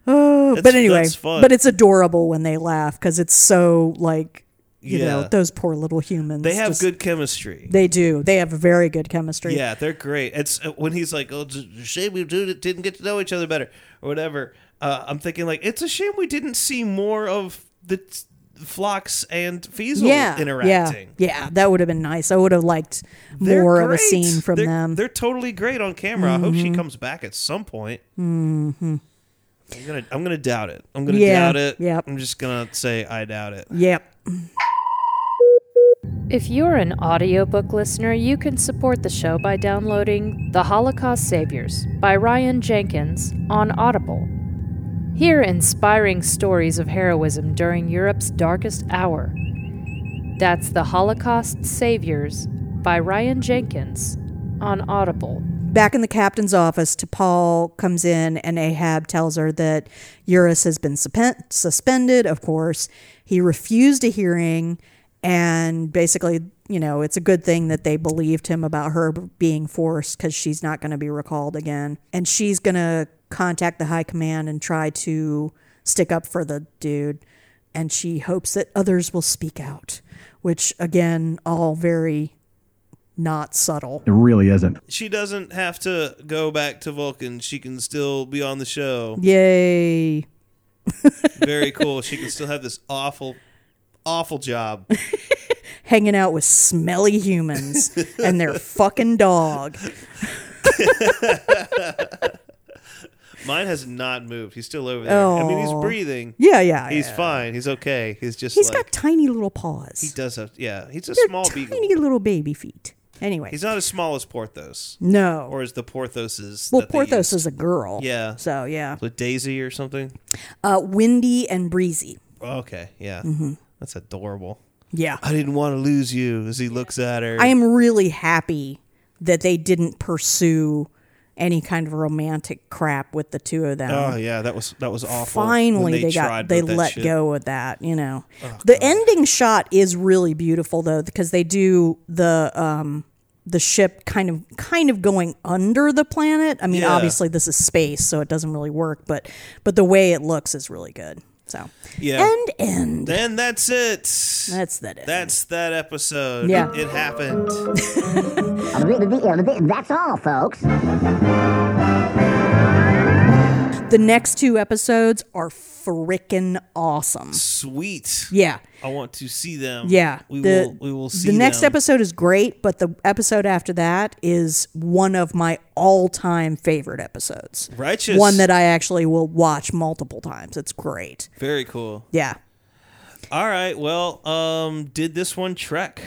[SPEAKER 3] Oh,
[SPEAKER 2] That's-
[SPEAKER 3] but anyway,
[SPEAKER 2] that's fun.
[SPEAKER 3] but it's adorable when they laugh because it's so like you
[SPEAKER 2] Yeah.
[SPEAKER 3] know those poor little humans.
[SPEAKER 2] They have
[SPEAKER 3] just-
[SPEAKER 2] good chemistry.
[SPEAKER 3] They do. They have very good chemistry.
[SPEAKER 2] Yeah, they're great. It's uh, when he's like, "Oh, j- shame we did- didn't get to know each other better," or whatever. Uh, I'm thinking like, it's a shame we didn't see more of the t- Phlox and Feasel
[SPEAKER 3] yeah,
[SPEAKER 2] interacting.
[SPEAKER 3] Yeah, yeah, that would have been nice. I would have liked
[SPEAKER 2] They're
[SPEAKER 3] more of a
[SPEAKER 2] great.
[SPEAKER 3] scene from
[SPEAKER 2] They're-
[SPEAKER 3] them.
[SPEAKER 2] They're totally great on camera. I hope she
[SPEAKER 3] Mhm.
[SPEAKER 2] comes back at some point.
[SPEAKER 3] hmm
[SPEAKER 2] I'm gonna, I'm gonna doubt it. I'm gonna
[SPEAKER 3] Yeah,
[SPEAKER 2] doubt it.
[SPEAKER 3] yep.
[SPEAKER 2] I'm just gonna say I doubt it.
[SPEAKER 3] Yep.
[SPEAKER 10] If you're an audiobook listener, you can support the show by downloading The Holocaust Saviors by Ryan Jenkins on Audible. Hear inspiring stories of heroism during Europe's darkest hour. That's The Holocaust Saviors by Ryan Jenkins on Audible.
[SPEAKER 3] Back in the captain's office, T'Pol comes in and Ahab tells her that Eurus has been supen- suspended, of course. He refused a hearing, and basically, you know, it's a good thing that they believed him about her being forced because she's not going to be recalled again. And she's going to contact the high command and try to stick up for the dude. And she hopes that others will speak out, which, again, all very not subtle.
[SPEAKER 6] It really isn't.
[SPEAKER 2] She doesn't have to go back to Vulcan. She can still be on the show.
[SPEAKER 3] Yay.
[SPEAKER 2] Very cool. She can still have this awful, awful job.
[SPEAKER 3] Hanging out with smelly humans and their fucking dog.
[SPEAKER 2] Mine has not moved. He's still over there. I mean, he's
[SPEAKER 3] Oh.
[SPEAKER 2] breathing.
[SPEAKER 3] Yeah, yeah,
[SPEAKER 2] He's
[SPEAKER 3] yeah.
[SPEAKER 2] fine. He's okay. He's just
[SPEAKER 3] He's
[SPEAKER 2] like
[SPEAKER 3] got tiny little paws.
[SPEAKER 2] he does have. Yeah, he's a
[SPEAKER 3] They're
[SPEAKER 2] small beagle.
[SPEAKER 3] Tiny little baby feet. Anyway.
[SPEAKER 2] He's not as small as Porthos.
[SPEAKER 3] No.
[SPEAKER 2] Or as the Porthoses.
[SPEAKER 3] well,
[SPEAKER 2] that they
[SPEAKER 3] Porthos
[SPEAKER 2] used.
[SPEAKER 3] is a girl.
[SPEAKER 2] Yeah.
[SPEAKER 3] So, yeah.
[SPEAKER 2] With Daisy or something.
[SPEAKER 3] Uh, windy and breezy.
[SPEAKER 2] Oh, Okay. Yeah.
[SPEAKER 3] Mhm.
[SPEAKER 2] That's adorable.
[SPEAKER 3] Yeah.
[SPEAKER 2] I didn't want to lose you as he looks at her.
[SPEAKER 3] I am really happy that they didn't pursue any kind of romantic crap with the two of them.
[SPEAKER 2] Oh yeah, that was that was awful. when
[SPEAKER 3] finally they,
[SPEAKER 2] tried
[SPEAKER 3] got they
[SPEAKER 2] with that
[SPEAKER 3] let
[SPEAKER 2] shit.
[SPEAKER 3] go of that you know the ending shot is really beautiful though because they do the um the ship kind of kind of going under the planet i mean
[SPEAKER 2] Yeah.
[SPEAKER 3] obviously this is space so it doesn't really work but but the way it looks is really good so
[SPEAKER 2] Yeah.
[SPEAKER 3] end end
[SPEAKER 2] Then that's it.
[SPEAKER 3] That's that end.
[SPEAKER 2] That's that episode.
[SPEAKER 3] Yeah.
[SPEAKER 2] It happened.
[SPEAKER 5] That's all, folks.
[SPEAKER 3] the next two episodes are freaking awesome
[SPEAKER 2] Sweet.
[SPEAKER 3] yeah
[SPEAKER 2] I want to see them.
[SPEAKER 3] Yeah.
[SPEAKER 2] We
[SPEAKER 3] the,
[SPEAKER 2] will we will see
[SPEAKER 3] The next
[SPEAKER 2] them.
[SPEAKER 3] episode is great, but the episode after that is one of my all time favorite episodes.
[SPEAKER 2] Righteous.
[SPEAKER 3] One that I actually will watch multiple times. It's great.
[SPEAKER 2] Very cool.
[SPEAKER 3] Yeah.
[SPEAKER 2] All right. Well, um, did this one trek?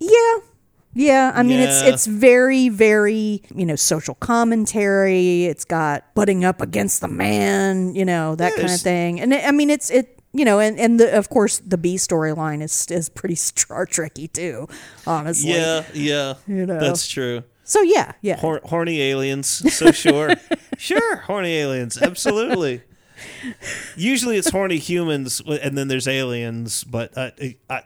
[SPEAKER 3] Yeah. Yeah, I mean it's
[SPEAKER 25] Yeah.
[SPEAKER 3] it's very very, you know, social commentary. It's got butting up against the man, you know, that kind of
[SPEAKER 25] Yes.
[SPEAKER 3] thing. And I mean it's it, you know, and and the, of course the B storyline is is pretty Star Trekky too, honestly.
[SPEAKER 2] yeah, yeah.
[SPEAKER 3] You know.
[SPEAKER 2] That's true.
[SPEAKER 3] So yeah, yeah.
[SPEAKER 2] Hor- horny aliens. So sure. sure. Horny aliens. Absolutely. Usually it's horny humans w- and then there's aliens, but uh, it- I,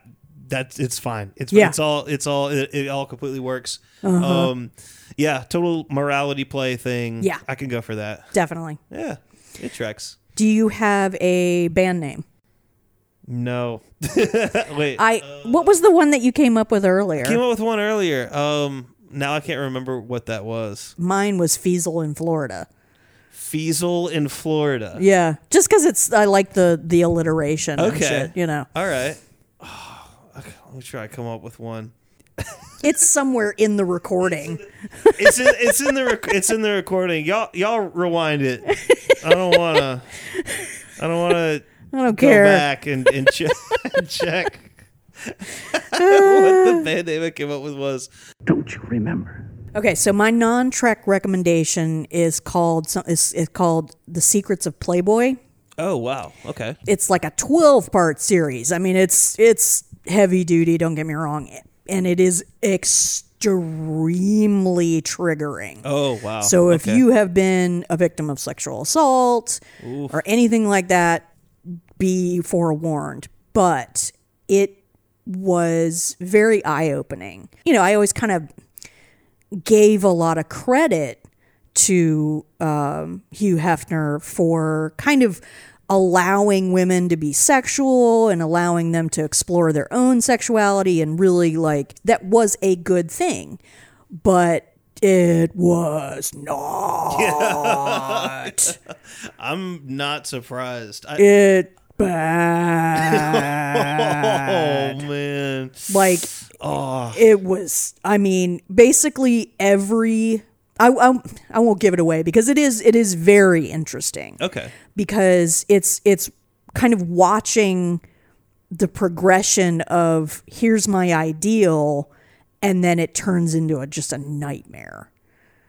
[SPEAKER 2] that's it's fine. It's
[SPEAKER 26] Yeah.
[SPEAKER 2] it's all it's all it, it all completely works.
[SPEAKER 3] Uh-huh.
[SPEAKER 2] Um yeah, total morality play thing.
[SPEAKER 3] Yeah.
[SPEAKER 2] I can go for that.
[SPEAKER 3] Definitely.
[SPEAKER 2] Yeah. It tracks.
[SPEAKER 3] Do you have a band name?
[SPEAKER 2] No. Wait.
[SPEAKER 3] I what was the one that you came up with earlier?
[SPEAKER 2] came up with one earlier. Um now I can't remember what that was.
[SPEAKER 3] Mine was Feasel in Florida.
[SPEAKER 2] Feasel in Florida.
[SPEAKER 3] Yeah, just because it's I like the the alliteration. and
[SPEAKER 2] Okay.
[SPEAKER 3] shit, you know,
[SPEAKER 2] All right. Oh, okay, let me try to come up with one.
[SPEAKER 3] it's somewhere in the recording.
[SPEAKER 2] It's in, it's in the rec- it's in the recording. Y'all y'all rewind it. I don't want to. I don't want to.
[SPEAKER 3] I don't care.
[SPEAKER 2] Go back and and che- check. what the band name I came up with was.
[SPEAKER 3] Don't you remember? Okay, so my non-trek recommendation is called some- is, is called The Secrets of Playboy.
[SPEAKER 2] Oh wow. Okay.
[SPEAKER 3] It's like a 12-part series. I mean, it's it's heavy duty, don't get me wrong, and it is extremely triggering.
[SPEAKER 2] Oh wow.
[SPEAKER 3] So if
[SPEAKER 2] Okay.
[SPEAKER 3] you have been a victim of sexual assault
[SPEAKER 2] Oof.
[SPEAKER 3] or anything like that, be forewarned. But it was very eye opening. You know, I always kind of gave a lot of credit to um, Hugh Hefner for kind of allowing women to be sexual and allowing them to explore their own sexuality and really like that was a good thing but it was not
[SPEAKER 2] I'm not surprised. I,
[SPEAKER 3] it
[SPEAKER 2] oh
[SPEAKER 3] bad
[SPEAKER 2] man.
[SPEAKER 3] like
[SPEAKER 2] Oh.
[SPEAKER 3] it was i mean basically every I, I i won't give it away because it is it is very interesting
[SPEAKER 2] Okay.
[SPEAKER 3] because it's it's kind of watching the progression of here's my ideal and then it turns into a, just a nightmare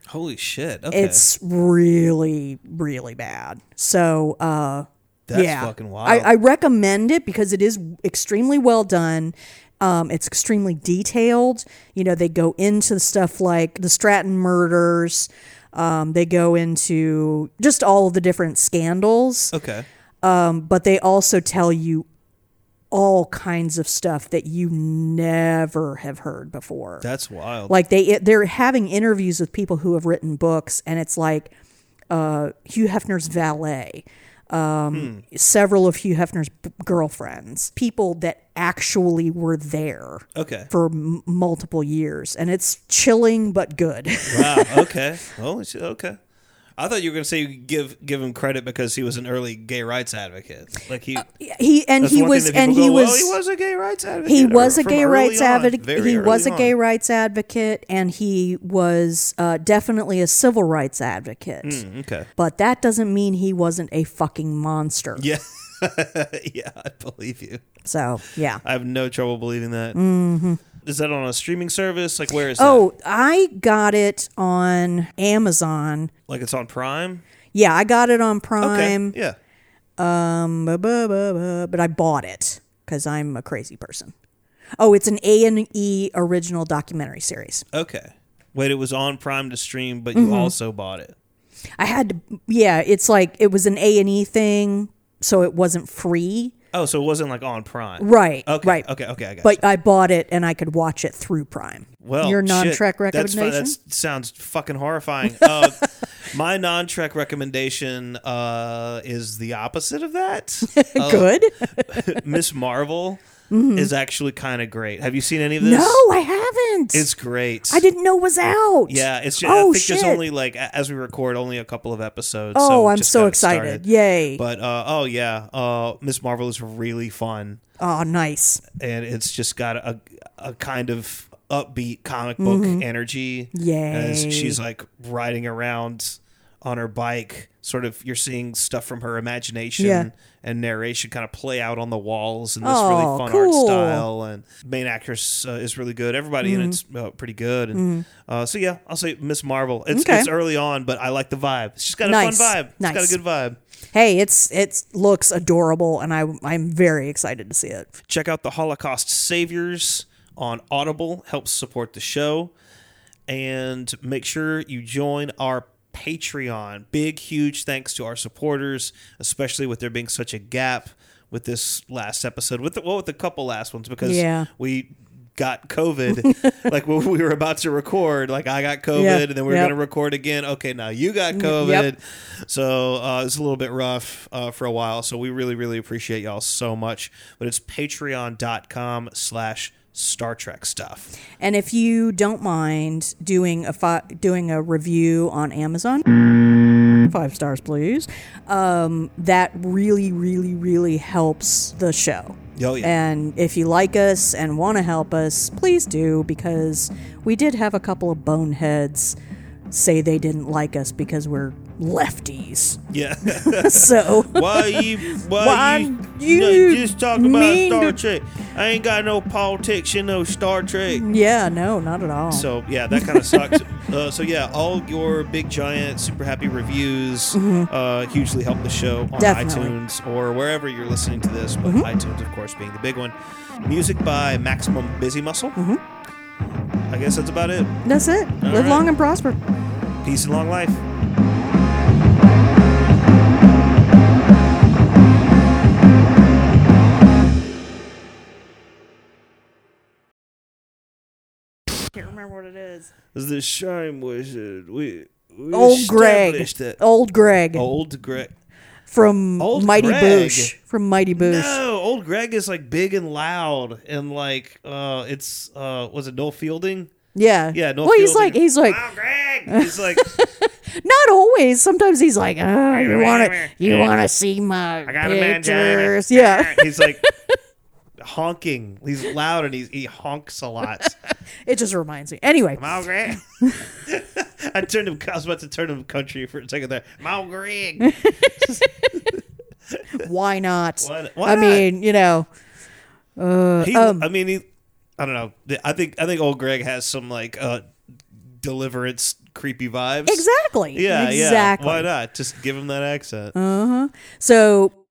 [SPEAKER 2] Holy shit. Okay.
[SPEAKER 3] it's really really bad so uh
[SPEAKER 2] That's
[SPEAKER 3] yeah
[SPEAKER 2] fucking wild.
[SPEAKER 3] I, I recommend it because it is extremely well done um, it's extremely detailed you know they go into stuff like the stratton murders um, they go into just all of the different scandals
[SPEAKER 2] okay.
[SPEAKER 3] um, but they also tell you all kinds of stuff that you never have heard before
[SPEAKER 2] That's wild.
[SPEAKER 3] like they it- they're having interviews with people who have written books and it's like uh, hugh hefner's valet um,
[SPEAKER 2] Hmm.
[SPEAKER 3] several of hugh hefner's b- girlfriends people that actually were there
[SPEAKER 2] Okay.
[SPEAKER 3] for m- multiple years and it's chilling but good
[SPEAKER 2] wow. Ah, Okay. Holy shit. Okay. I thought you were going to say you give give him credit because he was an early gay rights advocate. Like he
[SPEAKER 3] he and
[SPEAKER 2] That's
[SPEAKER 3] Uh, he
[SPEAKER 2] one thing
[SPEAKER 3] was
[SPEAKER 2] that people
[SPEAKER 3] and
[SPEAKER 2] go,
[SPEAKER 3] he was
[SPEAKER 2] well, he was a gay rights advocate.
[SPEAKER 3] he was a
[SPEAKER 2] from
[SPEAKER 3] gay
[SPEAKER 2] early
[SPEAKER 3] rights
[SPEAKER 2] on,
[SPEAKER 3] advocate
[SPEAKER 2] very
[SPEAKER 3] he was a
[SPEAKER 2] early
[SPEAKER 3] gay
[SPEAKER 2] on.
[SPEAKER 3] rights advocate and he was uh, definitely a civil rights advocate
[SPEAKER 2] Mm, okay.
[SPEAKER 3] but that doesn't mean he wasn't a fucking monster
[SPEAKER 2] Yeah. yeah, I believe you.
[SPEAKER 3] so yeah
[SPEAKER 2] I have no trouble believing that. Is
[SPEAKER 3] Mhm.
[SPEAKER 2] that on a streaming service? Like where is
[SPEAKER 3] oh i got it on amazon
[SPEAKER 2] that? Like it's on Prime?
[SPEAKER 3] yeah i got it on prime
[SPEAKER 2] Okay. Yeah.
[SPEAKER 3] um bu- bu- bu- bu- but i bought it because i'm a crazy person oh it's an a&e original documentary series
[SPEAKER 2] Okay. Wait, it was on Prime to stream, but
[SPEAKER 3] Mhm.
[SPEAKER 2] you also bought it.
[SPEAKER 3] I had to, yeah, it's like it was an A and E thing, so it wasn't free.
[SPEAKER 2] Oh, so it wasn't like on Prime.
[SPEAKER 3] Right.
[SPEAKER 2] Okay.
[SPEAKER 3] Right.
[SPEAKER 2] Okay. Okay. I got
[SPEAKER 3] But I bought it and I could watch it through Prime.
[SPEAKER 2] Well,
[SPEAKER 3] your non
[SPEAKER 2] shit,
[SPEAKER 3] Trek
[SPEAKER 2] that's fu-
[SPEAKER 3] recommendation.
[SPEAKER 2] That sounds fucking horrifying. Uh, my non Trek recommendation uh, is the opposite of that. Uh,
[SPEAKER 3] Good.
[SPEAKER 2] Miss Marvel
[SPEAKER 3] Mhm.
[SPEAKER 2] is actually kind of great. Have you seen any of this?
[SPEAKER 3] no, I haven't.
[SPEAKER 2] It's great.
[SPEAKER 3] I didn't know it was out.
[SPEAKER 2] Yeah, it's just,
[SPEAKER 3] oh
[SPEAKER 2] I think
[SPEAKER 3] shit.
[SPEAKER 2] there's only like a- as we record only a couple of episodes.
[SPEAKER 3] Oh,
[SPEAKER 2] so we
[SPEAKER 3] I'm
[SPEAKER 2] just
[SPEAKER 3] so
[SPEAKER 2] got it
[SPEAKER 3] excited.
[SPEAKER 2] started.
[SPEAKER 3] Yay.
[SPEAKER 2] But uh, oh yeah, uh, Miss Marvel is really fun
[SPEAKER 3] oh, nice.
[SPEAKER 2] and it's just got a a kind of upbeat comic book
[SPEAKER 3] Mhm.
[SPEAKER 2] energy.
[SPEAKER 3] Yay.
[SPEAKER 2] As she's like riding around on her bike. Sort of, you're seeing stuff from her imagination
[SPEAKER 3] Yeah.
[SPEAKER 2] and narration kind of play out on the walls in this
[SPEAKER 3] Oh,
[SPEAKER 2] really fun art
[SPEAKER 3] cool.
[SPEAKER 2] style. And main actress uh, is really good. Everybody in
[SPEAKER 3] Mhm.
[SPEAKER 2] it's uh, pretty good. And
[SPEAKER 3] Mhm.
[SPEAKER 2] uh, so yeah, I'll say Miss Marvel. It's,
[SPEAKER 3] Okay.
[SPEAKER 2] it's early on, but I like the vibe. She's got a
[SPEAKER 3] Nice.
[SPEAKER 2] fun vibe. She's got
[SPEAKER 3] Nice.
[SPEAKER 2] a good vibe.
[SPEAKER 3] Hey, it's it looks adorable, and I I'm very excited to see it.
[SPEAKER 2] Check out the Holocaust Saviors on Audible, helps support the show. And make sure you join our Patreon. Big, huge thanks to our supporters, especially with there being such a gap with this last episode, with the, well, with the couple last ones, because
[SPEAKER 3] Yeah.
[SPEAKER 2] we got COVID. like when we were about to record, like I got COVID,
[SPEAKER 3] Yeah,
[SPEAKER 2] and then we were
[SPEAKER 3] yep.
[SPEAKER 2] going to record again. Okay, now you got
[SPEAKER 3] Yep.
[SPEAKER 2] COVID. So uh, it's a little bit rough uh, for a while. So we really, really appreciate y'all so much. But it's patreon.com slash Star Trek stuff.
[SPEAKER 3] And if you don't mind doing a fi- doing a review on Amazon, five stars please. Um, that really, really, really helps the show.
[SPEAKER 2] Oh, yeah.
[SPEAKER 3] And if you like us and want to help us, please do because we did have a couple of boneheads say they didn't like us because we're lefties.
[SPEAKER 2] Yeah.
[SPEAKER 3] So-
[SPEAKER 2] why you why,
[SPEAKER 3] Why
[SPEAKER 2] you,
[SPEAKER 3] you
[SPEAKER 2] no, just talk about
[SPEAKER 3] mean
[SPEAKER 2] Star
[SPEAKER 3] to-
[SPEAKER 2] Trek? I ain't got no politics in no Star Trek.
[SPEAKER 3] Yeah, no, not at all.
[SPEAKER 2] So yeah, that kind of sucks. uh, so yeah, all your big giant super happy reviews
[SPEAKER 3] Mhm.
[SPEAKER 2] uh, hugely help the show on
[SPEAKER 3] Definitely.
[SPEAKER 2] iTunes or wherever you're listening to this, but
[SPEAKER 3] Mhm.
[SPEAKER 2] iTunes of course being the big one. Music by Maximum Busy Muscle. I guess that's about it.
[SPEAKER 3] That's it.
[SPEAKER 2] All
[SPEAKER 3] Live
[SPEAKER 2] right.
[SPEAKER 3] long and prosper.
[SPEAKER 2] Peace and long life.
[SPEAKER 3] Can't remember what it is.
[SPEAKER 27] The Shine Wizard. We, we
[SPEAKER 3] Old Greg.
[SPEAKER 27] established That.
[SPEAKER 3] Old Greg.
[SPEAKER 2] Old Greg.
[SPEAKER 3] From
[SPEAKER 2] Old
[SPEAKER 3] Mighty
[SPEAKER 2] Greg.
[SPEAKER 3] Boosh. From Mighty Boosh.
[SPEAKER 2] No, old Greg is like big and loud and like uh it's uh was it Noel Fielding?
[SPEAKER 3] Yeah.
[SPEAKER 2] Yeah, Noel
[SPEAKER 3] Well, he's
[SPEAKER 2] Fielding.
[SPEAKER 3] like he's like
[SPEAKER 2] Wow, Greg. He's like
[SPEAKER 3] not always. Sometimes he's like, oh, you want to you want to see my
[SPEAKER 2] I got a mangina.
[SPEAKER 3] pictures? Yeah.
[SPEAKER 2] He's like honking. He's loud and he's, he honks a lot.
[SPEAKER 3] It just reminds me. Anyway.
[SPEAKER 2] Mal Greg. I turned him. I was about to turn him country for a second there. Mal Greg.
[SPEAKER 3] Why not?
[SPEAKER 2] Why- why
[SPEAKER 3] I
[SPEAKER 2] not?
[SPEAKER 3] mean, you know. Uh,
[SPEAKER 2] He,
[SPEAKER 3] um,
[SPEAKER 2] I mean, he, I don't know. I think I think old Greg has some like uh deliverance creepy vibes.
[SPEAKER 3] Exactly.
[SPEAKER 2] Yeah.
[SPEAKER 3] Exactly.
[SPEAKER 2] Yeah. Why not? Just give him that accent.
[SPEAKER 3] Uh huh. So